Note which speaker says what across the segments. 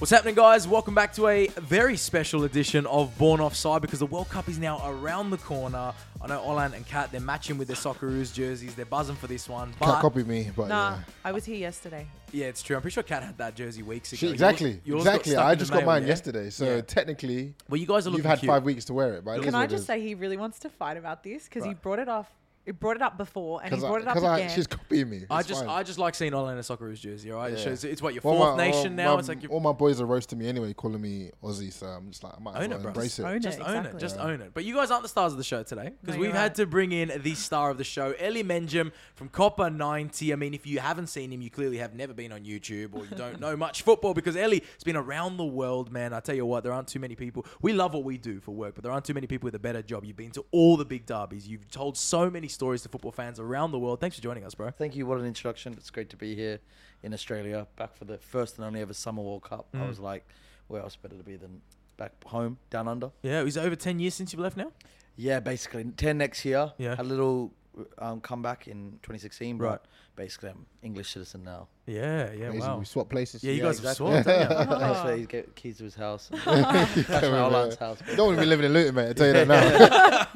Speaker 1: What's happening, guys? Welcome back to a very special edition of Born Offside because the World Cup is now around the corner. I know Olan and Kat, they're matching with their Socceroos jerseys. They're buzzing for this one. But
Speaker 2: Can't copy me, but
Speaker 3: Nah,
Speaker 2: yeah.
Speaker 3: I was here yesterday.
Speaker 1: yeah, it's true. I'm pretty sure Kat had that jersey weeks ago.
Speaker 2: Shit,
Speaker 1: Yours-
Speaker 2: exactly,
Speaker 1: yours got
Speaker 2: exactly.
Speaker 1: stuck
Speaker 2: I
Speaker 1: in the
Speaker 2: just got
Speaker 1: mail,
Speaker 2: mine
Speaker 1: yeah?
Speaker 2: yesterday, so
Speaker 1: Yeah.
Speaker 2: technically,
Speaker 1: Well, you guys are looking
Speaker 2: you've had
Speaker 1: cute.
Speaker 2: five weeks to wear it. But it is
Speaker 3: Can
Speaker 2: what
Speaker 3: I
Speaker 2: it
Speaker 3: just
Speaker 2: is.
Speaker 3: say he really wants to fight about this because he
Speaker 1: Right.
Speaker 3: brought it off. He brought it up before and he
Speaker 2: 'Cause I-
Speaker 3: brought it up
Speaker 2: 'cause
Speaker 3: again.
Speaker 2: I- she's copying me.
Speaker 1: I
Speaker 2: It's
Speaker 1: just,
Speaker 2: fine.
Speaker 1: I just like seeing Olan in a Socceroos jersey. All right, it
Speaker 2: Yeah.
Speaker 1: shows it's what your
Speaker 2: All
Speaker 1: fourth
Speaker 2: my-
Speaker 1: nation
Speaker 2: all
Speaker 1: now.
Speaker 2: my-
Speaker 1: it's like your
Speaker 2: all my boys are roasting me anyway, calling me Aussie. So I'm just like, I might as
Speaker 1: own
Speaker 2: well
Speaker 1: it, bro.
Speaker 2: embrace it.
Speaker 3: Own it,
Speaker 1: Just own it.
Speaker 3: exactly.
Speaker 1: Just own it. But you guys aren't the stars of the show today because
Speaker 3: No,
Speaker 1: we've
Speaker 3: you're
Speaker 1: had
Speaker 3: right.
Speaker 1: to bring in the star of the show, Ellie Menjem from Copper 90. I mean, if you haven't seen him, you clearly have never been on YouTube or you don't know much football because Ellie has been around the world, man. I tell you what, there aren't too many people. We love what we do for work, but there aren't too many people with a better job. You've been to all the big derbies. You've told so many stories to football fans around the world. Thanks for joining us, bro.
Speaker 4: Thank you. What an introduction. It's great to be here in Australia, back for the first and only ever Summer World Cup. I
Speaker 1: Mm.
Speaker 4: was like, where else better to be than back home, down under?
Speaker 1: Yeah, it was over 10 years since you've left now.
Speaker 4: Yeah, basically. 10 next year.
Speaker 1: Yeah.
Speaker 4: Had A little um, comeback in 2016, but
Speaker 1: Right.
Speaker 4: basically I'm English citizen now.
Speaker 1: Yeah, yeah,
Speaker 2: Amazing,
Speaker 1: wow.
Speaker 2: We swap places.
Speaker 1: Yeah, you
Speaker 4: Yeah,
Speaker 1: guys
Speaker 4: exactly.
Speaker 1: have swapped, haven't you?
Speaker 4: Thanks for
Speaker 3: Oh.
Speaker 4: the get keys to his house.
Speaker 2: Yeah,
Speaker 4: That's my
Speaker 2: man.
Speaker 4: Olan's house.
Speaker 2: uh, You don't want to be living in Luton, mate. I tell you that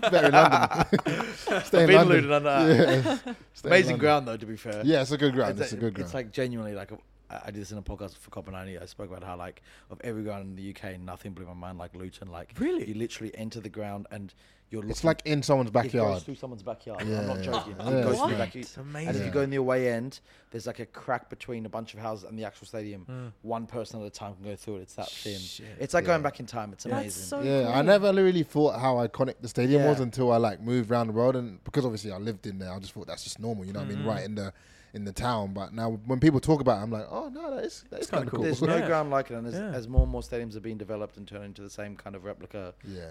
Speaker 2: now. Better in London. Stay in
Speaker 4: been
Speaker 2: London.
Speaker 4: Luton, I know.
Speaker 2: Yeah. Stay in
Speaker 4: Amazing
Speaker 2: London.
Speaker 4: ground, though, to be fair.
Speaker 2: Yeah, it's a good ground.
Speaker 4: a-
Speaker 2: It's a good ground.
Speaker 4: It's like genuinely like I I did this in a podcast for Copenhagen. I spoke about how like of every ground in the UK, nothing blew my mind like Luton. Like
Speaker 1: Really?
Speaker 4: you literally enter the ground and you're.
Speaker 2: It's
Speaker 4: looking-
Speaker 2: like in someone's
Speaker 4: it goes
Speaker 2: backyard.
Speaker 4: through someone's backyard.
Speaker 2: Yeah,
Speaker 4: I'm not
Speaker 2: yeah,
Speaker 4: joking.
Speaker 2: yeah.
Speaker 4: It goes
Speaker 2: What?
Speaker 4: through the backyard.
Speaker 1: It's
Speaker 4: And if
Speaker 1: amazing.
Speaker 4: you go in the away end, there's like a crack between a bunch of houses and the actual stadium.
Speaker 2: Hmm.
Speaker 4: One person at a time can go through it. It's that thin. It's like going back in time. It's amazing.
Speaker 3: That's so
Speaker 2: Yeah,
Speaker 3: cool.
Speaker 2: I never really thought how iconic the stadium was
Speaker 4: Yeah.
Speaker 2: until I like moved around the world, and because obviously I lived in there, I just thought that's just normal, you know
Speaker 4: Mm.
Speaker 2: what I mean, right in the in the town. But now when people talk about, it, I'm like, oh no, that is that's kind
Speaker 1: kinda
Speaker 2: of cool.
Speaker 4: There's no
Speaker 1: Yeah.
Speaker 4: ground like it, and as,
Speaker 1: Yeah.
Speaker 4: as more and more stadiums are being developed and turned into the same kind of replica
Speaker 2: yeah,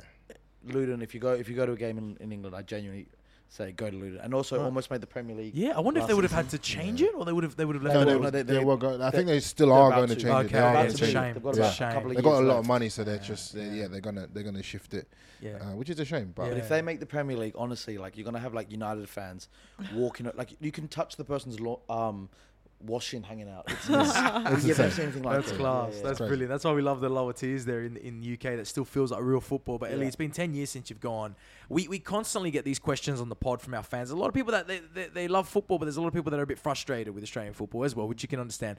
Speaker 4: Luton. If you go if you go to a game in, in England, I genuinely say go to Luton. And also, almost made the Premier League.
Speaker 1: Yeah, I wonder if
Speaker 4: last
Speaker 1: they would have
Speaker 4: season.
Speaker 1: had to change it or they would have they would have left
Speaker 2: no,
Speaker 1: it
Speaker 2: they,
Speaker 1: all-
Speaker 4: no,
Speaker 2: they,
Speaker 4: they-
Speaker 2: they
Speaker 4: they-
Speaker 2: were going. I
Speaker 4: they-
Speaker 2: think they still
Speaker 4: they're
Speaker 2: are
Speaker 4: about
Speaker 2: going to
Speaker 4: to.
Speaker 2: change it.
Speaker 1: Okay,
Speaker 2: They are
Speaker 1: yeah,
Speaker 2: going
Speaker 1: it's
Speaker 2: to
Speaker 1: a
Speaker 2: change
Speaker 1: shame.
Speaker 2: it.
Speaker 4: They've got
Speaker 1: Yeah.
Speaker 4: about a couple of
Speaker 2: They got
Speaker 4: years
Speaker 2: a lot
Speaker 4: left.
Speaker 2: of money, so they're just they're, yeah, they're gonna they're gonna shift it,
Speaker 1: Yeah.
Speaker 2: uh, which is a shame. But
Speaker 4: But if
Speaker 1: Yeah.
Speaker 4: they make the Premier League, honestly, like you're gonna have like United fans walking, like you can touch the person's lo- um, washing hanging out. It's, it's, you've never seen anything like
Speaker 1: That's
Speaker 4: it.
Speaker 1: class.
Speaker 4: Yeah, yeah.
Speaker 1: That's
Speaker 2: Crazy.
Speaker 1: brilliant. That's why we love the lower tiers there in in the UK. That still feels like real football. But Ellie,
Speaker 4: Yeah.
Speaker 1: it's been ten years since you've gone. We we constantly get these questions on the pod from our fans. A lot of people that they they, they love football, but there's a lot of people that are a bit frustrated with Australian football as well, which you can understand.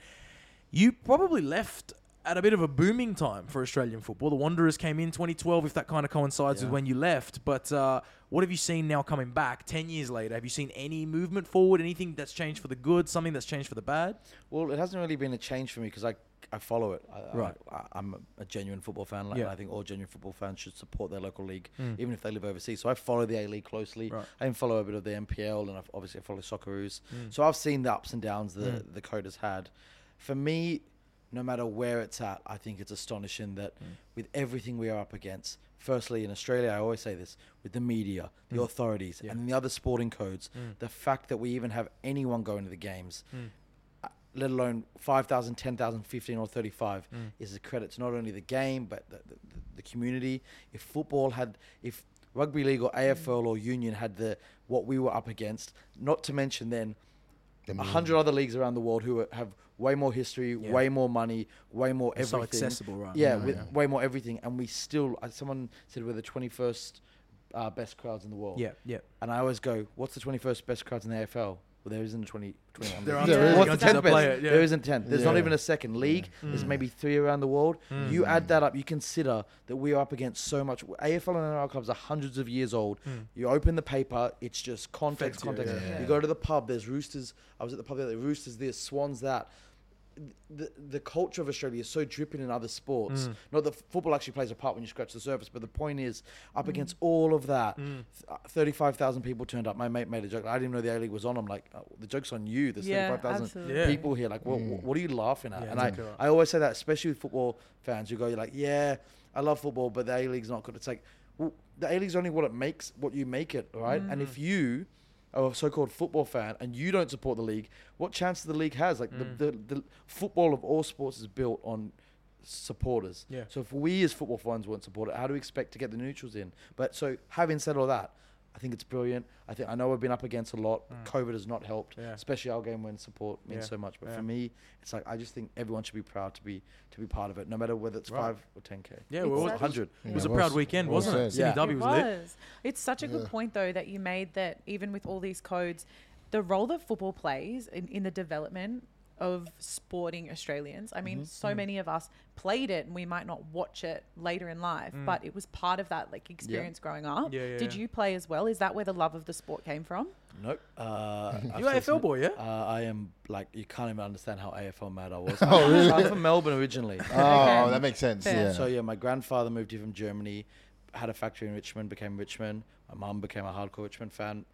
Speaker 1: You probably left. At a bit of a booming time for Australian football, the Wanderers came in 2012. If that kind of coincides with when you left, but uh, what have you seen now coming back ten years later? Have you seen any movement forward? Anything that's changed for the good? Something that's changed for the bad?
Speaker 4: Well, it hasn't really been a change for me because I I follow it. I,
Speaker 1: Right.
Speaker 4: I, I, I'm a genuine football fan, like,
Speaker 1: Yeah. Hmm.
Speaker 4: and I think all genuine football fans should support their local league, even if they live overseas. So I follow the A League closely.
Speaker 1: Right.
Speaker 4: I even follow a bit of the NPL, and I've, obviously I follow Socceroos.
Speaker 1: Hmm.
Speaker 4: So I've seen the ups and downs the the code has had. For me, no matter where it's at, I think it's astonishing that
Speaker 1: Hmm.
Speaker 4: with everything we are up against. Firstly, in Australia, I always say this with the media,
Speaker 1: Hmm.
Speaker 4: the authorities, and the other sporting codes. The fact that we even have anyone going to the games
Speaker 1: Hmm.
Speaker 4: let alone 5,000, 10,000, 15 or 35
Speaker 1: Mm.
Speaker 4: is a credit to not only the game but the, the, the community. If football had, if rugby league
Speaker 1: Mm.
Speaker 4: or AFL or union had the what we were up against, not to mention then a hundred other leagues around the world who are, have way more history, way more money, way more
Speaker 1: It's so
Speaker 4: everything.
Speaker 1: accessible, right?
Speaker 4: Yeah,
Speaker 1: Yeah,
Speaker 4: with way more everything, and we still. uh, Someone said we're the 21st uh, best crowds in the world.
Speaker 1: Yeah, yeah.
Speaker 4: And I always go, what's the 21st best crowds in the AFL? Well, there isn't a 20, 21.
Speaker 1: There
Speaker 4: league.
Speaker 1: aren't
Speaker 2: There any
Speaker 4: What's
Speaker 2: countries
Speaker 4: the 10th
Speaker 1: that
Speaker 4: best?
Speaker 1: play it, yeah. Hmm.
Speaker 4: There isn't 10. There's not
Speaker 2: Yeah.
Speaker 4: even a second league. There's maybe three around the world. You add that up, you consider that we are up against so much. AFL and NRL clubs are hundreds of years old. You open the paper, it's just context,
Speaker 1: Effective,
Speaker 4: context.
Speaker 1: Hmm. yeah.
Speaker 4: You go to the pub, there's Roosters. I was at the pub the other day, Roosters this, Swans that the the culture of Australia is so dripping in other sports.
Speaker 1: Mm.
Speaker 4: Not that football actually plays a part when you scratch the surface, but the point is, up
Speaker 1: Mm.
Speaker 4: against all of that, th- uh, thirty-five thousand people turned up. My mate made a joke. I didn't know the A League was on. I'm like, oh, the joke's on you. There's
Speaker 3: Yeah,
Speaker 4: thirty-five thousand
Speaker 3: absolutely. Yeah.
Speaker 4: people here. Like, what, what are you laughing at?
Speaker 1: Mm. Yeah,
Speaker 4: and I,
Speaker 1: exactly right.
Speaker 4: I always say that, especially with football fans who go, you're like, yeah, I love football, but the A League's not good. It's like, well, the A League's only what it makes, what you make it, right? And
Speaker 1: Mm.
Speaker 4: if you are a so-called football fan and you don't support the league, what chance the league has? Like
Speaker 1: Mm.
Speaker 4: the, the, the football of all sports is built on supporters.
Speaker 1: Yeah.
Speaker 4: So if we as football fans weren't supported, how do we expect to get the neutrals in? But so having said all that, I think it's brilliant. I think I know we've been up against a lot. COVID has not helped,
Speaker 1: Mm. Yeah.
Speaker 4: especially our game when support means
Speaker 1: Yeah.
Speaker 4: so much. But
Speaker 1: Yeah.
Speaker 4: for me, it's like I just think everyone should be proud to be to be part of it, no matter whether it's
Speaker 1: Right.
Speaker 4: five or ten k.
Speaker 1: Yeah, well,
Speaker 3: Exactly.
Speaker 4: hundred.
Speaker 1: It was
Speaker 2: Yeah,
Speaker 1: a
Speaker 2: it
Speaker 1: proud
Speaker 2: was.
Speaker 1: weekend,
Speaker 2: Well
Speaker 1: wasn't it?
Speaker 2: said.
Speaker 1: City
Speaker 4: Yeah.
Speaker 1: Derby
Speaker 3: it
Speaker 1: was lit.
Speaker 3: It's such a good point though that you made that even with all these codes, the role that football plays in, in the development of sporting Australians. I
Speaker 2: Mm-hmm.
Speaker 3: mean,
Speaker 2: Mm.
Speaker 3: so many of us played it and we might not watch it later in life, but it was part of that like experience growing up.
Speaker 1: Mm. Yeah, yeah,
Speaker 3: Did
Speaker 1: yeah.
Speaker 3: you play as well? Is that where the love of the sport came from?
Speaker 4: Nope. Uh, I've
Speaker 1: You
Speaker 4: said
Speaker 1: AFL
Speaker 4: some-
Speaker 1: boy, yeah?
Speaker 4: Uh, I am like you can't even understand how AFL mad I was. oh, really? I'm from Melbourne originally.
Speaker 2: Oh, that makes sense.
Speaker 3: Fair.
Speaker 2: Yeah.
Speaker 4: So yeah, my grandfather moved here from Germany, had a factory in Richmond, became Richmond. My mum became a hardcore Richmond fan.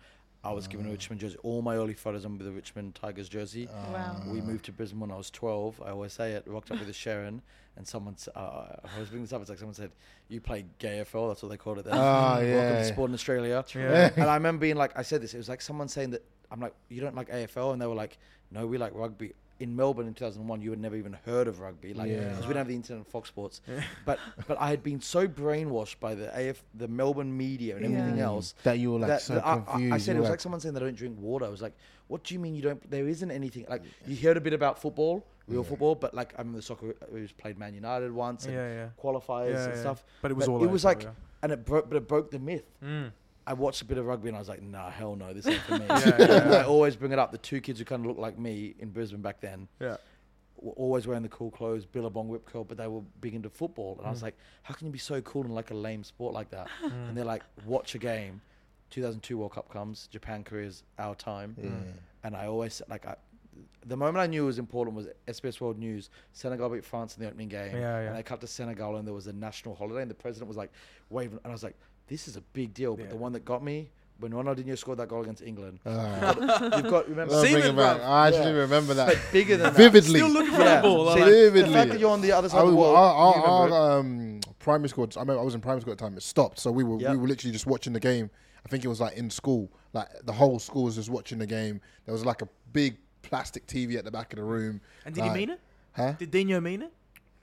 Speaker 4: I was given a
Speaker 2: Mm.
Speaker 4: Richmond jersey. All my early photos I'm with a Richmond Tigers jersey.
Speaker 2: Oh.
Speaker 3: Wow.
Speaker 4: We moved to Brisbane when I was 12. I always say it. Rocked up with a Sharon, and someone. s- Uh, I was bringing this up. It's like someone said, "You play gay AFL." That's what they called it. Then.
Speaker 2: Ah,
Speaker 4: Welcome
Speaker 2: yeah.
Speaker 4: to sport in Australia.
Speaker 1: Yeah.
Speaker 4: and I remember being like, I said this. It was like someone saying that. I'm like, you don't like AFL, and they were like, no, we like rugby. In Melbourne in 2001, you had never even heard of rugby, like
Speaker 2: Yeah.
Speaker 4: because we didn't have the internet and Fox Sports. But but I had been so brainwashed by the AF, the Melbourne media and everything
Speaker 3: Yeah.
Speaker 4: else
Speaker 2: That you were, like, so
Speaker 4: I- I- I,
Speaker 2: confused.
Speaker 4: said
Speaker 2: You
Speaker 4: it was
Speaker 2: were
Speaker 4: like someone saying they don't drink water. I was like, what do you mean you don't? There isn't anything like you heard a bit about football, real football, but like I remember the soccer who's played Man United once and
Speaker 1: Yeah, yeah.
Speaker 4: qualifiers
Speaker 1: Yeah,
Speaker 4: and
Speaker 1: yeah.
Speaker 4: stuff.
Speaker 1: But it was all
Speaker 4: it was
Speaker 1: AFL,
Speaker 4: like,
Speaker 1: yeah. Mm.
Speaker 4: and it broke, but it broke the myth. I watched a bit of rugby and I was like, nah, hell no, this ain't for me.
Speaker 1: Yeah, yeah.
Speaker 4: I always bring it up. The two kids who kind of looked like me in Brisbane back then
Speaker 1: Yeah.
Speaker 4: were always wearing the cool clothes, Billabong whip curl, but they were big into football. And I was
Speaker 1: Mm.
Speaker 4: like, how can you be so cool in like a lame sport like that? And they're like, watch a game. 2002 World Cup comes, Japan, Korea's our time.
Speaker 1: Mm.
Speaker 4: And I always, like, I, the moment I knew it was important was SBS World News. Senegal beat France in the opening game.
Speaker 1: Yeah, yeah.
Speaker 4: And they cut to Senegal and there was a national holiday and the president was like waving. And I was like, this is a big deal. But
Speaker 1: Yeah.
Speaker 4: the one that got me, when Ronaldinho scored that goal against England,
Speaker 2: Ah,
Speaker 4: you've got, remember,
Speaker 2: that'll bring
Speaker 1: Seaman,
Speaker 2: it back.
Speaker 1: bruv.
Speaker 2: I actually
Speaker 4: Yeah.
Speaker 2: remember
Speaker 4: but
Speaker 2: that
Speaker 4: bigger than that.
Speaker 2: vividly.
Speaker 1: Still looking for that ball. I
Speaker 4: See,
Speaker 1: like-
Speaker 4: The
Speaker 2: Vividly.
Speaker 4: fact that you're on the other side
Speaker 2: I
Speaker 4: of the
Speaker 2: was,
Speaker 4: world.
Speaker 2: Oh, our, our,
Speaker 4: you remember
Speaker 2: our, um, primary school. I remember I was in primary school at the time. It stopped, so we were
Speaker 4: Yeah.
Speaker 2: we were literally just watching the game. I think it was like in school, like the whole school was just watching the game. There was like a big plastic TV at the back of the room.
Speaker 1: And did he mean it?
Speaker 2: Huh?
Speaker 1: Did Dino mean it?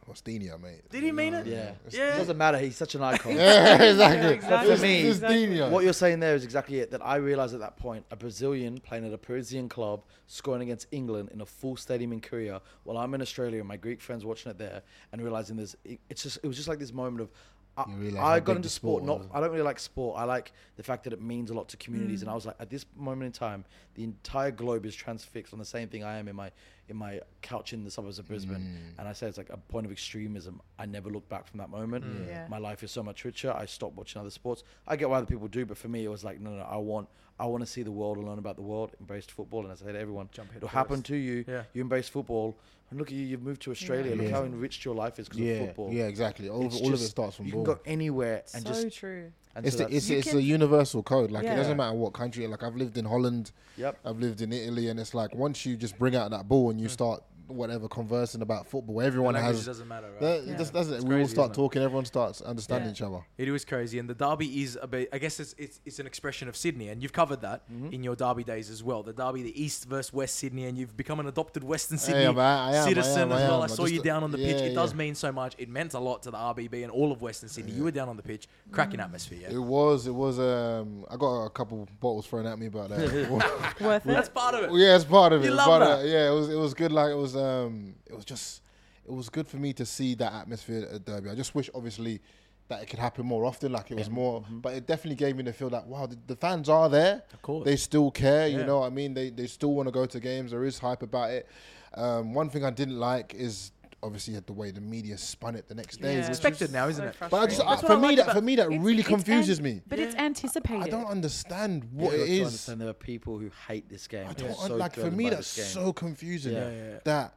Speaker 2: What's Dino, mate?
Speaker 1: Did he mean it?
Speaker 4: it? Yeah. It
Speaker 1: Yeah.
Speaker 4: doesn't matter. He's such an icon.
Speaker 2: yeah, exactly.
Speaker 3: exactly.
Speaker 2: It's-
Speaker 4: For me,
Speaker 2: it's Dino.
Speaker 4: What you're saying there is exactly it. That I realized at that point, a Brazilian playing at a Parisian club, scoring against England in a full stadium in Korea, while I'm in Australia and my Greek friends watching it there, and realizing this. it- It's just it was just like this moment of. I,
Speaker 2: You realise
Speaker 4: I
Speaker 2: how
Speaker 4: got
Speaker 2: big
Speaker 4: into
Speaker 2: the
Speaker 4: sport.
Speaker 2: sport
Speaker 4: Not
Speaker 2: was.
Speaker 4: I don't really like sport. I like the fact that it means a lot to communities.
Speaker 2: Mm.
Speaker 4: And I was like, at this moment in time, the entire globe is transfixed on the same thing I am in my in my couch in the suburbs of Brisbane.
Speaker 2: Mm.
Speaker 4: And I say it's like a point of extremism. I never look back from that moment.
Speaker 2: Mm.
Speaker 3: Yeah.
Speaker 4: My life is so much richer. I stopped watching other sports. I get why other people do, but for me, it was like, no, no, I want, I want to see the world and learn about the world. Embraced football, and as I said, everyone,
Speaker 1: Jump head
Speaker 4: it'll happen
Speaker 1: first.
Speaker 4: to you.
Speaker 1: Yeah.
Speaker 4: You embrace football, and look at you. You've moved to Australia. Look
Speaker 2: Yeah.
Speaker 4: how enriched your life is because
Speaker 2: yeah,
Speaker 4: of football.
Speaker 2: yeah, exactly. All,
Speaker 4: It's
Speaker 2: of- all of it
Speaker 4: just-
Speaker 2: starts from
Speaker 4: you
Speaker 2: ball.
Speaker 4: can go anywhere and
Speaker 3: so
Speaker 4: just.
Speaker 3: true.
Speaker 4: And
Speaker 2: It's
Speaker 4: so
Speaker 2: the,
Speaker 4: that's-
Speaker 2: it's, it's a universal code. Like
Speaker 3: Yeah.
Speaker 2: it doesn't matter what country. Like I've lived in Holland.
Speaker 4: Yep.
Speaker 2: I've lived in Italy, and it's like once you just bring out that ball and you start whatever conversing about football, everyone
Speaker 1: Hmm. Language
Speaker 2: has.
Speaker 1: doesn't matter, right?
Speaker 2: That, it just doesn't.
Speaker 1: It's
Speaker 2: we all
Speaker 1: crazy,
Speaker 2: start
Speaker 1: isn't it?
Speaker 2: talking. Everyone starts understanding
Speaker 3: Yeah.
Speaker 2: each other.
Speaker 1: It was crazy, and the derby is a bit, I guess it's, it's it's an expression of Sydney, and you've covered that
Speaker 2: Mm-hmm.
Speaker 1: in your derby days as well. The derby, the East versus West Sydney, and you've become an adopted Western Sydney
Speaker 2: but I- I am, I
Speaker 1: citizen
Speaker 2: am,
Speaker 1: as
Speaker 2: I
Speaker 1: well.
Speaker 2: am.
Speaker 1: I
Speaker 2: I
Speaker 1: saw
Speaker 2: just-
Speaker 1: you down on the pitch.
Speaker 2: yeah,
Speaker 1: It does
Speaker 2: yeah.
Speaker 1: mean so much. It meant a lot to the RBB and all of Western Sydney. You were down on the pitch, cracking atmosphere.
Speaker 2: It was. It was. Um, I got a couple bottles thrown at me, but uh, well,
Speaker 3: Worth it.
Speaker 1: That's part of it.
Speaker 2: yeah, it's part of
Speaker 1: You
Speaker 2: it.
Speaker 1: love
Speaker 2: but,
Speaker 1: that.
Speaker 2: Uh, yeah, it was. It was good. Like it was. Um, it was just. It was good for me to see that atmosphere at Derby. I just wish, obviously, that it could happen more often. Like it was more, but it definitely gave me the feel that wow, the, the fans are there. Of
Speaker 1: course.
Speaker 2: they still care.
Speaker 1: Yeah.
Speaker 2: You know, what I mean, they they still want to go to games. There is hype about it. Um, one thing I didn't like is obviously the way the media spun it the next day.
Speaker 3: Yeah.
Speaker 1: It's
Speaker 2: which was-
Speaker 1: expected now, isn't
Speaker 3: So
Speaker 1: it?
Speaker 2: But I just,
Speaker 3: frustrating.
Speaker 2: I,
Speaker 1: That's what
Speaker 2: for
Speaker 1: I
Speaker 2: me,
Speaker 1: like
Speaker 2: that
Speaker 1: about-
Speaker 2: for me, that
Speaker 3: It's-
Speaker 2: really
Speaker 3: it's an-
Speaker 2: confuses me.
Speaker 3: But it's anticipated.
Speaker 2: I don't understand what
Speaker 4: you
Speaker 2: it
Speaker 4: have to
Speaker 2: is.
Speaker 4: understand there are people who hate this game.
Speaker 2: I
Speaker 4: and
Speaker 2: don't
Speaker 4: are
Speaker 2: un-
Speaker 4: so
Speaker 2: like. For
Speaker 4: driven
Speaker 2: me,
Speaker 4: by
Speaker 2: that's
Speaker 4: this game.
Speaker 2: so confusing.
Speaker 4: Yeah.
Speaker 2: That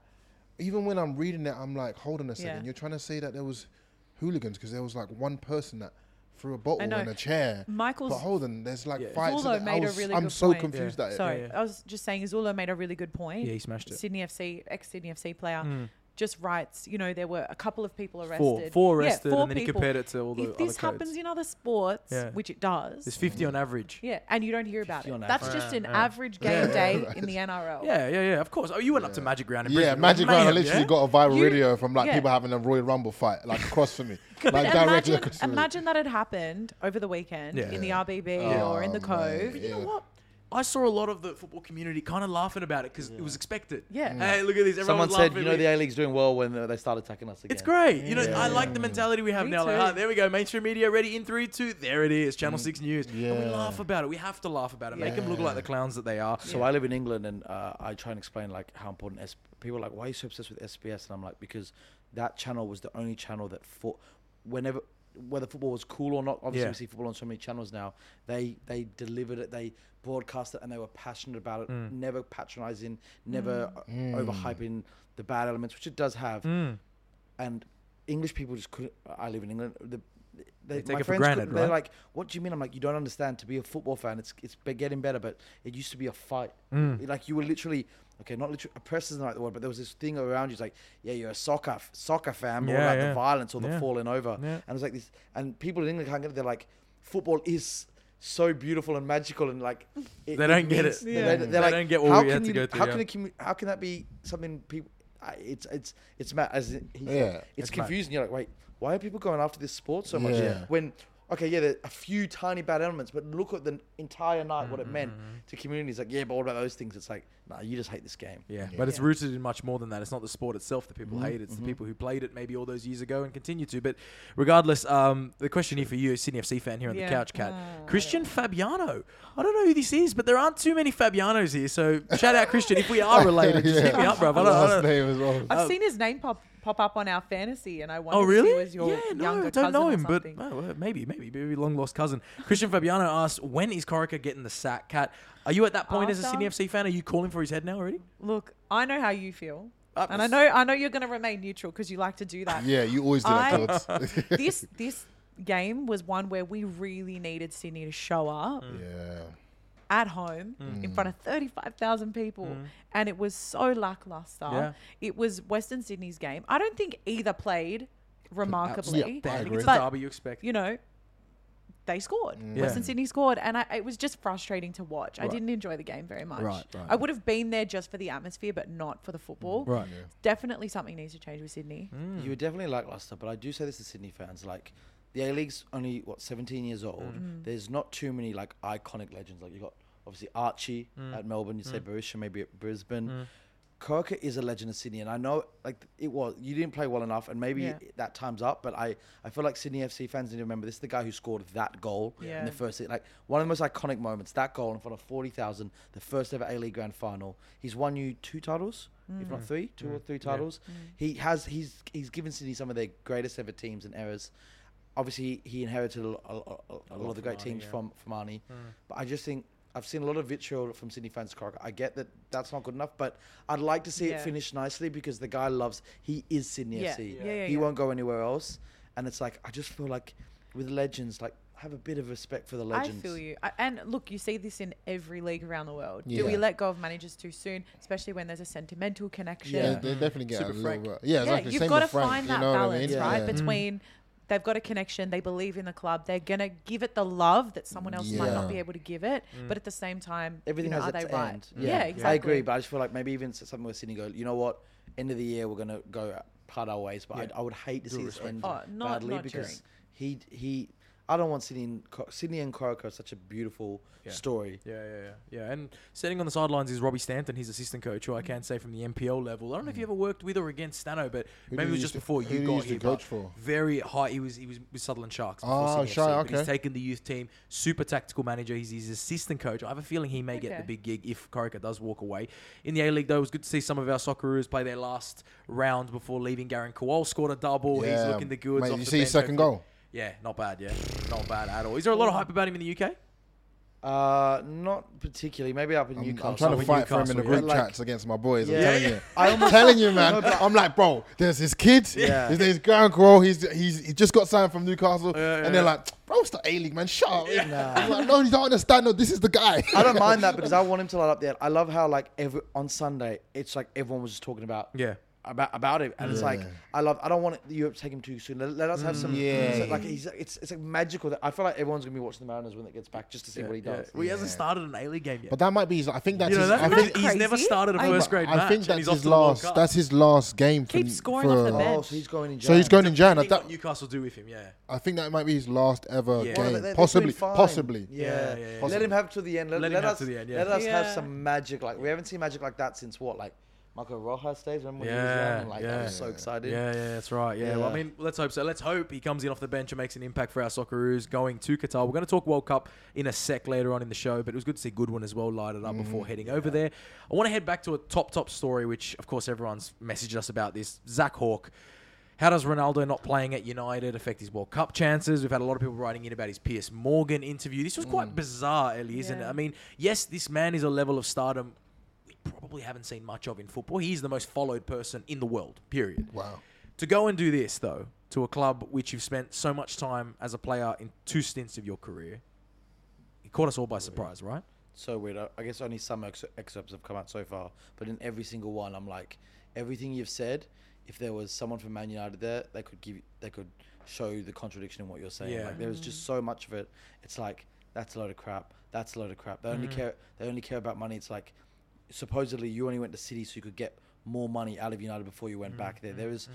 Speaker 2: even when I'm reading it, I'm like, hold on a second.
Speaker 3: Yeah.
Speaker 2: You're trying to say that there was hooligans because there was like one person that threw a bottle
Speaker 3: know.
Speaker 2: and a chair.
Speaker 3: Michael's-
Speaker 2: But hold on, there's like
Speaker 1: Yeah.
Speaker 2: fights.
Speaker 3: Zolo
Speaker 2: and that- I
Speaker 3: made a
Speaker 2: was-
Speaker 3: really
Speaker 2: I'm
Speaker 3: good
Speaker 2: so
Speaker 3: point.
Speaker 2: confused at it.
Speaker 3: Sorry,
Speaker 1: Yeah, yeah.
Speaker 3: I was just saying Zula made a really good point.
Speaker 1: Yeah, he smashed it. Hmm.
Speaker 3: Sydney FC, ex Sydney FC player, just writes, you know, there were a couple of people arrested.
Speaker 1: Four. Four
Speaker 3: Yeah,
Speaker 1: arrested,
Speaker 3: four
Speaker 1: and then he
Speaker 3: people.
Speaker 1: compared it to all the
Speaker 3: If this
Speaker 1: other
Speaker 3: happens
Speaker 1: codes.
Speaker 3: in other sports,
Speaker 1: Yeah.
Speaker 3: which it does,
Speaker 1: There's 50 on average.
Speaker 3: yeah, and you don't hear about
Speaker 4: 50
Speaker 3: it.
Speaker 4: on
Speaker 3: That's
Speaker 4: average.
Speaker 3: just an average game day in the NRL.
Speaker 1: Yeah, yeah, yeah. Of course. Oh, you went up to Magic Round in
Speaker 2: Yeah,
Speaker 1: Brisbane. It was
Speaker 2: Magic Round. I
Speaker 1: mayhem,
Speaker 2: literally
Speaker 1: yeah?
Speaker 2: got a viral
Speaker 3: You-
Speaker 2: video from like
Speaker 3: yeah.
Speaker 2: people having a Royal Rumble fight, like across from me, like
Speaker 3: But
Speaker 2: directly
Speaker 3: imagine,
Speaker 2: across from me.
Speaker 3: imagine that had happened over the weekend
Speaker 1: Yeah.
Speaker 3: in the RBB or in the
Speaker 2: Oh,
Speaker 3: Cove.
Speaker 2: mate,
Speaker 1: You know
Speaker 2: yeah.
Speaker 1: what? I saw a lot of the football community kind of laughing about it because it was expected.
Speaker 3: Yeah. Mm.
Speaker 1: Hey, look at this. Everyone's
Speaker 4: Someone said,
Speaker 1: laughing
Speaker 4: you
Speaker 1: at
Speaker 4: know,
Speaker 1: me."
Speaker 4: the A League's doing well when uh, they start attacking us again.
Speaker 1: It's great. You know, I like the mentality we have
Speaker 3: Me
Speaker 1: now. Like,
Speaker 3: too.
Speaker 1: ah, there we go. Mainstream media ready in three, two. There it is.
Speaker 4: Mm.
Speaker 1: Channel Six News. And we
Speaker 2: Yeah.
Speaker 1: laugh about it. We have to laugh about it. Make them look like the clowns that they are.
Speaker 4: So I live in England, and uh, I try and explain like how important S- people are like why are you so obsessed with SBS, and I'm like because that channel was the only channel that for whenever whether football was cool or not. Obviously,
Speaker 1: Yeah.
Speaker 4: we see football on so many channels now. They they delivered it, they broadcast it, and they were passionate about it.
Speaker 1: Mm.
Speaker 4: Never patronizing, never uh overhyping the bad elements, which it does have.
Speaker 1: Mm.
Speaker 4: And English people just couldn't. I live in England. The, they,
Speaker 1: take
Speaker 4: my
Speaker 1: it for
Speaker 4: friends
Speaker 1: granted,
Speaker 4: couldn't- They're
Speaker 1: right?
Speaker 4: like, "What do you mean?" I'm like, "You don't understand. To be a football fan, it's it's be- getting better, but it used to be a fight.
Speaker 1: Mm.
Speaker 4: Like you were literally okay, not literally. Oppressed isn't like the word, but there was this thing around you. It's like, yeah, you're a soccer f- soccer fan, but what
Speaker 1: Yeah,
Speaker 4: about
Speaker 1: yeah.
Speaker 4: the violence or the
Speaker 1: Yeah.
Speaker 4: falling over?
Speaker 1: Yeah.
Speaker 4: And it's like this, and people in England can't get it. They're like, football is so beautiful and magical, and like it,
Speaker 1: They don't get
Speaker 4: means-
Speaker 1: it.
Speaker 4: They,
Speaker 1: Yeah.
Speaker 4: they're
Speaker 1: They
Speaker 4: like,
Speaker 1: don't get what
Speaker 4: how
Speaker 1: we
Speaker 4: can
Speaker 1: had to
Speaker 4: you-
Speaker 1: go through,
Speaker 4: How
Speaker 1: yeah.
Speaker 4: can it commu- how can that be something people? I- It's it's it's mad as in- he said,
Speaker 2: Yeah.
Speaker 4: it's
Speaker 1: It's mad.
Speaker 4: confusing. You're like, wait, why are people going after this sport so much?
Speaker 2: Yeah.
Speaker 4: When okay, yeah, there are a few tiny bad elements, but look at the entire night what it meant to communities. Like, yeah, but what about those things? It's like, nah, you just hate this game.
Speaker 1: Yeah, but it's rooted in much more than that. It's not the sport itself that
Speaker 3: Mm-hmm.
Speaker 1: people hate; it's the people who played it maybe all those years ago and continue to. But regardless, um, the question here for you, Sydney FC fan here on
Speaker 3: Yeah. Ah.
Speaker 1: the couch, cat Christian Fabiano. I don't know who this is, but there aren't too many Fabianos here. So shout out Christian if we are related. Just hit me up, bro. I don't, I
Speaker 2: Last
Speaker 1: don't-
Speaker 2: name as well.
Speaker 3: I've seen his name pop pop up on our fantasy, and I wondered
Speaker 1: Oh really?
Speaker 3: if he was your
Speaker 1: yeah, no,
Speaker 3: younger
Speaker 1: I don't
Speaker 3: cousin
Speaker 1: know
Speaker 3: or
Speaker 1: him, but
Speaker 3: something.
Speaker 1: oh, well, maybe, maybe, maybe long lost cousin. Christian Fabiano asked, "When is Corica getting the sack, cat? Are you at that point as a
Speaker 3: After-
Speaker 1: Sydney FC fan? Are you calling for his head now already?"
Speaker 3: Look, I know how you feel,
Speaker 1: That
Speaker 3: and I
Speaker 1: was-
Speaker 3: know I know you're going to remain neutral because you like to do that.
Speaker 2: Yeah, you always do
Speaker 3: I-
Speaker 2: that. Towards.
Speaker 3: this this game was one where we really needed Sydney to show up
Speaker 2: yeah.
Speaker 3: at home in front of 35,000 people and it was so lackluster.
Speaker 1: Yeah.
Speaker 3: It was Western Sydney's game. I don't think either played remarkably,
Speaker 2: I agree.
Speaker 1: It's a
Speaker 3: But-
Speaker 1: derby you expect.
Speaker 3: you know, they scored.
Speaker 1: Mm. Yeah.
Speaker 3: Western Sydney scored, and I, it was just frustrating to watch. I didn't enjoy the game very much.
Speaker 1: Right, right.
Speaker 3: I would have been there just for the atmosphere, but not for the football.
Speaker 1: Right. Hmm?
Speaker 3: Definitely something needs to change with Sydney.
Speaker 4: You were definitely lackluster, but I do say this to Sydney fans: like the A League's only what 17 years old.
Speaker 3: Mm.
Speaker 4: There's not too many like iconic legends. Like you got obviously Archie
Speaker 3: Mm.
Speaker 4: at Melbourne. You say Barisha maybe at Brisbane. Mm. is a legend of Sydney, and I know like it was. You didn't play well enough, and maybe
Speaker 3: Yeah.
Speaker 4: that time's up. But I, I feel like Sydney FC fans need to remember this is the guy who scored that goal in
Speaker 3: Yeah.
Speaker 4: the first like one of the most iconic moments. That goal in front of forty thousand, the first ever A League Grand Final. He's won you two titles, if
Speaker 3: Mm.
Speaker 4: not three, two or three titles. He has he's he's given Sydney some of their greatest ever teams and errors. Obviously, he inherited a, a, a, a lot of the great teams from from Arnie, Mm. but I just think. I've seen a lot of vitriol from Sydney fans. to Cork. I get that that's not good enough, but I'd like to see it
Speaker 3: Yeah.
Speaker 4: finish nicely because the guy loves. He is Sydney
Speaker 3: Yeah.
Speaker 4: FC.
Speaker 3: Yeah. Yeah, yeah,
Speaker 4: he
Speaker 3: yeah.
Speaker 4: won't go anywhere else. And it's like I just feel like with legends, like have a bit of respect for the legends.
Speaker 3: I feel you. I, and look, you see this in every league around the world. Do we
Speaker 2: Yeah.
Speaker 3: let go of managers too soon, especially when there's a sentimental connection?
Speaker 2: They,
Speaker 4: Yeah.
Speaker 2: they definitely get
Speaker 1: Super
Speaker 2: a little
Speaker 1: frank.
Speaker 2: bit. Yeah,
Speaker 3: Yeah,
Speaker 2: exactly.
Speaker 3: you've
Speaker 2: Same
Speaker 3: got to
Speaker 2: with Frank,
Speaker 3: find
Speaker 2: you
Speaker 3: that
Speaker 2: know what I
Speaker 3: balance,
Speaker 2: mean?
Speaker 3: right?
Speaker 2: Yeah.
Speaker 3: Between they've got a connection, they believe in the club, they're gonna give it the love that someone else might not
Speaker 2: Yeah.
Speaker 3: be able to give it, but at the same time,
Speaker 4: Everything
Speaker 3: you know,
Speaker 4: has
Speaker 3: are
Speaker 4: its
Speaker 3: they right?
Speaker 4: end.
Speaker 3: Yeah, exactly.
Speaker 4: I agree, but I just feel like maybe even something where Sydney go, you know what? End of the year, we're gonna go part our ways. But I'd I would hate to see this end
Speaker 3: Oh, not-
Speaker 4: badly
Speaker 3: not
Speaker 4: because he he. I don't want Sydney and Co- Sydney and Koroko such a beautiful story.
Speaker 1: Yeah, yeah, yeah, yeah. And sitting on the sidelines is Robbie Stanton, his assistant coach, who I can say from the NPL level. I don't know if you ever worked with or against Stano, but
Speaker 2: Hmm.
Speaker 1: maybe
Speaker 2: Who
Speaker 1: it
Speaker 2: did
Speaker 1: was
Speaker 2: he
Speaker 1: just
Speaker 2: used to-
Speaker 1: before
Speaker 2: who did
Speaker 1: you
Speaker 2: he
Speaker 1: got
Speaker 2: used to
Speaker 1: here. but
Speaker 2: coach for?
Speaker 1: Very high. He was he was with Sutherland Sharks. before
Speaker 2: Ah,
Speaker 1: Sydney FC,
Speaker 2: Shire,
Speaker 1: but He's
Speaker 2: okay.
Speaker 1: taken the youth team. Super tactical manager. He's his assistant coach. I have a feeling he may get the
Speaker 3: Okay.
Speaker 1: big gig if Corica does walk away. In the A League, though, it was good to see some of our Socceroos play their last round before leaving. Garen Kowal scored a double.
Speaker 2: Yeah,
Speaker 1: He's looking the goods.
Speaker 2: mate,
Speaker 1: off
Speaker 2: you
Speaker 1: the
Speaker 2: see his
Speaker 1: bench,
Speaker 2: second
Speaker 1: hopefully-
Speaker 2: goal?
Speaker 1: Yeah, not bad. Yeah, not bad at all. Is there a lot of hype about him in the UK?
Speaker 4: Uh, not particularly. Maybe up in
Speaker 2: I'm,
Speaker 4: Newcastle.
Speaker 2: I'm trying to
Speaker 1: with
Speaker 2: fight for him in the
Speaker 1: Newcastle, yeah.
Speaker 2: group
Speaker 4: Like-
Speaker 2: chats against my boys.
Speaker 4: Yeah.
Speaker 2: I'm telling you.
Speaker 4: I
Speaker 2: I'm
Speaker 4: almost-
Speaker 2: telling you, man.
Speaker 4: No, but-
Speaker 2: I'm like, bro, there's his kid.
Speaker 4: Yeah.
Speaker 2: His name's Grant Grohl. He's, he's he just got signed from Newcastle.
Speaker 1: yeah,
Speaker 2: and they're like, bro, it's the A League, man. Shut up.
Speaker 4: Nah.
Speaker 2: I'm like, no, you don't understand. No, this is the guy.
Speaker 4: I don't mind that because I want him to light up there. I love how like every on Sunday it's like everyone was just talking about
Speaker 1: Yeah.
Speaker 4: about about it, and it's like I love. I don't want Europe to take him too soon. Let, let us have some.
Speaker 2: Mm, Yeah.
Speaker 4: so, like he's it's it's like magical. That I feel like everyone's gonna be watching the Mariners when it gets back just to see what he
Speaker 1: Yeah.
Speaker 4: does.
Speaker 1: Well, he hasn't started an A League game yet.
Speaker 2: But that might be his. I think that's
Speaker 1: you know
Speaker 2: his.
Speaker 1: that?
Speaker 2: I
Speaker 3: Isn't
Speaker 2: think,
Speaker 3: that
Speaker 1: he's never
Speaker 3: crazy?
Speaker 1: started a
Speaker 3: I-
Speaker 1: first grade
Speaker 2: I
Speaker 1: match.
Speaker 2: think
Speaker 1: and
Speaker 2: that's
Speaker 1: he's off
Speaker 2: his
Speaker 1: to the World
Speaker 2: last.
Speaker 1: Cup.
Speaker 2: That's his last game. For,
Speaker 3: Keep scoring off the
Speaker 2: for-
Speaker 3: bench.
Speaker 4: Oh, so he's going in.
Speaker 2: So he's
Speaker 4: Jan.
Speaker 2: going in Jan.
Speaker 1: I think
Speaker 2: That,
Speaker 1: what Newcastle do with him, yeah.
Speaker 2: I think that might be his last
Speaker 1: Yeah.
Speaker 2: ever
Speaker 4: Well,
Speaker 2: game.
Speaker 4: Oh, they- they- they
Speaker 2: possibly,
Speaker 4: played fine.
Speaker 2: possibly.
Speaker 4: Yeah,
Speaker 1: Yeah, yeah, yeah.
Speaker 4: Let him have to the end. Let,
Speaker 1: Let him
Speaker 4: let
Speaker 1: have
Speaker 4: us,
Speaker 1: to the end, yeah.
Speaker 4: Let us have
Speaker 3: Yeah.
Speaker 4: some magic. Like we haven't seen magic like that since what? Like Marco Rojas days. Remember when he was
Speaker 1: Yeah,
Speaker 4: young? Like
Speaker 1: yeah.
Speaker 4: I was so excited.
Speaker 1: Yeah, yeah, that's right. Yeah. Well, I
Speaker 4: Yeah.
Speaker 1: mean, let's hope so. Let's hope he comes in off the bench and makes an impact for our Socceroos going to Qatar. We're going to talk World Cup in a sec later on in the show, but it was good to see Goodwin as well light it up
Speaker 4: Mm,
Speaker 1: before heading over there. I want to head back to a top top story, which of course everyone's messaged us about this. Zach Hawk. How does Ronaldo not playing at United affect his World Cup chances? We've had a lot of people writing in about his Pierce Morgan interview. This was
Speaker 4: Mm.
Speaker 1: quite bizarre, Ellie, isn't it?
Speaker 3: Yeah.
Speaker 1: I mean, yes, this man is a level of stardom we probably haven't seen much of in football. He is the most followed person in the world, period.
Speaker 2: Wow.
Speaker 1: To go and do this, though, to a club which you've spent so much time as a player in two stints of your career, it caught us all by surprise, right?
Speaker 4: so weird. I- I guess only some ex- excerpts have come out so far, but in every single one, I'm like, everything you've said. If there was someone from Man United there, they could give, they could show the contradiction in what you're saying.
Speaker 1: Yeah.
Speaker 4: Like there was just so much of it. It's like that's a load of crap. That's a load of crap. They only care. They only care about money. It's like supposedly you only went to City so you could get more money out of United before you went back there. There is,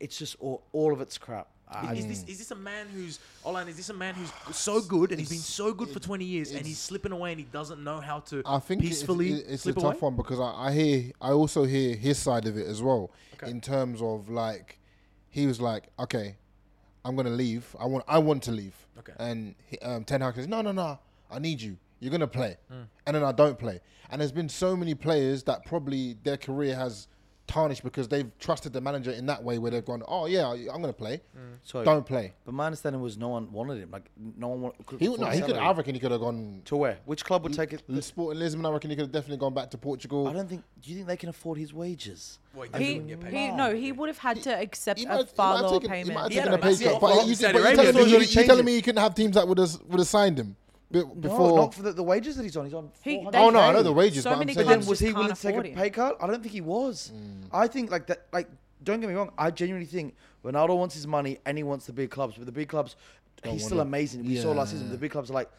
Speaker 4: it's just all, all of it's crap. I-
Speaker 1: Is, is this is this a man who's Olan? Is this a man who's so good and he's been so good for twenty years and he's slipping away and he doesn't know how to
Speaker 2: I think it's-
Speaker 1: peacefully
Speaker 2: it's, it's a
Speaker 1: slip
Speaker 2: tough
Speaker 1: away?
Speaker 2: one because I, I hear I also hear his side of it as well in terms of like he was like okay I'm gonna leave I want I want to leave
Speaker 1: Okay.
Speaker 2: and he, um, Ten Hag says no no no I need you you're gonna play
Speaker 1: Hmm.
Speaker 2: and then I don't play and there's been so many players that probably their career has tarnished because they've trusted the manager in that way where they've gone oh yeah I- I'm gonna play
Speaker 1: Hmm.
Speaker 4: Sorry.
Speaker 2: don't play
Speaker 4: But my understanding was no one wanted him. Like no one wanted.
Speaker 2: he would no, he could I reckon he could have gone
Speaker 4: To where? Which club would take it?
Speaker 2: to Sporting Lisbon I reckon he could have definitely gone back to Portugal
Speaker 4: I don't think. Do you think they can afford his wages?
Speaker 1: Well,
Speaker 4: I
Speaker 3: He,
Speaker 4: mean,
Speaker 1: get paid.
Speaker 3: he, no, he would have had to accept
Speaker 2: He might- he
Speaker 3: a
Speaker 2: might
Speaker 3: far
Speaker 2: have
Speaker 3: lower
Speaker 2: taken- He might have
Speaker 3: payment.
Speaker 1: Yeah,
Speaker 2: taken
Speaker 1: no,
Speaker 2: a
Speaker 1: that's the
Speaker 2: pay cut.
Speaker 1: offer
Speaker 2: But
Speaker 1: from
Speaker 2: you,
Speaker 1: Saudi
Speaker 2: but you're
Speaker 1: Arabia.
Speaker 2: telling me,
Speaker 4: Did
Speaker 2: you-
Speaker 4: you
Speaker 2: you're
Speaker 4: change
Speaker 2: telling
Speaker 4: it?
Speaker 2: me you couldn't have teams that would have would have signed him be- before.
Speaker 4: No, not for the, the wages that he's on. He's on.
Speaker 3: He-
Speaker 4: 400
Speaker 3: they
Speaker 2: oh no, I know
Speaker 3: paid.
Speaker 2: the wages,
Speaker 3: So
Speaker 2: but I'm
Speaker 3: many
Speaker 2: saying
Speaker 3: clubs
Speaker 4: Then was he
Speaker 3: just
Speaker 4: willing
Speaker 3: can't
Speaker 4: to take a
Speaker 3: afford it.
Speaker 4: pay cut? I don't think he was.
Speaker 2: Mm.
Speaker 4: I think like that. Like, don't get me wrong. I genuinely think Ronaldo wants his money and he wants the big clubs. But the big clubs, he's
Speaker 2: want
Speaker 4: still
Speaker 2: it.
Speaker 4: amazing. We saw last
Speaker 2: Yeah.
Speaker 4: season. The big clubs are like,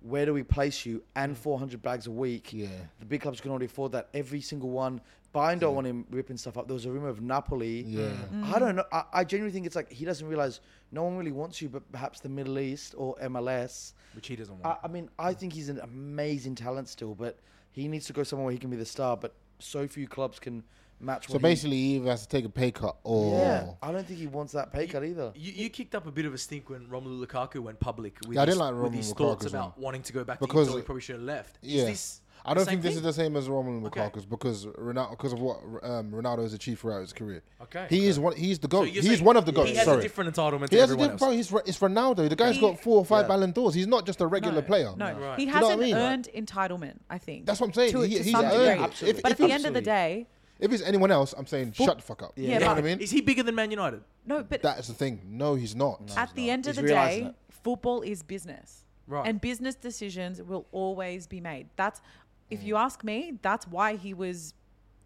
Speaker 4: where do we place you? And 400 bags a week.
Speaker 2: Yeah.
Speaker 4: The big clubs can already afford that. Every single one. Bayern don't want him ripping stuff up. There was a rumor of Napoli.
Speaker 2: Yeah.
Speaker 4: I don't know. I, I genuinely think it's like he doesn't realize no one really wants you, but perhaps the Middle East or MLS.
Speaker 1: which he doesn't
Speaker 4: I,
Speaker 1: want.
Speaker 4: I mean, I think he's an amazing talent still, but he needs to go somewhere where he can be the star. But so few clubs can match.
Speaker 2: so
Speaker 4: what
Speaker 2: basically, Oh. he either has to take a pay cut
Speaker 4: he,
Speaker 2: or
Speaker 4: yeah, I don't think he wants that pay cut either.
Speaker 1: You, you kicked up a bit of a stink when Romelu Lukaku went public with
Speaker 2: Yeah, I
Speaker 1: his,
Speaker 2: didn't like
Speaker 1: with his
Speaker 2: Romelu
Speaker 1: thoughts
Speaker 2: Lukaku's
Speaker 1: about
Speaker 2: one.
Speaker 1: wanting to go back
Speaker 2: Because-
Speaker 1: to Italy. Probably should have left.
Speaker 2: yeah.
Speaker 1: Is this the
Speaker 2: I don't
Speaker 1: same
Speaker 2: think this
Speaker 1: thing?
Speaker 2: is the same as Romelu
Speaker 1: Okay.
Speaker 2: Lukaku's because Ronaldo because of what um, Ronaldo has achieved throughout his career.
Speaker 1: Okay.
Speaker 2: he is one. He's the
Speaker 1: So
Speaker 2: goat.
Speaker 1: you're
Speaker 2: he's
Speaker 1: saying
Speaker 2: one of the
Speaker 1: He
Speaker 2: goats.
Speaker 1: has a
Speaker 2: Sorry,
Speaker 1: different entitlement
Speaker 2: he
Speaker 1: to
Speaker 2: has a
Speaker 1: everyone
Speaker 2: different.
Speaker 1: else.
Speaker 2: Bro, he's Ro- it's Ronaldo. The guy's
Speaker 3: He-
Speaker 2: got four or five
Speaker 4: Yeah.
Speaker 2: Ballon d'Ors. He's not just a regular
Speaker 3: no,
Speaker 2: player.
Speaker 3: No,
Speaker 1: Right.
Speaker 3: he
Speaker 1: Do
Speaker 2: you know what I
Speaker 3: hasn't
Speaker 2: mean?
Speaker 3: earned entitlement. I think
Speaker 2: That's what I'm saying.
Speaker 3: To,
Speaker 2: He-
Speaker 3: to
Speaker 2: he's
Speaker 3: some
Speaker 2: earned
Speaker 3: degree.
Speaker 2: it. Absolutely. If-
Speaker 3: But at
Speaker 2: if-
Speaker 3: the end of the day,
Speaker 2: If it's anyone else, I'm saying shut the fuck up.
Speaker 4: Yeah.
Speaker 2: you
Speaker 3: Yeah,
Speaker 2: know what I
Speaker 3: but-
Speaker 2: mean.
Speaker 1: Is he bigger than Man United?
Speaker 3: no. But
Speaker 2: That is the thing. No, he's not.
Speaker 3: at the end of
Speaker 4: He's
Speaker 3: the
Speaker 4: realising
Speaker 3: day,
Speaker 4: it.
Speaker 3: football is business.
Speaker 1: Right.
Speaker 3: And business decisions will always be made. That's,
Speaker 1: Mm.
Speaker 3: if you ask me, that's why he was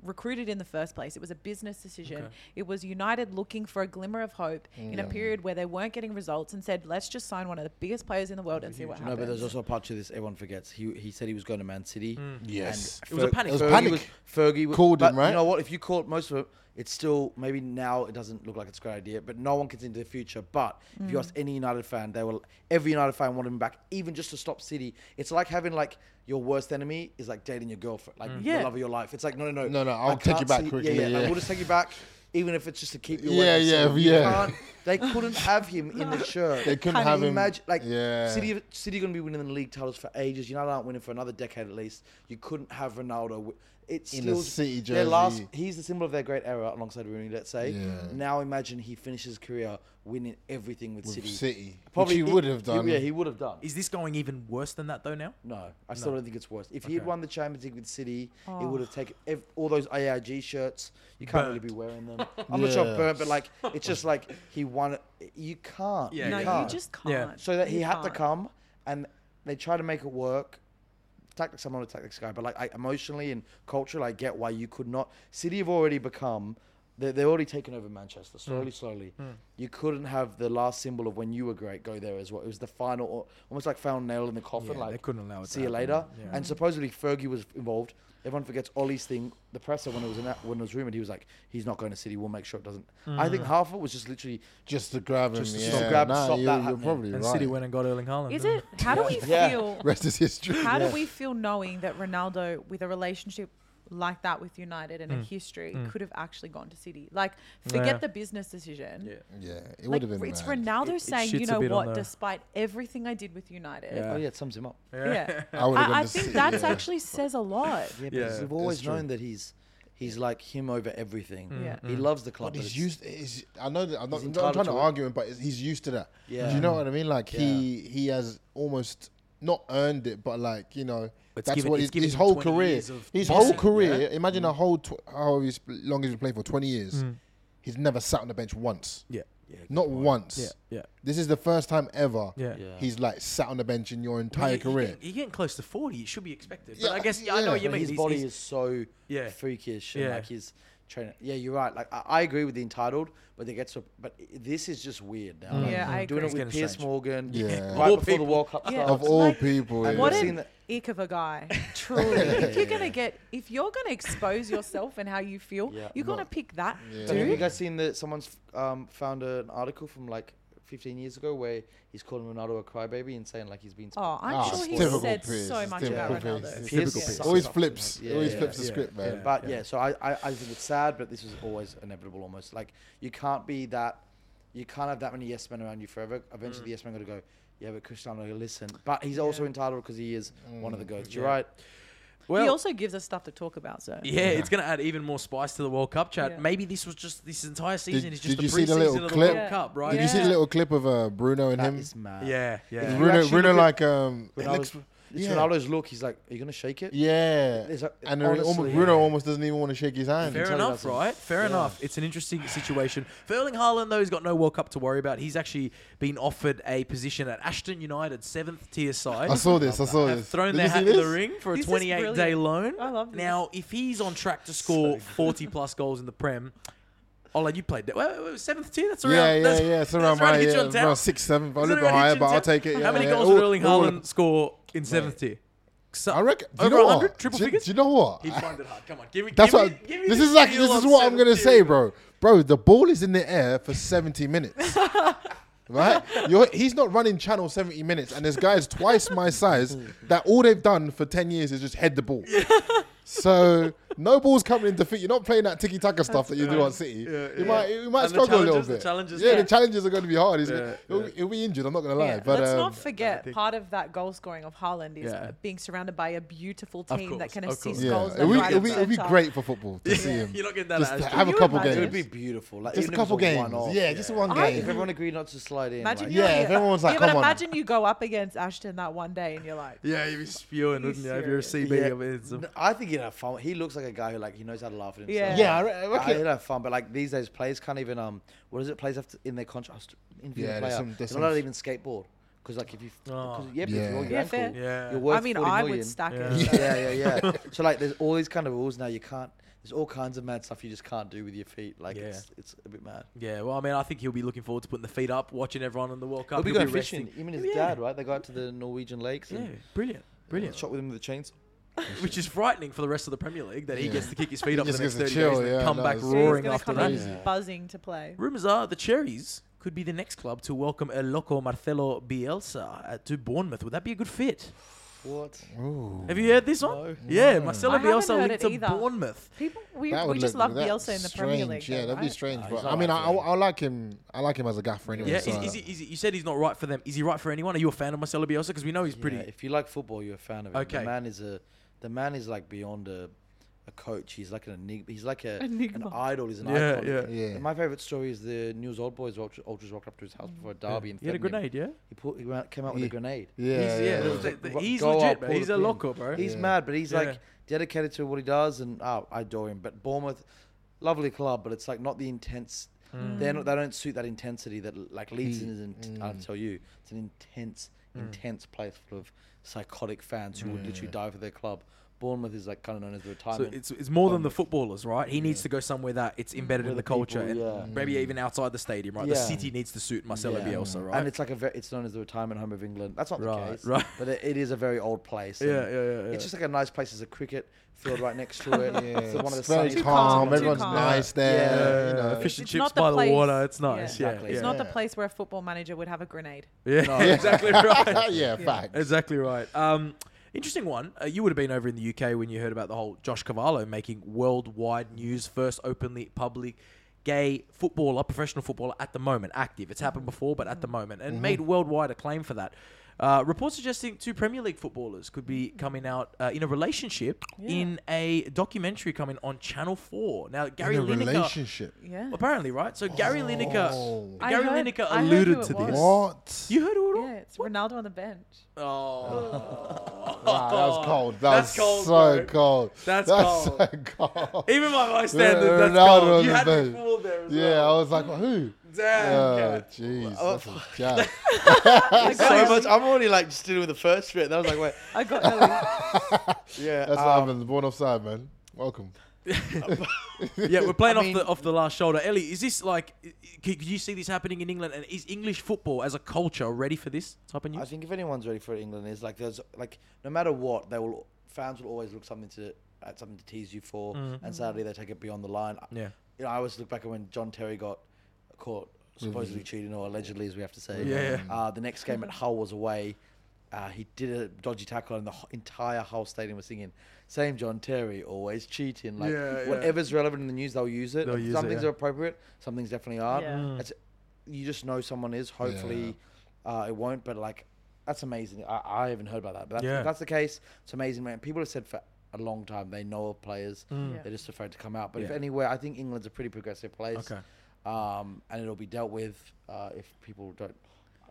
Speaker 3: recruited in the first place. It was a business decision. It was United looking for a glimmer of hope in a period where they weren't getting results and said, let's just sign one of the biggest players in the world and see what
Speaker 4: No,
Speaker 3: happens.
Speaker 4: but there's also a part to this everyone forgets. He he said he was going to Man City.
Speaker 2: Mm. Yes.
Speaker 4: and
Speaker 1: It was a
Speaker 4: Fer-
Speaker 1: panic. It was
Speaker 4: Fergie
Speaker 2: panic.
Speaker 4: Fergie was,
Speaker 2: Called
Speaker 4: but
Speaker 2: him, right?
Speaker 4: You know what? If you caught most of it, it's still maybe now it doesn't look like it's a great idea, but no one can see into the future. But if
Speaker 2: Mm.
Speaker 4: you ask any United fan, they will. Every United fan wanted him back, even just to stop City. It's like having like your worst enemy is like dating your girlfriend, like the
Speaker 3: Yeah.
Speaker 4: love of your life. It's like no, no, no,
Speaker 2: Mm. No, no,
Speaker 4: I
Speaker 2: I'll take you
Speaker 4: can't
Speaker 2: back
Speaker 4: see-
Speaker 2: quickly,
Speaker 4: Yeah, yeah, like,
Speaker 2: yeah.
Speaker 4: we'll just take you back. Even if it's just to keep you
Speaker 2: Yeah,
Speaker 4: away from
Speaker 2: yeah,
Speaker 4: City. You
Speaker 2: yeah.
Speaker 4: can't- they couldn't have him in the shirt.
Speaker 2: They couldn't
Speaker 4: Can
Speaker 2: have
Speaker 4: you
Speaker 2: him-
Speaker 4: Imagine, like
Speaker 2: Yeah.
Speaker 4: City City, City going to be winning the league titles for ages. United aren't winning for another decade at least. You couldn't have Ronaldo. wi- It
Speaker 2: In a
Speaker 4: steals
Speaker 2: City
Speaker 4: Their last,
Speaker 2: jersey.
Speaker 4: he's the symbol of their great era alongside Rooney. Let's say.
Speaker 2: Yeah.
Speaker 4: Now imagine he finishes his career winning everything with,
Speaker 2: With
Speaker 4: City.
Speaker 2: City, which he would have done.
Speaker 4: Yeah, he would have done.
Speaker 1: Is this going even worse than that though now?
Speaker 4: No, I still don't think it's worse. If he had
Speaker 1: Okay.
Speaker 4: won the Champions League with City, it
Speaker 3: Oh.
Speaker 4: would have taken ev- all those AIG shirts. You can't really
Speaker 1: Burnt.
Speaker 4: be wearing them. I'm not sure
Speaker 2: Yeah.
Speaker 4: burnt, but like it's just like he won. It. You can't.
Speaker 1: Yeah,
Speaker 3: no,
Speaker 1: you
Speaker 4: can't.
Speaker 3: you just can't.
Speaker 1: Yeah.
Speaker 4: So that he
Speaker 3: You
Speaker 4: had to
Speaker 3: can't.
Speaker 4: come, and they try to make it work. Tactics, I'm not a tactics guy, but like I, emotionally and culturally, I get why you could not. City have already become. They're, they're already taken over
Speaker 1: Mm.
Speaker 4: Manchester slowly, slowly. You couldn't have the last symbol of when you were great go there as well. It was the final, al- almost like final nail in the coffin.
Speaker 1: Yeah,
Speaker 4: like
Speaker 1: they couldn't allow it to
Speaker 4: See
Speaker 1: happen.
Speaker 4: you later.
Speaker 1: Yeah.
Speaker 4: And supposedly Fergie was involved. Everyone forgets Ollie's thing. The presser when it was in that, when it was rumored, he was like, "He's not going to City. We'll make sure it doesn't."
Speaker 1: Mm.
Speaker 4: I think half of it was just literally
Speaker 2: just to grab him.
Speaker 4: Just to
Speaker 2: yeah.
Speaker 4: stop- grab-
Speaker 2: nah,
Speaker 4: stop
Speaker 2: you,
Speaker 4: that
Speaker 2: are
Speaker 4: happening.
Speaker 2: probably
Speaker 1: And
Speaker 2: right.
Speaker 1: City went and got Erling Haaland.
Speaker 3: Is
Speaker 1: didn't
Speaker 3: it? How do we
Speaker 4: Yeah.
Speaker 3: feel?
Speaker 2: Rest is history.
Speaker 3: How do we feel knowing that Ronaldo, with a relationship like that with United and a history, could have actually gone to City? Like, forget
Speaker 1: Mm. Yeah.
Speaker 3: the business decision.
Speaker 1: Yeah.
Speaker 2: Yeah, it
Speaker 3: Like,
Speaker 2: would have been.
Speaker 3: it's
Speaker 2: mad.
Speaker 3: Ronaldo
Speaker 1: It- it
Speaker 3: saying,
Speaker 1: shits
Speaker 3: you
Speaker 1: a
Speaker 3: know
Speaker 1: bit on
Speaker 3: what?
Speaker 1: the-
Speaker 3: Despite everything I did with United,
Speaker 1: Yeah.
Speaker 4: Oh yeah, it sums him up.
Speaker 1: Yeah.
Speaker 3: yeah.
Speaker 2: I would have
Speaker 3: I, I
Speaker 2: gone to
Speaker 3: think
Speaker 2: City,
Speaker 3: that's
Speaker 2: yeah.
Speaker 3: actually says a lot.
Speaker 4: Yeah,
Speaker 1: Yeah,
Speaker 4: because we've always
Speaker 2: true.
Speaker 4: known that he's he's like him over everything.
Speaker 3: Yeah.
Speaker 4: He loves the club.
Speaker 2: But he's
Speaker 4: it's-
Speaker 2: used. He's, I know that I'm not,
Speaker 4: He's
Speaker 2: I'm not
Speaker 4: entitled
Speaker 2: trying to
Speaker 4: to it.
Speaker 2: argue him, but it's- he's used to that.
Speaker 4: Yeah.
Speaker 2: Do you know what I mean? Like he
Speaker 4: Yeah.
Speaker 2: he has almost not earned it, but like you know.
Speaker 1: It's
Speaker 2: That's
Speaker 1: given-
Speaker 2: what
Speaker 1: it's
Speaker 2: his,
Speaker 1: given
Speaker 2: his
Speaker 1: him
Speaker 2: whole
Speaker 1: 20
Speaker 2: career.
Speaker 1: years of
Speaker 2: His
Speaker 1: boxing,
Speaker 2: whole career.
Speaker 1: yeah?
Speaker 2: Imagine a whole tw- how he's, long he's been playing for twenty years. He's never sat on the bench once.
Speaker 1: Yeah.
Speaker 2: Not once.
Speaker 1: Yeah. Yeah.
Speaker 2: This is the first time ever.
Speaker 1: Yeah.
Speaker 4: Yeah.
Speaker 2: He's like sat on the bench in your
Speaker 1: Well, you-
Speaker 2: entire
Speaker 1: You're
Speaker 2: career.
Speaker 1: getting, you're getting close to 40. It should be expected. But
Speaker 2: Yeah,
Speaker 1: I guess yeah, I know
Speaker 2: yeah.
Speaker 1: what you
Speaker 4: But
Speaker 1: mean.
Speaker 4: his
Speaker 1: He's-
Speaker 4: body
Speaker 1: he's-
Speaker 4: is so
Speaker 1: Yeah.
Speaker 4: freakish and
Speaker 1: Yeah.
Speaker 4: like his trainer. Yeah, you're right. Like I, I agree with the entitled, but they get so. But i- this is just weird now. Like,
Speaker 3: Mm. Yeah, I agree.
Speaker 4: doing it
Speaker 1: It's
Speaker 4: with
Speaker 1: getting
Speaker 4: Piers
Speaker 1: strange.
Speaker 4: Morgan.
Speaker 2: Yeah.
Speaker 4: right
Speaker 1: All
Speaker 4: before the World Cup
Speaker 3: Yeah.
Speaker 4: starts.
Speaker 2: Of all people,
Speaker 4: And
Speaker 2: yeah.
Speaker 4: we've
Speaker 3: What
Speaker 4: a- seen
Speaker 3: an
Speaker 4: that-
Speaker 3: ick of a guy, truly. if you're gonna get, if you're gonna expose yourself and how you feel,
Speaker 4: Yeah.
Speaker 3: you're gonna
Speaker 2: Not-
Speaker 3: pick that
Speaker 2: Yeah.
Speaker 4: So have you
Speaker 3: dude.
Speaker 4: guys seen that someone's um, found an article from like 15 years ago where he's calling Ronaldo a crybaby and saying like he's been.
Speaker 3: Oh, I'm
Speaker 2: Ah,
Speaker 3: sure
Speaker 2: it's
Speaker 3: he
Speaker 2: typical
Speaker 3: said
Speaker 2: Piers,
Speaker 3: so
Speaker 2: it's
Speaker 3: much
Speaker 2: typical
Speaker 3: about
Speaker 2: Piers,
Speaker 3: Ronaldo.
Speaker 2: it's
Speaker 4: Piers
Speaker 2: typical
Speaker 4: sucks
Speaker 2: Piers. Always
Speaker 4: up.
Speaker 2: flips.
Speaker 4: Yeah,
Speaker 2: always
Speaker 4: yeah,
Speaker 2: flips the
Speaker 1: yeah.
Speaker 2: script, man.
Speaker 1: Yeah.
Speaker 4: But yeah, so I, I, I think it's sad, but this is always inevitable almost. Like you can't be that you can't have that many yes men around you forever. Eventually the yes men gotta go, Yeah, but Cristiano listen. But he's also entitled because he is one of the goats. You're
Speaker 1: Yeah.
Speaker 4: right.
Speaker 3: he
Speaker 1: well,
Speaker 3: also gives us stuff to talk about, so
Speaker 1: yeah, it's going to add even more spice to the World Cup chat.
Speaker 3: Yeah.
Speaker 1: Maybe this was just this entire season is just
Speaker 2: did you
Speaker 1: the
Speaker 2: see
Speaker 1: preseason
Speaker 2: the little
Speaker 1: of the
Speaker 2: clip?
Speaker 1: World Cup, right?
Speaker 2: Did you see the
Speaker 3: Yeah.
Speaker 2: little clip of uh, Bruno and
Speaker 4: That
Speaker 2: him?
Speaker 4: is mad.
Speaker 1: Yeah, yeah.
Speaker 4: you
Speaker 2: Bruno,
Speaker 4: actually
Speaker 2: Bruno
Speaker 4: look at
Speaker 2: like um, it
Speaker 4: Ronaldo's-
Speaker 2: looks,
Speaker 4: It's
Speaker 2: yeah.
Speaker 4: Ronaldo's look, he's like, Are you gonna shake it?
Speaker 2: yeah,
Speaker 4: It's like-
Speaker 2: and
Speaker 4: honestly,
Speaker 2: almost,
Speaker 4: yeah.
Speaker 2: Bruno almost doesn't even want to shake his hand.
Speaker 1: Fair
Speaker 4: tell you
Speaker 1: enough,
Speaker 4: that's a-
Speaker 1: right? Fair
Speaker 4: yeah.
Speaker 1: enough. It's an interesting situation. For Erling Haaland, though, he's got no World Cup to worry about. He's actually been offered a position at Ashton United, seventh tier side.
Speaker 2: I saw this. I saw
Speaker 1: have
Speaker 2: this.
Speaker 1: thrown
Speaker 2: Did
Speaker 1: their
Speaker 2: you see
Speaker 1: hat in the
Speaker 2: this?
Speaker 1: ring for a
Speaker 3: This is
Speaker 1: 28 day
Speaker 3: brilliant.
Speaker 1: loan.
Speaker 3: I love this.
Speaker 1: Now, if he's on track to score 40 plus goals in the Prem, Ola, you played that. Well, well, seventh tier? That's around.
Speaker 2: Yeah, yeah,
Speaker 1: that's,
Speaker 2: yeah. It's
Speaker 1: that's
Speaker 2: around my
Speaker 1: hit
Speaker 2: yeah,
Speaker 1: you on
Speaker 2: it's
Speaker 1: town.
Speaker 2: around six, seven. A
Speaker 1: Is
Speaker 2: little
Speaker 1: it
Speaker 2: bit
Speaker 1: around hit
Speaker 2: higher,
Speaker 1: you
Speaker 2: but
Speaker 1: on
Speaker 2: I'll
Speaker 1: town?
Speaker 2: take it. Yeah,
Speaker 1: How many
Speaker 2: yeah.
Speaker 1: goals
Speaker 2: All-
Speaker 1: did Erling
Speaker 2: all-
Speaker 1: Haaland score in seventh tier? So-
Speaker 2: I reckon. do you
Speaker 1: over
Speaker 2: know
Speaker 1: 100?
Speaker 2: what?
Speaker 1: Triple
Speaker 2: Do you-
Speaker 1: figures?
Speaker 2: Do you know what?
Speaker 1: He'd find it hard. Come on, give me.
Speaker 2: That's
Speaker 1: give
Speaker 2: what.
Speaker 1: me- give me
Speaker 2: this
Speaker 1: the
Speaker 2: is like.
Speaker 1: deal
Speaker 2: This is
Speaker 1: on
Speaker 2: what I'm gonna
Speaker 1: seventh
Speaker 2: say,
Speaker 1: tier.
Speaker 2: bro. Bro, the ball is in the air for 70 minutes. Right, You're, he's not running channel 70 minutes, and there's guys twice my size that all they've done for 10 years is just head the ball. so no ball's coming into fit. You're not playing that tiki taka stuff that you do on City. You might you might
Speaker 1: And the
Speaker 2: struggle a little
Speaker 1: challenges- the
Speaker 2: bit.
Speaker 1: challenges-
Speaker 2: yeah,
Speaker 1: Yeah.
Speaker 2: the challenges are going to be hard. He's gonna, he'll, he'll be injured. I'm not going to lie,
Speaker 3: Yeah,
Speaker 2: but
Speaker 3: let's
Speaker 2: um,
Speaker 3: not forget part of that goal scoring of Haaland is
Speaker 1: Yeah.
Speaker 3: being surrounded by a beautiful
Speaker 1: Of
Speaker 3: team that
Speaker 1: course,
Speaker 3: can
Speaker 1: of
Speaker 3: assist
Speaker 1: course.
Speaker 2: yeah,
Speaker 3: goals.
Speaker 2: it'll be,
Speaker 3: left, right,
Speaker 2: it'll,
Speaker 3: and
Speaker 2: be, it'll be
Speaker 3: centre.
Speaker 2: great for football to see him.
Speaker 1: You're not getting that
Speaker 2: Just
Speaker 1: at Ashton.
Speaker 2: have a
Speaker 3: you
Speaker 2: couple
Speaker 3: imagine?
Speaker 4: It
Speaker 2: games.
Speaker 4: would be beautiful. Like
Speaker 2: Just a
Speaker 4: even if
Speaker 2: couple
Speaker 4: it's
Speaker 2: games.
Speaker 4: one-off.
Speaker 2: Yeah, just one
Speaker 3: I-
Speaker 4: If
Speaker 2: game.
Speaker 4: everyone agreed not to slide in,
Speaker 3: Imagine
Speaker 4: like,
Speaker 3: you're
Speaker 2: Yeah,
Speaker 3: here-
Speaker 2: if everyone's like,
Speaker 3: yeah, but
Speaker 2: "Come on."
Speaker 3: imagine you go up against Ashton that one day and you're like,
Speaker 1: Yeah, you'd be spewing, wouldn't you? If you're a
Speaker 3: serious.
Speaker 1: CB,
Speaker 4: Yeah.
Speaker 1: I mean, it's a-
Speaker 4: No, I think he'd have fun. He looks like a guy who like he knows how to laugh at
Speaker 3: Yeah.
Speaker 4: himself.
Speaker 2: Yeah, I re- I reckon-
Speaker 4: he'd have fun. But like these days, players can't even um. What is it? Players have to in their contract.
Speaker 2: Yeah,
Speaker 4: Yeah,
Speaker 2: there's
Speaker 4: player.
Speaker 2: some- there's
Speaker 4: They're not
Speaker 2: some-
Speaker 4: allowed to even skateboard because like if you, because
Speaker 1: Oh.
Speaker 4: yeah, but if
Speaker 2: Yeah.
Speaker 4: you roll your
Speaker 3: Yeah,
Speaker 4: ankle,
Speaker 3: fair.
Speaker 1: Yeah.
Speaker 4: you're worth
Speaker 3: I mean,
Speaker 4: 40
Speaker 3: I
Speaker 4: million.
Speaker 3: would stack
Speaker 1: Yeah.
Speaker 3: it.
Speaker 4: Yeah, yeah, yeah. so like, there's all these kind of rules now. You can't. There's all kinds of mad stuff you just can't do with your feet. Like
Speaker 1: Yeah.
Speaker 4: it's it's a bit mad.
Speaker 1: Yeah, well, I mean, I think he'll be looking forward to putting the feet up, watching everyone in the World Cup.
Speaker 4: But we
Speaker 1: He'll
Speaker 4: go
Speaker 1: be
Speaker 4: fishing.
Speaker 1: resting.
Speaker 4: Even his
Speaker 1: Yeah.
Speaker 4: dad, right? They go out to the Norwegian lakes.
Speaker 1: Yeah,
Speaker 4: and
Speaker 1: brilliant, brilliant.
Speaker 4: Shot with him with the chains.
Speaker 1: Which is frightening for the rest of the Premier League that he
Speaker 2: Yeah.
Speaker 1: gets to kick his feet
Speaker 2: He
Speaker 1: up for the
Speaker 2: just
Speaker 1: next
Speaker 2: gets
Speaker 1: thirty
Speaker 2: to
Speaker 1: days
Speaker 2: chill,
Speaker 1: and
Speaker 2: yeah,
Speaker 1: come
Speaker 2: no,
Speaker 1: back
Speaker 2: it's-
Speaker 3: So he's
Speaker 1: roaring
Speaker 3: gonna
Speaker 1: after
Speaker 3: come
Speaker 1: that.
Speaker 3: in buzzing to play.
Speaker 1: Rumors are the Cherries could be the next club to welcome El Loco Marcelo Bielsa uh, to Bournemouth. Would that be a good fit?
Speaker 4: What?
Speaker 1: Have you heard this one? Yeah, Marcelo
Speaker 3: I haven't
Speaker 1: Bielsa
Speaker 3: heard
Speaker 1: linked
Speaker 3: it
Speaker 1: to
Speaker 3: either.
Speaker 1: Bournemouth.
Speaker 3: People, we,
Speaker 2: That
Speaker 3: we
Speaker 2: would
Speaker 3: just
Speaker 2: look-
Speaker 3: love
Speaker 2: that's
Speaker 3: Bielsa in the Premier
Speaker 2: strange,
Speaker 3: League.
Speaker 2: Yeah,
Speaker 3: though,
Speaker 2: that'd be
Speaker 3: right?
Speaker 2: strange.
Speaker 4: Nah, he's
Speaker 2: but I
Speaker 4: not
Speaker 2: mean, I,
Speaker 4: right
Speaker 2: I,
Speaker 4: for them.
Speaker 2: I like him. I like him as a gaffer anyway.
Speaker 1: Yeah, is,
Speaker 2: so
Speaker 1: is, he- is he, you said he's not right for them. Is he right for anyone? Are you a fan of Marcelo Bielsa? Because we know he's
Speaker 4: Yeah,
Speaker 1: pretty.
Speaker 4: If you like football, you're a fan of him.
Speaker 1: Okay.
Speaker 4: The man is a, the man is like beyond a, a coach. He's like an enigma. He's like a, an
Speaker 3: Enigma.
Speaker 4: idol. He's an
Speaker 1: Yeah,
Speaker 4: icon.
Speaker 1: yeah.
Speaker 2: Yeah.
Speaker 4: And my favorite story is the News Old Boys Ultras, Ultras walked up to his house before a derby and
Speaker 1: He had a
Speaker 4: threatened him.
Speaker 1: grenade, yeah?
Speaker 4: He, put, he went- came out with
Speaker 2: Yeah.
Speaker 4: a grenade.
Speaker 2: Yeah,
Speaker 1: he's, yeah,
Speaker 2: yeah,
Speaker 1: that was
Speaker 2: yeah.
Speaker 1: the- the-
Speaker 4: Go
Speaker 1: he's
Speaker 4: out,
Speaker 1: legit,
Speaker 4: pull
Speaker 1: bro. He's
Speaker 4: the
Speaker 1: a
Speaker 4: pin.
Speaker 1: locker, bro.
Speaker 4: He's
Speaker 2: Yeah.
Speaker 4: mad, but he's
Speaker 1: Yeah.
Speaker 4: like dedicated to what he does, and oh, I adore him. But Bournemouth, lovely club, but it's like not the intense.
Speaker 1: Hmm.
Speaker 4: They're not. They don't suit that intensity that like Leeds is. Int-
Speaker 1: hmm.
Speaker 4: I'll tell you, it's an intense, intense place full of psychotic fans who would literally die for their club. Bournemouth is like kind of known as the
Speaker 1: So
Speaker 4: retirement.
Speaker 1: it's, it's more than the footballers, right? He needs to go somewhere that it's embedded in
Speaker 4: Mm. Where
Speaker 1: the
Speaker 4: the people-
Speaker 1: culture and
Speaker 4: yeah. Mm.
Speaker 1: maybe even outside the stadium, right? The
Speaker 4: Yeah.
Speaker 1: city needs to suit Marcelo
Speaker 4: Yeah.
Speaker 1: Bielsa, right?
Speaker 4: And it's like a very, it's known as the retirement home of England. That's not
Speaker 1: Right,
Speaker 4: the case,
Speaker 1: right.
Speaker 4: But it, it is a very old place.
Speaker 1: Yeah,
Speaker 4: and
Speaker 1: yeah, yeah, yeah.
Speaker 4: It's just like a nice place. There's a cricket field right next to it.
Speaker 2: Yeah,
Speaker 4: It's one of the
Speaker 2: it's very
Speaker 4: sunniest
Speaker 2: calm.
Speaker 3: Too
Speaker 4: places.
Speaker 2: Everyone's
Speaker 3: calm.
Speaker 2: nice there.
Speaker 4: Yeah.
Speaker 2: You know.
Speaker 1: Uh, fish and
Speaker 3: It's
Speaker 1: chips
Speaker 3: not the
Speaker 1: by
Speaker 3: place.
Speaker 1: the water. It's
Speaker 3: Yeah.
Speaker 1: nice. Yeah,
Speaker 4: Exactly.
Speaker 1: yeah.
Speaker 3: It's not the
Speaker 2: Yeah.
Speaker 3: place where a football manager would have a grenade.
Speaker 1: Yeah, exactly right.
Speaker 2: yeah, fact.
Speaker 1: Exactly right. Um, interesting one. Uh, you would have been over in the UK when you heard about the whole Josh Cavallo making worldwide news, first openly public gay footballer, professional footballer at the moment, active. It's happened before, but at the moment,
Speaker 2: Mm-hmm.
Speaker 1: and made worldwide acclaim for that. Uh, reports suggesting two Premier League footballers could be coming out uh, in a relationship in a documentary coming on Channel Four. Now, Gary
Speaker 2: In a
Speaker 1: Lineker,
Speaker 2: relationship. Oh.
Speaker 3: Yeah.
Speaker 1: apparently, right? So Gary Lineker,
Speaker 3: I
Speaker 1: Gary
Speaker 3: heard-
Speaker 1: Lineker
Speaker 3: I heard
Speaker 1: alluded
Speaker 3: who it
Speaker 1: to this.
Speaker 3: was.
Speaker 2: What?
Speaker 1: You heard all?
Speaker 3: Yeah, it's Ronaldo on the bench. Oh.
Speaker 1: Oh.
Speaker 2: Wow, Ah, that was cold. That
Speaker 1: That's cold,
Speaker 2: was so
Speaker 1: bro.
Speaker 2: cold.
Speaker 1: That's cold.
Speaker 2: so cold.
Speaker 1: Even my bystanders,
Speaker 2: Yeah,
Speaker 1: that's
Speaker 2: Ronaldo
Speaker 1: cold.
Speaker 2: was
Speaker 1: You
Speaker 2: the
Speaker 1: had me
Speaker 2: best.
Speaker 1: fooled there as
Speaker 2: yeah,
Speaker 1: well.
Speaker 2: I was like, who?
Speaker 1: Damn.
Speaker 2: Oh,
Speaker 1: cat.
Speaker 2: jeez. that's a jack.
Speaker 3: I
Speaker 4: so
Speaker 3: got
Speaker 4: much. I'm already like just dealing with the first bit. That was like, wait,
Speaker 3: I got Ellie.
Speaker 4: yeah.
Speaker 2: That's what
Speaker 4: um,
Speaker 2: happens. Born offside, man. Welcome.
Speaker 1: yeah, we're playing
Speaker 4: I
Speaker 1: off
Speaker 4: mean-
Speaker 1: the off the last shoulder. Ellie, is this like? i- i- Could you see this happening in England? And is English football as a culture ready for this type of
Speaker 4: I
Speaker 1: news?
Speaker 4: think if anyone's ready for England, is like there's like no matter what, they will fans will always look something to at something to tease you for, and sadly they take it beyond the line. I-
Speaker 1: Mm. Yeah.
Speaker 4: you know, I always look back at when John Terry got caught supposedly cheating or allegedly, as we have to say.
Speaker 1: Yeah.
Speaker 4: Uh, the next game at Hull was away. Uh, he did a dodgy tackle, and the ho- entire Hull stadium was singing, "Same John Terry, always cheating." Like
Speaker 1: Yeah, yeah.
Speaker 4: whatever's relevant in the news, they'll use it.
Speaker 1: They'll use
Speaker 4: some
Speaker 1: it,
Speaker 4: things
Speaker 1: yeah.
Speaker 4: are appropriate, some things definitely aren't.
Speaker 3: Yeah. Mm.
Speaker 4: It's, you just know someone is. Hopefully, uh, it won't. But like, that's amazing. I, I haven't heard about that. But that's,
Speaker 1: Yeah.
Speaker 4: if that's the case. It's amazing, man. People have said for a long time they know of players.
Speaker 3: Yeah.
Speaker 4: They're just afraid to come out. But if
Speaker 1: Mm. Yeah.
Speaker 4: anywhere, I think England's a pretty progressive place.
Speaker 1: Okay.
Speaker 4: Um, and it'll be dealt with uh, if people don't.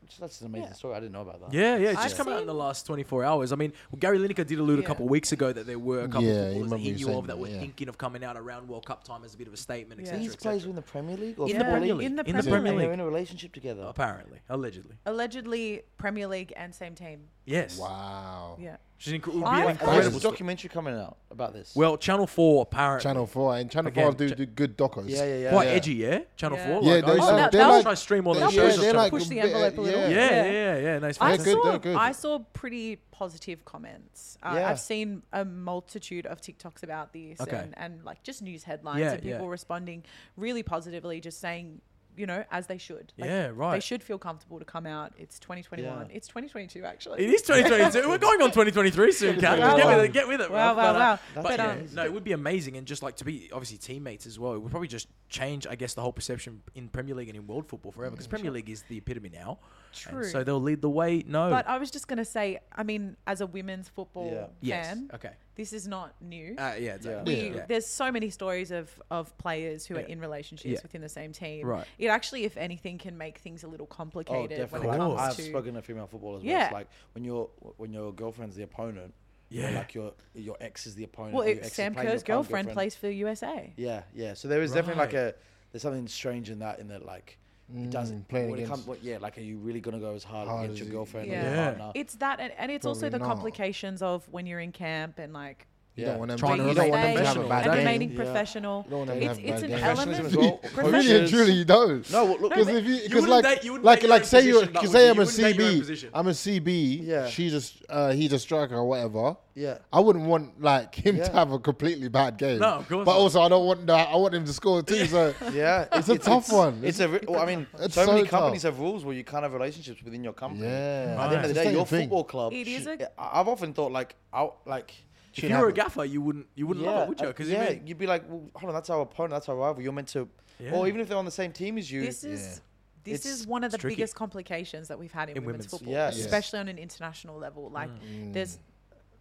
Speaker 4: Just, that's an amazing story. I didn't know about that.
Speaker 1: Yeah, yeah, it's
Speaker 3: I've
Speaker 1: just come out in
Speaker 3: seen-
Speaker 1: the last 24 hours. I mean, well, Gary Lineker did allude a
Speaker 3: Yeah.
Speaker 1: couple of weeks ago that there were a couple
Speaker 2: Yeah, he
Speaker 1: of footballers that
Speaker 2: remember
Speaker 1: he
Speaker 2: you
Speaker 1: knew
Speaker 2: saying
Speaker 1: of that
Speaker 2: that,
Speaker 1: were
Speaker 2: yeah.
Speaker 1: thinking of coming out around World Cup time as a bit of a statement,
Speaker 3: Yeah.
Speaker 1: etc.
Speaker 4: These
Speaker 1: etc.
Speaker 4: players were in the Premier League or
Speaker 3: In the
Speaker 4: football
Speaker 3: Premier League. In the
Speaker 1: In the
Speaker 3: Premier
Speaker 1: Premier
Speaker 4: And
Speaker 1: League, Oh,
Speaker 4: They're in a relationship together.
Speaker 1: apparently, allegedly.
Speaker 3: Allegedly, Premier League and same team.
Speaker 1: Yes.
Speaker 2: Wow.
Speaker 3: Yeah.
Speaker 1: She's inc- would be
Speaker 3: I-
Speaker 1: an
Speaker 3: There's
Speaker 4: And There's
Speaker 1: incredible.
Speaker 4: a
Speaker 1: story.
Speaker 4: documentary coming out about this.
Speaker 1: Well, Channel Four apparently.
Speaker 2: Channel 4. And Channel
Speaker 1: Again,
Speaker 2: 4 do,
Speaker 1: cha-
Speaker 2: do good docos.
Speaker 4: yeah, yeah, yeah.
Speaker 1: quite
Speaker 2: Yeah.
Speaker 1: edgy, yeah. Channel
Speaker 3: Yeah.
Speaker 1: Four.
Speaker 2: Yeah,
Speaker 1: like,
Speaker 2: they,
Speaker 1: I used to
Speaker 2: they're,
Speaker 3: Oh, that-
Speaker 1: watch-
Speaker 2: they're
Speaker 3: that
Speaker 1: I used
Speaker 3: was-
Speaker 1: to
Speaker 2: like,
Speaker 1: try to stream all
Speaker 2: they-
Speaker 1: those
Speaker 3: yeah,
Speaker 1: shows. on
Speaker 3: they're
Speaker 1: Channel
Speaker 3: like- Push the envelope a little.
Speaker 2: yeah.
Speaker 1: Yeah, yeah,
Speaker 3: Yeah.
Speaker 1: yeah, yeah. Nice.
Speaker 3: I
Speaker 2: They're good,
Speaker 3: saw
Speaker 2: they're good.
Speaker 3: I saw pretty positive comments. Uh,
Speaker 4: Yeah.
Speaker 3: I've seen a multitude of TikToks about this
Speaker 1: Okay.
Speaker 3: and, and like just news headlines
Speaker 1: Yeah,
Speaker 3: and
Speaker 1: yeah.
Speaker 3: people responding really positively, just saying, you know, as they should.
Speaker 1: Yeah,
Speaker 3: They
Speaker 1: right.
Speaker 3: should feel comfortable to come out. It's 2021.
Speaker 4: Yeah.
Speaker 3: It's 2022 actually.
Speaker 1: It is 2022. We're going on 2023 soon, Kat.
Speaker 3: Wow,
Speaker 1: Get
Speaker 3: wow.
Speaker 1: with it. Get with it.
Speaker 3: Wow,
Speaker 1: bruv.
Speaker 3: wow,
Speaker 1: But, uh,
Speaker 3: wow.
Speaker 1: But,
Speaker 4: That's
Speaker 1: yeah,
Speaker 4: amazing.
Speaker 1: no, it would be amazing, and just like to be obviously teammates as well. It would probably just change, I guess, the whole perception in Premier League and in world football forever, because Premier League is the epitome now. and
Speaker 3: Mm, True.
Speaker 1: so they'll lead the way. No.
Speaker 3: But I was just gonna say, I mean, as a women's football
Speaker 4: Yeah.
Speaker 1: yes.
Speaker 3: fan,
Speaker 1: Okay.
Speaker 3: this is not new.
Speaker 1: Uh, yeah. Exactly.
Speaker 3: we,
Speaker 1: Yeah.
Speaker 3: there's so many stories of of players who are
Speaker 1: Yeah.
Speaker 3: in relationships
Speaker 1: Yeah.
Speaker 3: within the same team.
Speaker 1: Right.
Speaker 3: It actually, if anything, can make things a little
Speaker 4: Oh,
Speaker 3: complicated when
Speaker 4: definitely.
Speaker 3: it comes
Speaker 4: I've
Speaker 3: to.
Speaker 4: spoken to female footballers. Yeah.
Speaker 3: Yeah.
Speaker 4: It's like when your when your girlfriend's the opponent. or
Speaker 1: Yeah.
Speaker 4: Like your your ex is the opponent.
Speaker 3: well,
Speaker 4: or your
Speaker 3: it,
Speaker 4: ex is
Speaker 3: Sam
Speaker 4: playing your
Speaker 3: Kerr's
Speaker 4: current
Speaker 3: girlfriend plays for USA.
Speaker 4: Yeah, yeah. So there is definitely like
Speaker 1: Right.
Speaker 4: a there's something strange in that in that like it doesn't
Speaker 2: Mm, playing
Speaker 4: when it
Speaker 2: against-
Speaker 4: comes what- yeah like are you really gonna go as hard,
Speaker 2: Hard
Speaker 4: against
Speaker 2: as
Speaker 4: your
Speaker 2: you-
Speaker 4: girlfriend or
Speaker 3: Yeah.
Speaker 4: your
Speaker 1: Yeah.
Speaker 4: partner?
Speaker 3: It's that, and, and it's also
Speaker 2: Probably
Speaker 3: the
Speaker 2: not.
Speaker 3: complications of when you're in camp and like
Speaker 2: You
Speaker 4: Yeah.
Speaker 2: don't want them
Speaker 1: Trying
Speaker 2: to,
Speaker 1: to
Speaker 2: you don't want them to have
Speaker 1: remain
Speaker 2: a bad
Speaker 3: and
Speaker 2: game.
Speaker 3: remaining
Speaker 4: Yeah.
Speaker 3: professional.
Speaker 2: You don't want them to
Speaker 3: It's,
Speaker 2: have a
Speaker 3: it's
Speaker 2: bad
Speaker 3: an
Speaker 2: game.
Speaker 3: element.
Speaker 4: Professionalism as well.
Speaker 2: Really and
Speaker 4: Coaches-
Speaker 2: truly, you don't.
Speaker 4: No, well, look,
Speaker 2: because
Speaker 4: but
Speaker 2: if you, because
Speaker 1: wouldn't
Speaker 2: like,
Speaker 1: date- you wouldn't
Speaker 2: like,
Speaker 1: date your
Speaker 2: like,
Speaker 1: own
Speaker 2: say you,
Speaker 1: position, that
Speaker 2: because
Speaker 1: way.
Speaker 2: say I'm
Speaker 1: You
Speaker 2: a
Speaker 1: wouldn't date your own
Speaker 2: CB,
Speaker 1: position.
Speaker 2: I'm a CB.
Speaker 4: Yeah.
Speaker 2: she's a, s- uh, he's a striker or whatever.
Speaker 4: Yeah.
Speaker 2: I wouldn't want like him to
Speaker 4: Yeah.
Speaker 2: have a completely bad game.
Speaker 1: No, of course
Speaker 2: But
Speaker 1: not.
Speaker 2: also, I don't want that. I want him to score too. So
Speaker 4: yeah,
Speaker 2: it's a tough one.
Speaker 4: It's a. re- Well, I mean,
Speaker 2: It's
Speaker 4: so, many
Speaker 2: so tough.
Speaker 4: companies have rules where you can't have relationships within your company.
Speaker 2: Yeah.
Speaker 4: At the end of
Speaker 2: Right.
Speaker 4: the
Speaker 2: It's
Speaker 4: day,
Speaker 2: not
Speaker 4: your
Speaker 2: your thing.
Speaker 4: football club.
Speaker 3: It is
Speaker 4: should-
Speaker 3: a-
Speaker 4: I- I've often thought like, I like.
Speaker 1: If you were a gaffer, you wouldn't. You wouldn't love it, would you?
Speaker 4: uh,
Speaker 1: Because
Speaker 4: yeah,
Speaker 1: you mean,
Speaker 4: would be like, well, hold on, that's our opponent, that's our rival. You're meant to,
Speaker 1: Yeah.
Speaker 4: or even if they're on the same team as you,
Speaker 3: This is. This
Speaker 4: It's-
Speaker 3: is one of the
Speaker 1: tricky.
Speaker 3: biggest complications that we've had in,
Speaker 1: In
Speaker 3: women's,
Speaker 1: women's-
Speaker 3: football,
Speaker 4: Yeah. Yes. Mm.
Speaker 3: especially on an international level. Like, there's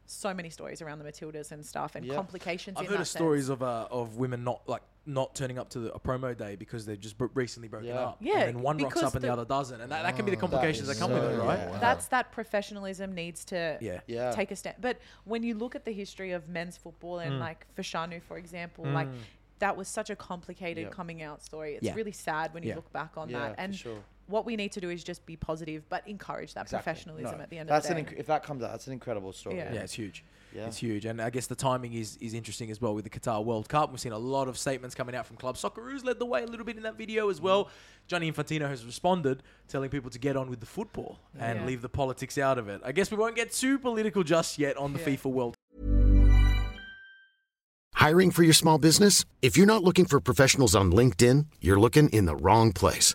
Speaker 3: so many stories around the Matildas and stuff and
Speaker 4: Yeah.
Speaker 3: complications.
Speaker 1: I've
Speaker 3: in
Speaker 1: heard
Speaker 3: that
Speaker 1: of stories
Speaker 3: sense.
Speaker 1: of uh, of women not like not turning up to the, a promo day because they've just bro- recently broken
Speaker 4: Yeah. Ah.
Speaker 1: up.
Speaker 3: Yeah,
Speaker 1: and then one rocks
Speaker 3: because
Speaker 1: up and the,
Speaker 3: the-
Speaker 1: other doesn't, and that, that can be the
Speaker 2: Wow. That
Speaker 1: complications that,
Speaker 4: is
Speaker 1: come with
Speaker 4: so-
Speaker 1: it, right?
Speaker 4: yeah.
Speaker 3: That's that professionalism needs to
Speaker 1: Yeah.
Speaker 4: Uh-huh. Yeah.
Speaker 3: take a step. But when you look at the history of men's football
Speaker 1: Mm.
Speaker 3: and like Fashanu, for example, like that was such a complicated
Speaker 4: Yeah.
Speaker 3: coming out story. It's
Speaker 1: Yeah.
Speaker 3: really sad when you
Speaker 1: Yeah.
Speaker 3: look back on
Speaker 4: Yeah,
Speaker 3: that.
Speaker 4: for
Speaker 3: And
Speaker 4: sure.
Speaker 3: what we need to do is just be positive, but encourage that
Speaker 4: Exactly.
Speaker 3: professionalism
Speaker 4: No,
Speaker 3: at the end
Speaker 4: that's
Speaker 3: of the
Speaker 4: An
Speaker 3: day.
Speaker 4: inc- if that comes out, that's an incredible story.
Speaker 3: Yeah.
Speaker 1: Yeah, it's huge.
Speaker 4: Yeah.
Speaker 1: It's huge, and I guess the timing is is interesting as well with the Qatar World Cup. We've seen a lot of statements coming out from clubs. Socceroos led the way a little bit in that video as
Speaker 4: Mm.
Speaker 1: well. Johnny Infantino has responded, telling people to get on with the football and
Speaker 3: Yeah.
Speaker 1: leave the politics out of it. I guess we won't get too political just yet on the
Speaker 3: Yeah.
Speaker 1: FIFA World
Speaker 5: Hiring for your small business? If you're not looking for professionals on LinkedIn, you're looking in the wrong place.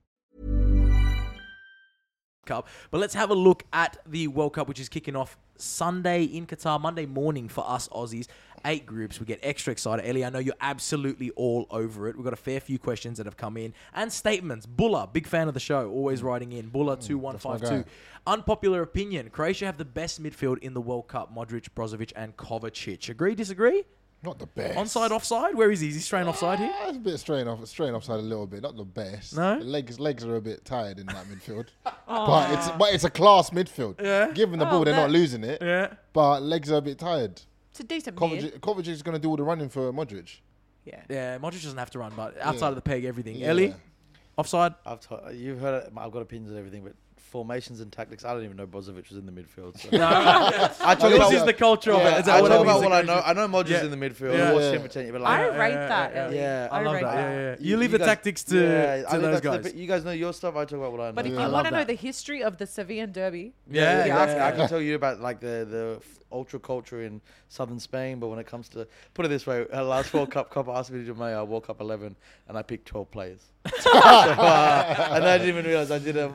Speaker 1: Cup. But let's have a look at the World Cup, which is kicking off Sunday in Qatar, Monday morning for us Aussies. Eight groups. We get extra excited. Ellie, I know you're absolutely all over it. We've got a fair few questions that have come in and statements. Buller, big fan of the show, always writing in. Buller two one five two.
Speaker 2: Mm, guy.
Speaker 1: Unpopular opinion. Croatia have the best midfield in the World Cup. Modric, Brozovic, and Kovacic. Agree? Disagree?
Speaker 2: Not the best.
Speaker 1: Onside, offside? Where is he? Is he straying offside here?
Speaker 2: Ah, it's a bit straying off, straying offside a little bit. Not the best.
Speaker 1: No?
Speaker 2: the legs legs are a bit tired in that midfield. but it's but it's a class midfield. Yeah. Given the ball, they're not
Speaker 3: that-
Speaker 2: losing it.
Speaker 1: Yeah.
Speaker 2: But legs are a bit tired.
Speaker 3: It's a decent mid.
Speaker 2: Kovacic, Kovacic is going to do all the running for Modric.
Speaker 3: Yeah.
Speaker 1: Yeah, Modric doesn't have to run, but outside of the peg, everything.
Speaker 2: Yeah.
Speaker 1: Ellie, offside?
Speaker 4: I've t- you've heard it, I've got opinions on everything, but formations and tactics. I don't even know Brozovic was in the midfield. So. I talk
Speaker 1: This
Speaker 4: about,
Speaker 1: is the culture of
Speaker 4: yeah,
Speaker 1: it. Is that
Speaker 4: I
Speaker 1: what
Speaker 4: talk
Speaker 1: Ellie's
Speaker 4: about what I
Speaker 1: agrees
Speaker 4: know.
Speaker 1: with?
Speaker 4: I know Modric's
Speaker 1: Yeah.
Speaker 4: in the midfield.
Speaker 1: Yeah.
Speaker 4: I watched
Speaker 2: Yeah.
Speaker 4: him for ten, but like,
Speaker 3: I rate
Speaker 1: yeah,
Speaker 3: that.
Speaker 1: yeah,
Speaker 3: Ellie.
Speaker 4: yeah.
Speaker 1: I,
Speaker 4: I
Speaker 1: love that.
Speaker 3: rate
Speaker 1: Yeah, yeah. You, leave the
Speaker 4: guys-
Speaker 1: tactics to,
Speaker 4: yeah, I
Speaker 1: to those
Speaker 4: leave that the
Speaker 1: guys.
Speaker 4: bit- you guys know your stuff. I talk about what I know.
Speaker 3: But if
Speaker 1: I
Speaker 3: you
Speaker 1: love
Speaker 3: want to know
Speaker 1: that.
Speaker 3: the history of the Sevillan derby,
Speaker 1: yeah,
Speaker 4: Yeah,
Speaker 1: yeah,
Speaker 4: I can-
Speaker 1: yeah,
Speaker 4: I, can tell you about like the the f- ultra culture in southern Spain, but when it comes to put it this way, our last World Cup, Copa asked me to do my uh, World Cup eleven, and I picked twelve players, so, uh, and I didn't even realize I did a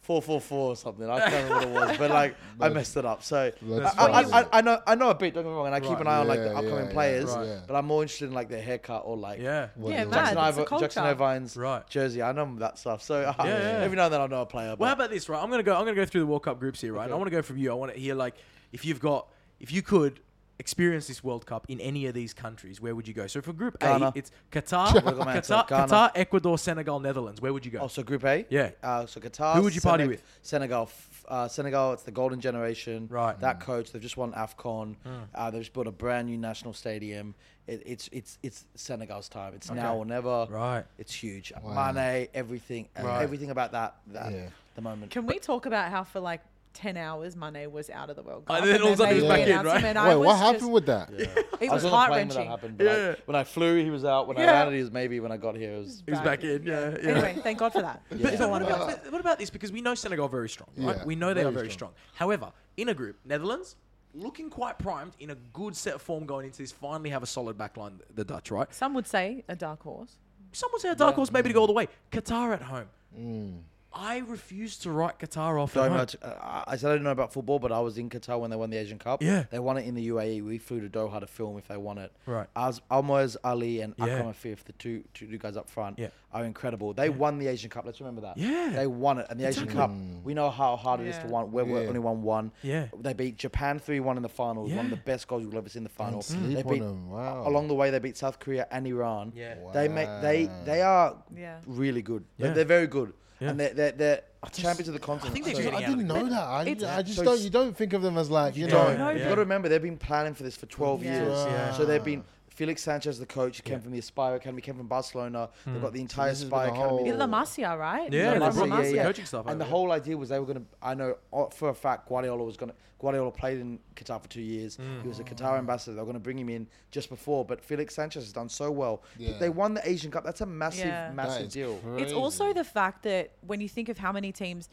Speaker 4: four four four or something. I can't remember what it was, but like I messed it up. So I,
Speaker 2: That's
Speaker 4: I,
Speaker 2: fine.
Speaker 4: I, I know I know a bit. Don't get me wrong, and I keep
Speaker 1: Right.
Speaker 4: an eye on like
Speaker 2: Yeah,
Speaker 4: the
Speaker 2: yeah,
Speaker 4: upcoming
Speaker 2: yeah,
Speaker 4: players,
Speaker 2: right. Yeah.
Speaker 4: but I'm more interested in like their haircut or like
Speaker 1: yeah.
Speaker 2: What
Speaker 3: Yeah,
Speaker 2: do you
Speaker 3: mad.
Speaker 4: Jackson,
Speaker 3: Nah, that's
Speaker 4: Ivo-
Speaker 3: the culture.
Speaker 4: Jackson Irvine's
Speaker 1: Right.
Speaker 4: jersey. I know that stuff. So uh,
Speaker 1: Yeah, yeah.
Speaker 4: every now and then I know a player.
Speaker 1: Well, how
Speaker 4: But
Speaker 1: about this, right? I'm gonna go. I'm gonna go through the World Cup groups here, right? And I want to go from you. I want to hear like if you've got, if you could experience this World Cup in any of these countries, where would you go? So for Group
Speaker 4: Ghana.
Speaker 1: A, it's Qatar,
Speaker 4: got my answer.
Speaker 1: Qatar,
Speaker 4: Ghana.
Speaker 1: Qatar, Ecuador, Senegal, Netherlands. Where would you go?
Speaker 4: Oh, so Group A.
Speaker 1: Yeah.
Speaker 4: Uh, so Qatar.
Speaker 1: Who would you party with?
Speaker 4: Senegal. F- Uh, Senegal. It's the golden generation.
Speaker 1: Right. Mm.
Speaker 4: That coach. They've just won Afcon. Uh, they've just built a brand new national stadium. It, it's it's it's Senegal's time. It's now or never.
Speaker 1: Right.
Speaker 4: It's huge. Mane. Everything. uh,
Speaker 1: Right.
Speaker 4: Everything about that. That.
Speaker 2: Yeah.
Speaker 4: The moment.
Speaker 3: can we talk about how for like 10 hours Mane was out of the World Cup?
Speaker 1: And Uh, then all of a
Speaker 3: they
Speaker 1: sudden he's
Speaker 3: made
Speaker 1: back
Speaker 3: the
Speaker 1: in, right?
Speaker 3: announcement, and I
Speaker 2: Wait, what
Speaker 3: was
Speaker 2: happened
Speaker 3: just-
Speaker 2: with that?
Speaker 3: It
Speaker 4: I
Speaker 3: was
Speaker 4: was on the plane when
Speaker 3: heart-wrenching.
Speaker 4: that happened. But like,
Speaker 1: Yeah.
Speaker 4: when I flew, he was out. When I
Speaker 1: Yeah.
Speaker 4: landed, he was maybe. When I got here, it was.
Speaker 1: He's back in. Yeah, yeah.
Speaker 3: Anyway, thank God for that.
Speaker 1: But, but what, about, but what about this? Because we know Senegal very strong, right?
Speaker 2: Yeah,
Speaker 1: we know they
Speaker 2: very
Speaker 1: are very strong. However, in a group, Netherlands looking quite primed in a good set of form going into this. Finally, have a solid back line, the Dutch, right?
Speaker 3: Some would say a dark horse.
Speaker 1: Some would say a dark horse maybe to go all the way. Qatar at home.
Speaker 2: Mm.
Speaker 1: I refuse to write Qatar off.
Speaker 4: Don't
Speaker 1: at
Speaker 4: know.
Speaker 1: home.
Speaker 4: t- uh, I said I don't know about football, but I was in Qatar when they won the Asian Cup.
Speaker 1: Yeah.
Speaker 4: they won it in the UAE. We flew to Doha to film if they won it.
Speaker 1: Right.
Speaker 4: As Almoz Ali and
Speaker 1: Yeah.
Speaker 4: Akram Afif, the two two new guys up front,
Speaker 1: Yeah.
Speaker 4: are incredible. They won the Asian Cup. Let's remember that.
Speaker 1: Yeah.
Speaker 4: they won it, and the Asian Cup. We know how hard it is to
Speaker 3: Yeah.
Speaker 4: win. We're, we're
Speaker 2: Yeah.
Speaker 4: only won one.
Speaker 1: Yeah.
Speaker 4: they beat Japan three one in the final. It was One of
Speaker 1: Yeah.
Speaker 4: the best goals you'll ever see in the final.
Speaker 2: sleep
Speaker 4: They
Speaker 2: on
Speaker 4: beat
Speaker 2: them. Wow.
Speaker 4: along the way. They beat South Korea and Iran.
Speaker 1: Yeah.
Speaker 4: they make they they are
Speaker 3: Yeah.
Speaker 4: really good.
Speaker 1: Yeah.
Speaker 4: They're, they're very good,
Speaker 1: Yeah.
Speaker 4: and they're they're, they're champions of the continent.
Speaker 1: think they're
Speaker 4: So-
Speaker 1: getting out
Speaker 2: I
Speaker 1: of
Speaker 2: didn't
Speaker 1: the-
Speaker 2: know that. I,
Speaker 3: It's-
Speaker 2: I just
Speaker 4: so
Speaker 2: don't.
Speaker 4: s-
Speaker 2: You don't think of them as like you
Speaker 4: don't.
Speaker 2: know.
Speaker 3: No,
Speaker 4: You've
Speaker 3: yeah.
Speaker 4: got to remember they've been planning for this for 12
Speaker 3: Yeah.
Speaker 4: years.
Speaker 2: Yeah.
Speaker 4: So they've been Felix Sanchez, the coach, came from the Aspire Academy, came from Barcelona. They've got the entire
Speaker 2: this has been
Speaker 4: Aspire
Speaker 2: a
Speaker 4: Academy.
Speaker 2: whole-
Speaker 3: La Masia, right?
Speaker 1: Yeah,
Speaker 3: La
Speaker 1: they brought
Speaker 3: Masia.
Speaker 1: Masia coaching staff
Speaker 4: And the
Speaker 1: over.
Speaker 4: whole idea was they were going to. I know uh, for a fact Guardiola was going to. Guardiola played in Qatar for two years. He was a Qatar ambassador. They were going to bring him in just before, but Felix Sanchez has done so well.
Speaker 2: Yeah.
Speaker 4: They won the Asian Cup. That's a massive,
Speaker 3: Yeah. That
Speaker 4: massive
Speaker 2: is
Speaker 4: deal.
Speaker 3: It's also the fact that when you think of how many teams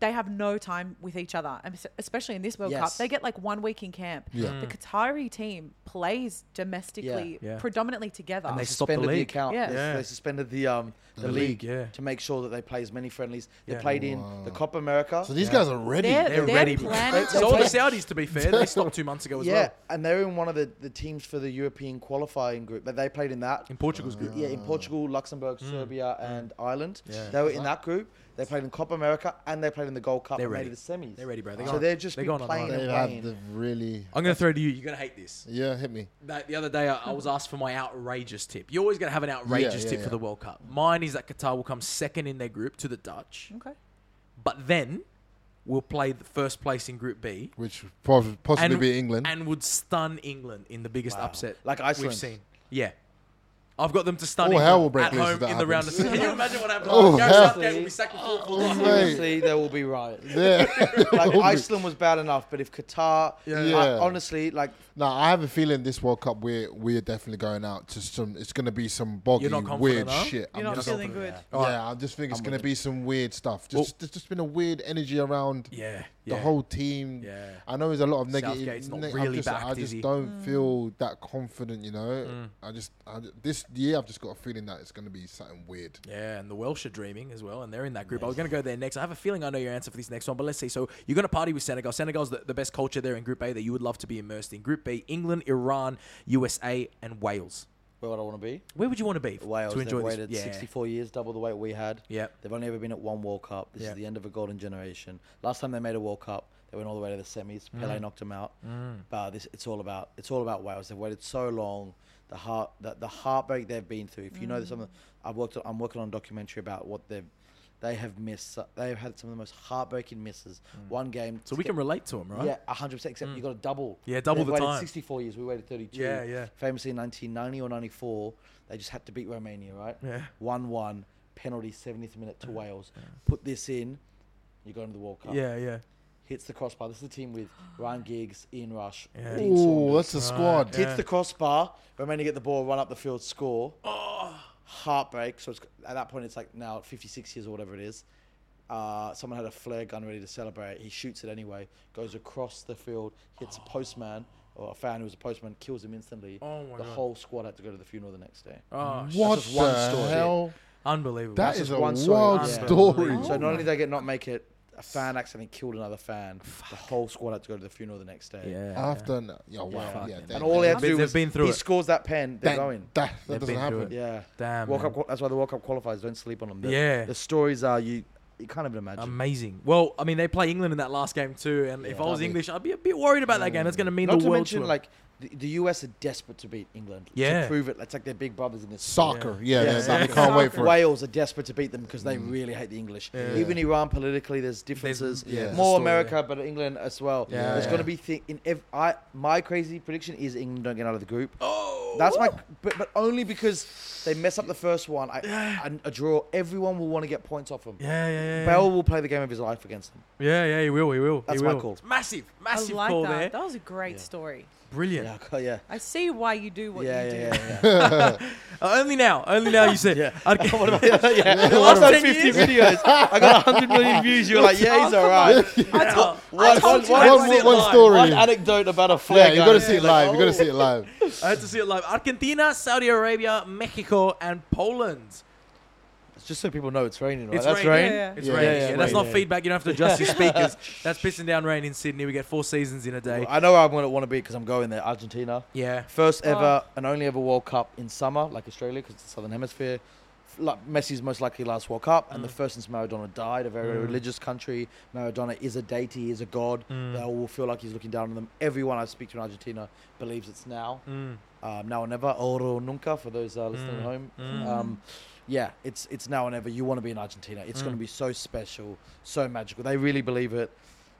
Speaker 3: they have no time with each other, and es- especially in this World
Speaker 4: Yes.
Speaker 3: Cup. They get like one week in camp. The Qatari team plays domestically,
Speaker 1: Yeah. Yeah.
Speaker 3: predominantly together.
Speaker 1: And they stop the
Speaker 4: suspended the,
Speaker 1: league.
Speaker 4: account.
Speaker 3: Yeah.
Speaker 4: They-
Speaker 1: Yeah.
Speaker 4: They suspended the um the, league,
Speaker 1: league, yeah.
Speaker 4: to make sure that they play as many friendlies. They
Speaker 1: Yeah.
Speaker 4: played in the Copa America.
Speaker 2: So these guys are ready.
Speaker 1: They're,
Speaker 3: They're-
Speaker 1: ready. bro.
Speaker 3: planning to
Speaker 1: so are the
Speaker 3: play-
Speaker 1: Saudis, to be fair, they stopped two months ago as
Speaker 4: yeah,
Speaker 1: well.
Speaker 4: and they're in one of the, the teams for the European qualifying group. That they played in that.
Speaker 1: In Portugal's group. Mm.
Speaker 4: yeah, in Portugal, Luxembourg, Serbia, and Ireland.
Speaker 1: Yeah.
Speaker 4: They were in that group. They played in Copa America and they played in the Gold Cup.
Speaker 1: They're
Speaker 4: and made
Speaker 1: ready.
Speaker 4: it to the semis.
Speaker 1: They're ready, bro. They're
Speaker 4: so
Speaker 1: gone-
Speaker 4: they're just
Speaker 1: they're
Speaker 4: been
Speaker 1: gone on
Speaker 4: playing
Speaker 1: Ireland.
Speaker 4: and
Speaker 2: They've
Speaker 4: playing.
Speaker 2: had the really.
Speaker 1: I'm going to throw to you. You're going to hate this.
Speaker 2: Yeah, hit me.
Speaker 1: That, the other day, I, I was asked for my outrageous tip. You're always going to have an outrageous
Speaker 2: yeah,
Speaker 1: tip
Speaker 2: yeah.
Speaker 1: for the World Cup. Mine is that Qatar will come second in their group to the Dutch,
Speaker 3: Okay.
Speaker 1: but then we'll play the first place in Group B
Speaker 2: Which prob- possibly be England.
Speaker 1: and would stun England in the biggest upset
Speaker 4: Like
Speaker 1: we've
Speaker 4: Iceland.
Speaker 1: seen. Yeah. I've got them to stun
Speaker 2: Oh,
Speaker 1: England
Speaker 2: hell will break
Speaker 1: at
Speaker 2: loose if
Speaker 1: home in
Speaker 2: that
Speaker 1: the round of
Speaker 2: happens.
Speaker 1: Can you imagine what happens?
Speaker 2: Oh,
Speaker 1: Gareth
Speaker 2: hell. Oh,
Speaker 1: Southgate will be sacked for football.
Speaker 4: Honestly, there will be riots.
Speaker 2: yeah.
Speaker 4: like Iceland was bad enough, but if Qatar, I-
Speaker 2: Yeah.
Speaker 4: honestly, like
Speaker 2: Now I have a feeling this World Cup we're we're definitely going out to some. It's going to be some boggy,
Speaker 1: You're not confident,
Speaker 2: weird
Speaker 1: huh?
Speaker 2: shit.
Speaker 3: You're
Speaker 2: I'm
Speaker 3: not
Speaker 2: just,
Speaker 3: feeling good.
Speaker 2: yeah, I just think it's going to be some weird stuff. Just
Speaker 1: Well-
Speaker 2: there's just been a weird energy around
Speaker 1: Yeah.
Speaker 2: the
Speaker 1: yeah.
Speaker 2: whole team.
Speaker 1: Yeah.
Speaker 2: I know there's a lot of negative.
Speaker 1: Southgate's not
Speaker 2: neg-
Speaker 1: really
Speaker 2: I just,
Speaker 1: backed,
Speaker 2: I
Speaker 1: is
Speaker 2: just
Speaker 1: he? Mm.
Speaker 2: don't feel that confident. You know, I just I, ju- this year I've just got a feeling that it's going to be something weird.
Speaker 1: Yeah, and the Welsh are dreaming as well, and they're in that group. I was going to go there next. I have a feeling I know your answer for this next one, but let's see. So you're going to party with Senegal. Senegal's the, the best culture there in Group A that you would love to be immersed in. Group B, England, Iran, USA, and Wales.
Speaker 4: where would I want to be?
Speaker 1: Where would you want to be f-
Speaker 4: Wales.
Speaker 1: to enjoy
Speaker 4: they've
Speaker 1: this?
Speaker 4: waited
Speaker 1: yeah.
Speaker 4: 64 years, double the weight we had.
Speaker 1: Yep.
Speaker 4: They've only ever been at one World Cup. This
Speaker 1: Yep.
Speaker 4: is the end of a golden generation. Last time they made a World Cup, they went all the way to the semis.
Speaker 1: Mm.
Speaker 4: Pele knocked them out. But this, it's all about it's all about Wales. They've waited so long. The heart the, the heartbreak they've been through. If you know some, of
Speaker 1: Mm.
Speaker 4: the- I've worked on, I'm working on a documentary about what they've they have missed. They've had some of the most heartbreaking misses. One game.
Speaker 1: Mm. So
Speaker 4: to
Speaker 1: we
Speaker 4: get-
Speaker 1: can relate to them, right? Mm.
Speaker 4: Yeah, 100. percent Except you got a double.
Speaker 1: Yeah, double
Speaker 4: They've
Speaker 1: the
Speaker 4: waited
Speaker 1: time.
Speaker 4: 64 years. We waited 32.
Speaker 1: Yeah, yeah.
Speaker 4: Famously in 1990 or 94, they just had to beat Romania, right?
Speaker 1: Yeah.
Speaker 4: One-one penalty, 70th minute to Wales. Put this in, you're going to the World Cup.
Speaker 1: yeah, yeah.
Speaker 4: Hits the crossbar. This is a team with Ryan Giggs, Ian Rush,
Speaker 1: Yeah.
Speaker 4: Dean
Speaker 2: Oh,
Speaker 4: Saunders.
Speaker 2: that's the squad.
Speaker 4: Hits the crossbar. Romania get the ball, run up the field, score. Heartbreak. So it's, at that point, it's like now at 56 years or whatever it is. Uh, someone had a flare gun ready to celebrate. He shoots it anyway, goes across the field, hits a postman or a fan who was a postman, kills him instantly.
Speaker 1: Oh my
Speaker 4: the
Speaker 1: God.
Speaker 4: whole squad had to go to the funeral the next day.
Speaker 1: Oh, sh-
Speaker 2: What
Speaker 4: just one
Speaker 2: the
Speaker 4: story.
Speaker 2: hell?
Speaker 1: unbelievable.
Speaker 2: That
Speaker 4: That's
Speaker 2: is
Speaker 4: just
Speaker 2: a
Speaker 4: one story.
Speaker 2: wild
Speaker 4: Yeah.
Speaker 2: story.
Speaker 4: So not only did they get not make it, a fan accidentally killed another fan. The whole squad had to go to the funeral the next day.
Speaker 1: yeah.
Speaker 2: After yeah, yeah wow, yeah,
Speaker 4: And all they had to
Speaker 1: They've
Speaker 4: do was
Speaker 1: been through
Speaker 4: he
Speaker 1: it.
Speaker 4: scores that pen, they're
Speaker 2: that,
Speaker 4: going.
Speaker 2: that, that
Speaker 1: They've
Speaker 2: doesn't
Speaker 1: been through
Speaker 2: happen.
Speaker 1: it.
Speaker 4: Yeah.
Speaker 1: Damn,
Speaker 4: World
Speaker 1: man.
Speaker 4: Cup. qual- That's why the World Cup qualifiers don't sleep on them. The,
Speaker 1: Yeah.
Speaker 4: The stories are you. You can't even imagine.
Speaker 1: Amazing. Well, I mean, they play England in that last game too, and if I was
Speaker 2: that'd be-
Speaker 1: English, I'd be a bit worried about that game. That's going to mean
Speaker 4: Not
Speaker 1: the
Speaker 4: to
Speaker 1: world
Speaker 4: mention,
Speaker 1: them.
Speaker 4: like the, the US are desperate to beat England.
Speaker 1: Yeah.
Speaker 4: To prove it, it's like they're big brothers in this.
Speaker 2: Soccer, yeah,
Speaker 4: Yeah,
Speaker 2: they-
Speaker 4: soccer.
Speaker 2: they can't wait for it.
Speaker 4: Wales are desperate to beat them because they
Speaker 1: Mm.
Speaker 4: really hate the English. Even Iran politically, there's differences.
Speaker 1: yeah, there's a
Speaker 4: More
Speaker 1: story,
Speaker 4: America, but England as well.
Speaker 1: Yeah,
Speaker 4: there's
Speaker 1: yeah.
Speaker 4: going to be thi- in ev- I my crazy prediction is England don't get out of the group.
Speaker 1: oh,
Speaker 4: That's my, but, but only because they mess up the first one. I, and a draw. Everyone will want to get points off them.
Speaker 1: yeah, yeah, yeah. yeah.
Speaker 4: Bell will play the game of his life against them.
Speaker 1: Yeah, yeah, he will. He will.
Speaker 4: That's
Speaker 1: he
Speaker 4: my
Speaker 1: will.
Speaker 4: call.
Speaker 1: Massive,
Speaker 3: I
Speaker 1: massive
Speaker 3: like
Speaker 1: call
Speaker 3: that.
Speaker 1: there.
Speaker 3: That was a great story.
Speaker 1: Brilliant.
Speaker 4: Yeah, okay, yeah.
Speaker 3: I see why you do what
Speaker 4: Yeah,
Speaker 3: you
Speaker 4: yeah,
Speaker 3: do.
Speaker 4: yeah, yeah.
Speaker 1: Uh, only now. Only now you said. yeah. Okay.
Speaker 4: What about- yeah, yeah. The last
Speaker 1: 10
Speaker 4: 50 videos, I got 100 million views. You're like, yeah, he's all right.
Speaker 3: I told,
Speaker 4: One-
Speaker 3: I told you
Speaker 4: one-
Speaker 3: I
Speaker 2: One,
Speaker 3: was
Speaker 1: see
Speaker 2: one,
Speaker 1: it
Speaker 2: one
Speaker 1: live.
Speaker 2: story.
Speaker 4: One anecdote about a
Speaker 2: yeah,
Speaker 4: flag.
Speaker 2: you got to see it live. You got to see it live.
Speaker 1: I had to see it live. Argentina, Saudi Arabia, Mexico, and Poland.
Speaker 4: Just so people know, it's raining, right?
Speaker 1: It's
Speaker 4: That's
Speaker 1: rain.
Speaker 4: rain.
Speaker 3: Yeah, yeah.
Speaker 1: It's
Speaker 2: Yeah,
Speaker 1: rain.
Speaker 4: yeah,
Speaker 1: Yeah,
Speaker 4: it's
Speaker 1: that's
Speaker 4: rain,
Speaker 1: not feedback. You don't have to adjust your speakers. That's pissing down rain in Sydney. We get four seasons in a day.
Speaker 4: I know where I'm going to want to be because I'm going there. Argentina.
Speaker 1: Yeah.
Speaker 4: First ever and only ever World Cup in summer, like Australia, because it's the Southern Hemisphere. F- Like Messi's most likely last World Cup, and the first since Maradona died, a very religious country. Maradona is a deity, is a god. They all feel like he's looking down on them. Everyone I speak to in Argentina believes it's now,
Speaker 1: Mm.
Speaker 4: um, now or never, oro nunca. For those uh, listening at home, um, yeah, it's it's now or never. You want to be in Argentina? It's going to be so special, so magical. They really believe it.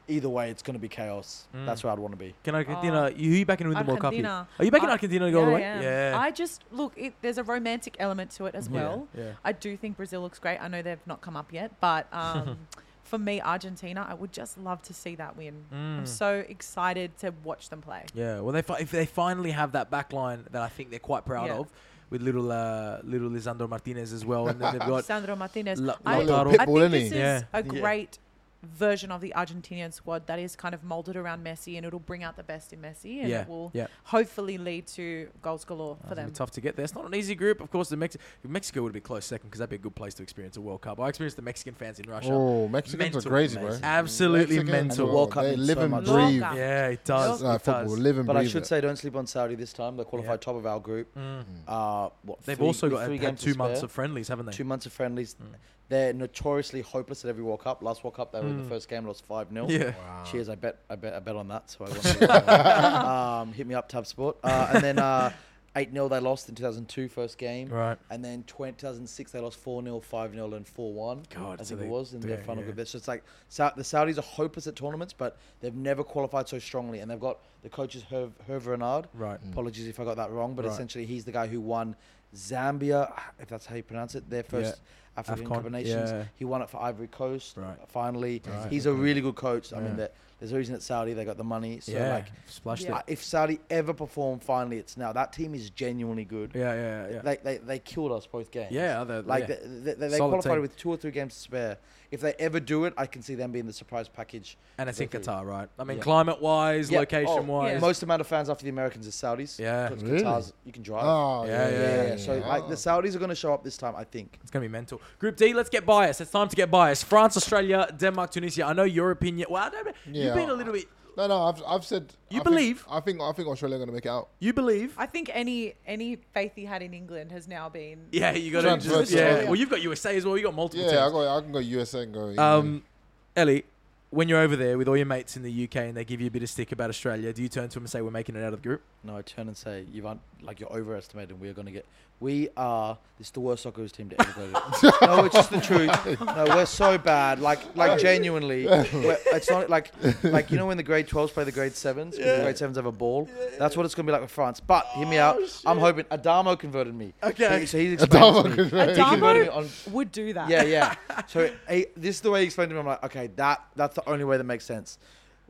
Speaker 4: Either way, it's going to be chaos. That's where I'd want to be.
Speaker 1: Can Argentina? you, who you backing to win the World Cup? here?
Speaker 3: Oh. Argentina.
Speaker 1: Are you backing
Speaker 3: I-
Speaker 1: Argentina to go all the way?
Speaker 3: I am.
Speaker 1: Yeah.
Speaker 3: I just look. It, there's a romantic element to it as well.
Speaker 1: yeah.
Speaker 3: I do think Brazil looks great. I know they've not come up yet, but um, for me, Argentina, I would just love to see that win. I'm so excited to watch them play.
Speaker 1: Mm. Yeah, well, they fi- if they finally have that back line that I think they're quite proud
Speaker 3: Yeah.
Speaker 1: of, with little uh, little Lisandro Martinez as well, and then they've got
Speaker 3: Sandro Martinez.
Speaker 1: La-
Speaker 3: I,
Speaker 1: Lautaro.
Speaker 3: I
Speaker 2: Pitbull,
Speaker 3: think
Speaker 2: isn't
Speaker 3: this
Speaker 2: he?
Speaker 3: is
Speaker 1: Yeah.
Speaker 3: a
Speaker 4: Yeah.
Speaker 3: great version of the Argentinian squad that is kind of molded around Messi and it'll bring out the best in Messi and
Speaker 1: Yeah,
Speaker 3: it will
Speaker 1: yeah.
Speaker 3: hopefully lead to goals galore for
Speaker 1: It's gonna
Speaker 3: them.
Speaker 1: be tough to get there. It's not an easy group. Of course, the Mex- Mexico would be close second because that'd be a good place to experience a World Cup. I experienced the Mexican fans in Russia.
Speaker 2: Oh, Mexicans
Speaker 1: Mental.
Speaker 2: are crazy, bro.
Speaker 4: Amazing.
Speaker 1: Absolutely
Speaker 2: Mexicans,
Speaker 1: mental.
Speaker 2: bro,
Speaker 4: World Cup
Speaker 2: They
Speaker 4: means
Speaker 2: live
Speaker 4: so
Speaker 2: and
Speaker 4: much.
Speaker 2: breathe.
Speaker 3: World Cup.
Speaker 1: Yeah, it does.
Speaker 2: Uh,
Speaker 1: it
Speaker 2: football,
Speaker 1: does.
Speaker 2: live and
Speaker 4: But I
Speaker 2: breathe.
Speaker 4: should
Speaker 2: it.
Speaker 4: say, don't sleep on Saudi this time. They qualified top of our group. Uh, what,
Speaker 1: Mm. They've
Speaker 4: three-
Speaker 1: also
Speaker 4: with
Speaker 1: got
Speaker 4: three
Speaker 1: they've had
Speaker 4: games to
Speaker 1: two months
Speaker 4: spare.
Speaker 1: of Mm. friendlies, haven't they?
Speaker 4: two months of friendlies. They're notoriously hopeless at every World Cup. Last World Cup, they were in the first game, lost five 0
Speaker 1: Mm. Yeah.
Speaker 4: Cheers! I bet, I bet, I bet on that. So I won the- um, hit me up, Tab Sport. Uh, and then eight 0 they lost in 2002, first game.
Speaker 1: Right.
Speaker 4: And then 20, 2006 they lost four 0 five 0 and four one.
Speaker 1: God,
Speaker 4: I
Speaker 1: so
Speaker 4: think it
Speaker 1: they-
Speaker 4: was in their
Speaker 1: yeah,
Speaker 4: final
Speaker 1: yeah.
Speaker 4: group. It's just like Sa- the Saudis are hopeless at tournaments, but they've never qualified so strongly, and they've got the coaches Herve, Herve Renard.
Speaker 1: Right. Mm.
Speaker 4: Apologies if I got that wrong, but
Speaker 1: Right.
Speaker 4: essentially he's the guy who won Zambia, if that's how you pronounce it, their first African
Speaker 1: AFCON,
Speaker 4: Cup of Nations.
Speaker 1: yeah.
Speaker 4: He won it for Ivory Coast.
Speaker 1: Right.
Speaker 4: Finally, he's a really good coach. I mean, that there's a reason that Saudi they got the money. So
Speaker 1: yeah,
Speaker 4: like,
Speaker 1: splashed
Speaker 4: uh,
Speaker 1: it.
Speaker 4: if Saudi ever perform, finally it's now. That team is genuinely good.
Speaker 1: Yeah, yeah, yeah.
Speaker 4: They, they, they killed us both games.
Speaker 1: Yeah, they-
Speaker 4: like
Speaker 1: yeah.
Speaker 4: they, they, they
Speaker 1: Solid
Speaker 4: qualified
Speaker 1: team.
Speaker 4: with two or three games to spare. If they ever do it, I can see them being the surprise package.
Speaker 1: and it's in
Speaker 4: Go through.
Speaker 1: Qatar, right? I mean,
Speaker 4: Yeah.
Speaker 1: climate-wise,
Speaker 4: Yeah, oh,
Speaker 1: location-wise.
Speaker 3: Yeah.
Speaker 4: Most amount of fans after the Americans are Saudis.
Speaker 1: Yeah.
Speaker 4: because
Speaker 2: Really?
Speaker 4: Qatar's you can drive.
Speaker 2: Oh,
Speaker 1: Yeah,
Speaker 2: yeah,
Speaker 1: yeah,
Speaker 4: yeah,
Speaker 1: yeah,
Speaker 4: yeah, So like the Saudis are going to show up this time, I think.
Speaker 1: It's gonna be mental. Group D, let's get biased. It's time to get biased. France, Australia, Denmark, Tunisia. I know your opinion. Well, I don't know. You've
Speaker 2: Yeah.
Speaker 1: been a little bit.
Speaker 2: No, no, I've, I've said.
Speaker 1: You
Speaker 2: I think-
Speaker 1: believe?
Speaker 2: I think I think Australia are going to make it out.
Speaker 1: You believe?
Speaker 3: I think any any faith he had in England has now been
Speaker 1: Yeah, you got to
Speaker 2: Trans-
Speaker 1: just.
Speaker 2: versus
Speaker 1: Yeah.
Speaker 2: Australia.
Speaker 1: Well, you've got USA as well. You got multiple.
Speaker 2: Yeah,
Speaker 1: teams.
Speaker 2: I go. I can go USA and go. England.
Speaker 1: Um, Ellie, when you're over there with all your mates in the UK and they give you a bit of stick about Australia, do you turn to them and say we're making it out of the group?
Speaker 4: No, I turn and say you've un- like you're overestimating. We are going to get. We are. This is the worst soccer team to ever go to. no, it's just the truth. No, we're so bad. Like, like genuinely, we're- it's not like, like you know when the grade 12s play the grade sevens. The grade sevens have a ball. That's what it's going to be like with France. But hear me out. I'm hoping Adamo converted me.
Speaker 1: Okay.
Speaker 4: He- so he's explained to me. He converted me
Speaker 3: Adamo
Speaker 4: on
Speaker 3: would do that.
Speaker 4: yeah, yeah. So eh, this is the way he explained to me. I'm like, okay, that that's the only way that makes sense.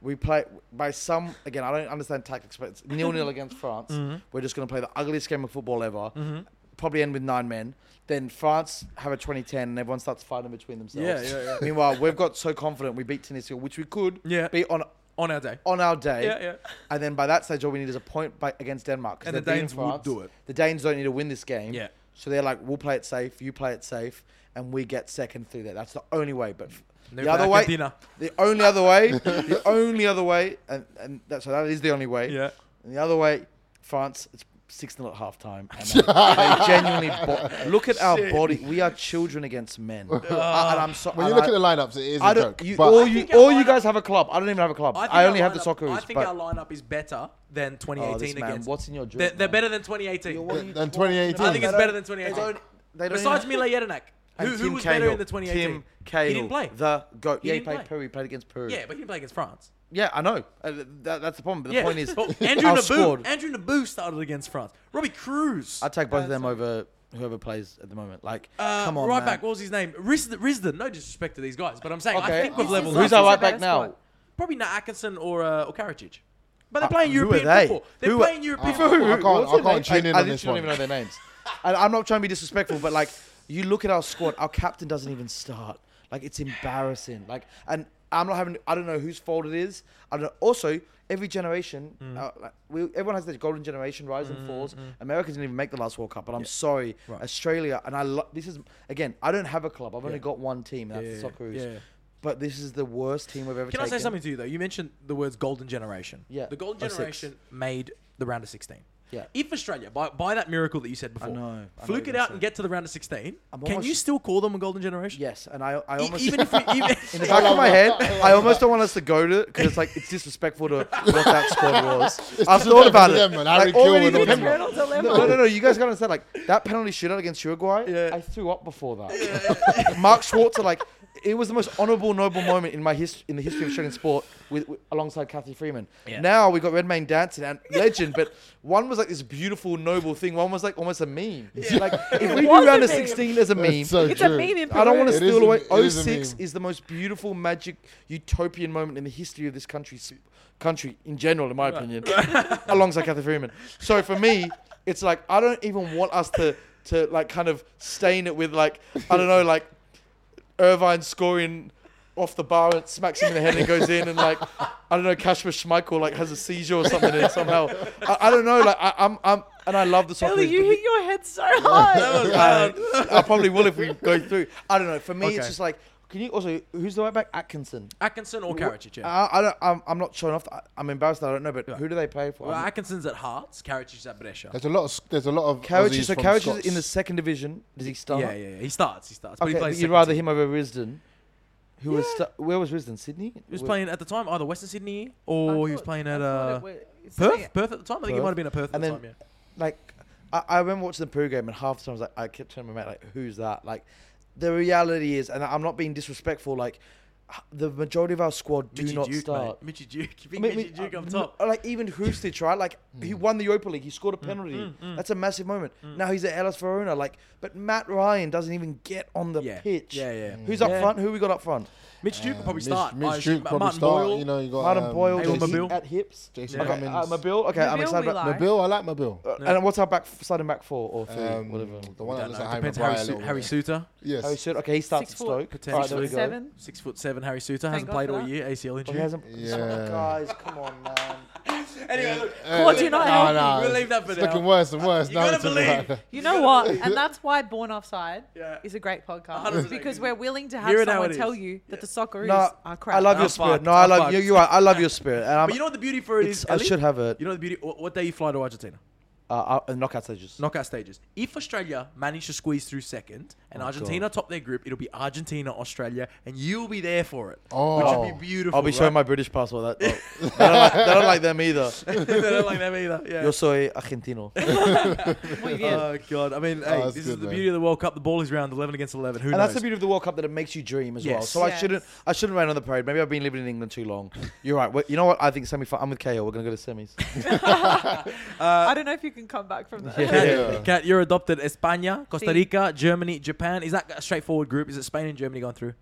Speaker 4: We play by some again. I don't understand tactics, but it's nil nil against France.
Speaker 1: Mm-hmm.
Speaker 4: We're just going to play the ugliest game of football ever. Probably end with nine men. Then France have a 2010, and everyone starts fighting between themselves.
Speaker 1: Yeah, yeah, yeah.
Speaker 4: Meanwhile, we've got so confident we beat Tunisia, which we could
Speaker 1: Yeah.
Speaker 4: beat on
Speaker 1: On our day.
Speaker 4: on our day.
Speaker 1: Yeah, yeah.
Speaker 4: And then by that stage, all we need is a point by, against Denmark. 'cause
Speaker 1: And the
Speaker 4: they're beating
Speaker 1: Danes would
Speaker 4: France.
Speaker 1: do it.
Speaker 4: The Danes don't need to win this game.
Speaker 1: Yeah.
Speaker 4: So they're like, we'll play it safe. You play it safe, and we get second through there. That's the only way. But f-
Speaker 1: No
Speaker 4: the other way,
Speaker 1: Argentina.
Speaker 4: the only other way, the only other way, and, and that, so that is the only way.
Speaker 1: Yeah.
Speaker 4: And the other way, France. It's six 0 at half time. And they, they genuinely bo- look at our body. We are children against men. I- and I'm so,
Speaker 2: when you
Speaker 4: and
Speaker 2: look
Speaker 4: I-
Speaker 2: at the lineups, it is
Speaker 4: I
Speaker 2: a
Speaker 4: don't.
Speaker 2: joke.
Speaker 4: You,
Speaker 2: but
Speaker 4: all
Speaker 1: I
Speaker 4: you,
Speaker 1: think our
Speaker 4: all you
Speaker 1: lineup-
Speaker 4: guys have a club. I don't even have a club.
Speaker 1: think
Speaker 4: I, only
Speaker 1: our
Speaker 4: have the
Speaker 1: lineup-
Speaker 4: Socceroos.
Speaker 1: I think
Speaker 4: but Oh,
Speaker 1: our lineup is better than 2018
Speaker 4: man,
Speaker 1: against.
Speaker 4: what's in your drink,
Speaker 1: They're, they're
Speaker 4: man?
Speaker 1: better than 2018.
Speaker 2: Th- than 2018.
Speaker 1: I think it's
Speaker 4: They
Speaker 1: better
Speaker 4: don't-
Speaker 1: than
Speaker 4: they
Speaker 1: 2018.
Speaker 4: don't- they don't
Speaker 1: Besides
Speaker 4: even-
Speaker 1: Mila Jedinak, who,
Speaker 4: and
Speaker 1: who
Speaker 4: Tim
Speaker 1: was better
Speaker 4: Cahill.
Speaker 1: in the 2018?
Speaker 4: Tim Cahill,
Speaker 1: He didn't play.
Speaker 4: The goat. yeah, he
Speaker 1: didn't
Speaker 4: played
Speaker 1: play.
Speaker 4: Peru. He played against Peru.
Speaker 1: yeah, but he didn't play against France.
Speaker 4: Yeah, I know. Uh, that, that's the problem. But the
Speaker 1: yeah.
Speaker 4: point is,
Speaker 1: But Andrew
Speaker 4: our
Speaker 1: Naboo.
Speaker 4: squad-
Speaker 1: Andrew Naboo started against France. Robbie Cruz.
Speaker 4: I take both of them over whoever plays at the moment. Like,
Speaker 1: Uh,
Speaker 4: come on,
Speaker 1: right
Speaker 4: man.
Speaker 1: back. What was his name? Risden, Risden. No disrespect to these guys, but I'm saying I
Speaker 4: Okay.
Speaker 1: think we've
Speaker 4: This
Speaker 1: leveled.
Speaker 3: is
Speaker 4: Who's
Speaker 1: up.
Speaker 3: This
Speaker 4: our
Speaker 3: is
Speaker 4: right
Speaker 3: a
Speaker 4: back
Speaker 3: better
Speaker 4: now?
Speaker 3: squad.
Speaker 1: Probably not Atkinson or uh, or Karadzic. But they're
Speaker 4: Uh,
Speaker 1: playing
Speaker 4: who are
Speaker 1: European
Speaker 4: they?
Speaker 1: football. They're
Speaker 4: Who are- Oh.
Speaker 1: playing European
Speaker 2: I
Speaker 1: football.
Speaker 2: can't-
Speaker 4: What's
Speaker 2: I
Speaker 4: their
Speaker 2: can't
Speaker 4: name?
Speaker 2: tune in
Speaker 4: I,
Speaker 2: on this
Speaker 4: literally
Speaker 2: one.
Speaker 4: don't even know their names. And I'm not trying to be disrespectful, but like, you look at our squad. Our captain doesn't even start. Like, it's embarrassing. Like, and I'm not having. I don't know whose fault it is. I don't. Also, every generation,
Speaker 1: Mm.
Speaker 4: uh, like, we, everyone has their golden generation rise and falls. Americans didn't even make the last World Cup, but I'm sorry, Australia. And I. Lo- this is again. I don't have a club. I've only got one team. And that's
Speaker 1: Yeah,
Speaker 4: the Socceroos.
Speaker 1: yeah.
Speaker 4: But this is the worst team we've ever.
Speaker 1: Can I
Speaker 4: taken.
Speaker 1: say something to you though? You mentioned the words golden generation.
Speaker 4: Yeah.
Speaker 1: The golden
Speaker 4: Or six.
Speaker 1: generation made the round of 16.
Speaker 4: Yeah.
Speaker 1: If Australia, by, by that miracle that you said before,
Speaker 4: know, I know
Speaker 1: fluke it
Speaker 4: you're
Speaker 1: out
Speaker 4: saying.
Speaker 1: and get to the round of 16,
Speaker 4: I'm
Speaker 1: can
Speaker 4: almost-
Speaker 1: you still call them a golden generation?
Speaker 4: Yes, and I. I
Speaker 1: E-
Speaker 4: almost
Speaker 1: even if we, even,
Speaker 4: in the back of my head, I almost don't want us to go to it because it's like it's disrespectful to what that squad was. I've
Speaker 2: disrespectful
Speaker 4: thought about
Speaker 2: to
Speaker 4: it.
Speaker 2: them, man. Harry
Speaker 4: Like,
Speaker 2: Kewell
Speaker 4: already
Speaker 2: and all
Speaker 4: the
Speaker 2: them.
Speaker 4: penalty- No, no, no. You guys gotta understand, like that penalty shootout against Uruguay, I threw up before that. Mark Schwarzer, like it was the most honourable, noble moment in my hist- in the history of Australian sport, with, with- alongside Kathy Freeman. Now we got Redmayne dancing and legend, but one was like this beautiful, noble thing. One was like almost a meme. Like if we do
Speaker 3: was a
Speaker 4: round of
Speaker 3: meme.
Speaker 4: sixteen as a meme,
Speaker 2: so
Speaker 3: It's a
Speaker 2: true.
Speaker 3: meme in
Speaker 4: I don't want to
Speaker 3: Peru.
Speaker 2: It is
Speaker 4: steal
Speaker 2: a-
Speaker 4: away.
Speaker 2: it is a
Speaker 4: 06
Speaker 2: meme.
Speaker 4: is the most beautiful, magic, utopian moment in the history of this country's country in general, in my opinion, alongside Kathy Freeman. So for me, it's like I don't even want us to to like kind of stain it with like I don't know, like Irvine scoring. off the bar and smacks him in the head and goes in and like I don't know, Kasper Schmeichel like has a seizure or something and somehow I, I don't know. Like I, I'm I'm and I love the soccer.
Speaker 3: Ellie, you hit your head so hard.
Speaker 4: I, I probably will if we go through. I don't know. For me,
Speaker 1: Okay.
Speaker 4: it's just like can you also who's the right back? Atkinson.
Speaker 1: Atkinson or Karacic, yeah.
Speaker 4: I, I don't. I'm, I'm not showing off. I, I'm embarrassed. That I don't know. But who do they play for?
Speaker 1: well,
Speaker 4: I'm-
Speaker 1: Atkinson's at Hearts, Karacic's at Brescia.
Speaker 2: There's a lot of there's a lot of
Speaker 4: Carriage
Speaker 2: Aussies
Speaker 4: is so
Speaker 2: from
Speaker 4: Carriage
Speaker 2: Scots.
Speaker 4: is in the second division. Does he start?
Speaker 1: Yeah, yeah, yeah. He starts, he starts.
Speaker 4: Uh-huh. Okay,
Speaker 1: he
Speaker 4: but
Speaker 1: plays
Speaker 4: you'd
Speaker 1: second
Speaker 4: rather
Speaker 1: team.
Speaker 4: him over Risden, who was sta- where was Risden? Sydney.
Speaker 1: He was
Speaker 4: Where-
Speaker 1: playing at the time either Western Sydney or he was playing at uh,
Speaker 3: Perth.
Speaker 1: Perth. Perth at the time. I think he
Speaker 4: Perth.
Speaker 1: might have been at Perth at
Speaker 4: And
Speaker 1: the
Speaker 4: then-
Speaker 1: time. Yeah.
Speaker 4: Like, I, I remember watching the Peru game, and half the time I was like, I kept telling my mate, like, who's that? Like, the reality is, and I'm not being disrespectful. Like, h- the majority of our squad do
Speaker 1: Mitchy
Speaker 4: not
Speaker 1: Duke, mate.
Speaker 4: start. uh,
Speaker 1: Mitchy Duke. You think
Speaker 4: I mean,
Speaker 1: Mitchy
Speaker 4: I-
Speaker 1: Duke on
Speaker 4: no,
Speaker 1: top. Mm,
Speaker 4: Like even Hustich, right? Like he
Speaker 2: Mm.
Speaker 4: won the Europa League. He scored a penalty. That's a massive moment. Now he's at Ellis Verona. Like, but Matt Ryan doesn't even get on the
Speaker 1: Yeah.
Speaker 4: pitch.
Speaker 1: Yeah, yeah.
Speaker 4: Who's
Speaker 1: Yeah.
Speaker 4: up front? Who we got up front?
Speaker 1: Mitch Duke will probably
Speaker 2: Mitch-
Speaker 1: start.
Speaker 2: Mitch
Speaker 1: I
Speaker 2: Duke
Speaker 1: assume, uh,
Speaker 2: probably
Speaker 1: Martin
Speaker 2: start.
Speaker 1: Boyle.
Speaker 2: You know, you got
Speaker 4: Martin
Speaker 2: um,
Speaker 4: Boyle,
Speaker 1: Aywan
Speaker 4: Jason
Speaker 1: Mabil.
Speaker 4: at hips.
Speaker 2: Jason
Speaker 4: Okay,
Speaker 2: Cummins.
Speaker 4: uh, Mabil. Okay, I'm
Speaker 3: Mabil
Speaker 4: excited
Speaker 3: we
Speaker 4: about.
Speaker 3: like.
Speaker 2: Mabil, I like Mabil.
Speaker 4: Uh, And what's our back f- starting back four or three,
Speaker 2: Um,
Speaker 4: whatever?
Speaker 2: the one that
Speaker 1: Don't know.
Speaker 2: looks like Harry
Speaker 1: Depends Harry,
Speaker 2: Maguire. a
Speaker 1: Su-
Speaker 2: little
Speaker 1: Harry
Speaker 2: bit.
Speaker 1: Suter.
Speaker 2: Yes. Uh,
Speaker 4: Harry Suter. Okay, he starts
Speaker 3: Six
Speaker 4: at
Speaker 3: foot,
Speaker 4: Stoke.
Speaker 1: potentially
Speaker 4: Alright, there we go.
Speaker 3: Seven.
Speaker 1: Six foot seven Harry Suter.
Speaker 3: Thank
Speaker 1: Hasn't
Speaker 3: God
Speaker 1: played
Speaker 3: for
Speaker 1: all
Speaker 3: that.
Speaker 1: year. ACL
Speaker 4: But he
Speaker 1: injury.
Speaker 4: hasn't. Oh,
Speaker 2: Yeah.
Speaker 4: Guys, come on, man.
Speaker 1: Anyway, look.
Speaker 3: Claude, you're not
Speaker 2: Nah,
Speaker 3: helping.
Speaker 2: nah,
Speaker 1: We'll leave that for
Speaker 2: it's
Speaker 1: now.
Speaker 2: Looking worse and worse.
Speaker 1: You
Speaker 2: now
Speaker 1: gotta
Speaker 2: we're talking about
Speaker 1: believe.
Speaker 2: that.
Speaker 3: You know what? And that's why Born Offside
Speaker 1: Yeah.
Speaker 3: is a great podcast
Speaker 1: 100%
Speaker 3: because
Speaker 1: agree.
Speaker 3: we're willing to
Speaker 1: Hear
Speaker 3: have
Speaker 1: it how
Speaker 3: someone
Speaker 1: it
Speaker 3: tell
Speaker 1: is.
Speaker 3: you that the Socceroos
Speaker 4: No,
Speaker 3: are crap.
Speaker 4: I love
Speaker 1: I'm
Speaker 4: your spirit.
Speaker 1: fucked.
Speaker 4: No, I
Speaker 1: I'm
Speaker 4: love you.
Speaker 1: fucked.
Speaker 4: You are. I love your spirit. And I'm,
Speaker 1: But you know what the beauty for it
Speaker 4: It's-
Speaker 1: is?
Speaker 4: I
Speaker 1: Ellie?
Speaker 4: should have it.
Speaker 1: You know the beauty. What what day you fly to Argentina?
Speaker 4: uh, uh, knockout stages.
Speaker 1: Knockout stages. If Australia manage to squeeze through second and Argentina top their group, it'll be Argentina, Australia, and you'll be there for it. Which
Speaker 2: Oh.
Speaker 1: would be beautiful.
Speaker 4: I'll be showing my British passport. That oh. they, don't like, they don't like them either.
Speaker 1: my. they don't like them either. Yeah.
Speaker 4: Yo soy argentino. and
Speaker 3: Muy bien.
Speaker 1: Oh god! I mean, hey,
Speaker 2: that's
Speaker 1: this is
Speaker 2: good,
Speaker 1: the
Speaker 2: man.
Speaker 1: beauty of the World Cup. The ball is round, eleven against eleven. Who knows?
Speaker 4: that's the beauty of the World Cup that it makes you dream as well.
Speaker 1: Yes.
Speaker 4: So I
Speaker 3: Yes.
Speaker 4: shouldn't, I shouldn't rain on the parade. Maybe I've been living in England too long. You're right. Well, you know what? I think semi. I'm with KO. We're gonna go to semis.
Speaker 3: I don't know if you can come back from that.
Speaker 1: Kat,
Speaker 2: Yeah.
Speaker 1: Kat, you're adopted España, Costa
Speaker 3: Sí.
Speaker 1: Rica, Germany, Japan. Is that a straightforward group? Is it Spain and Germany going through?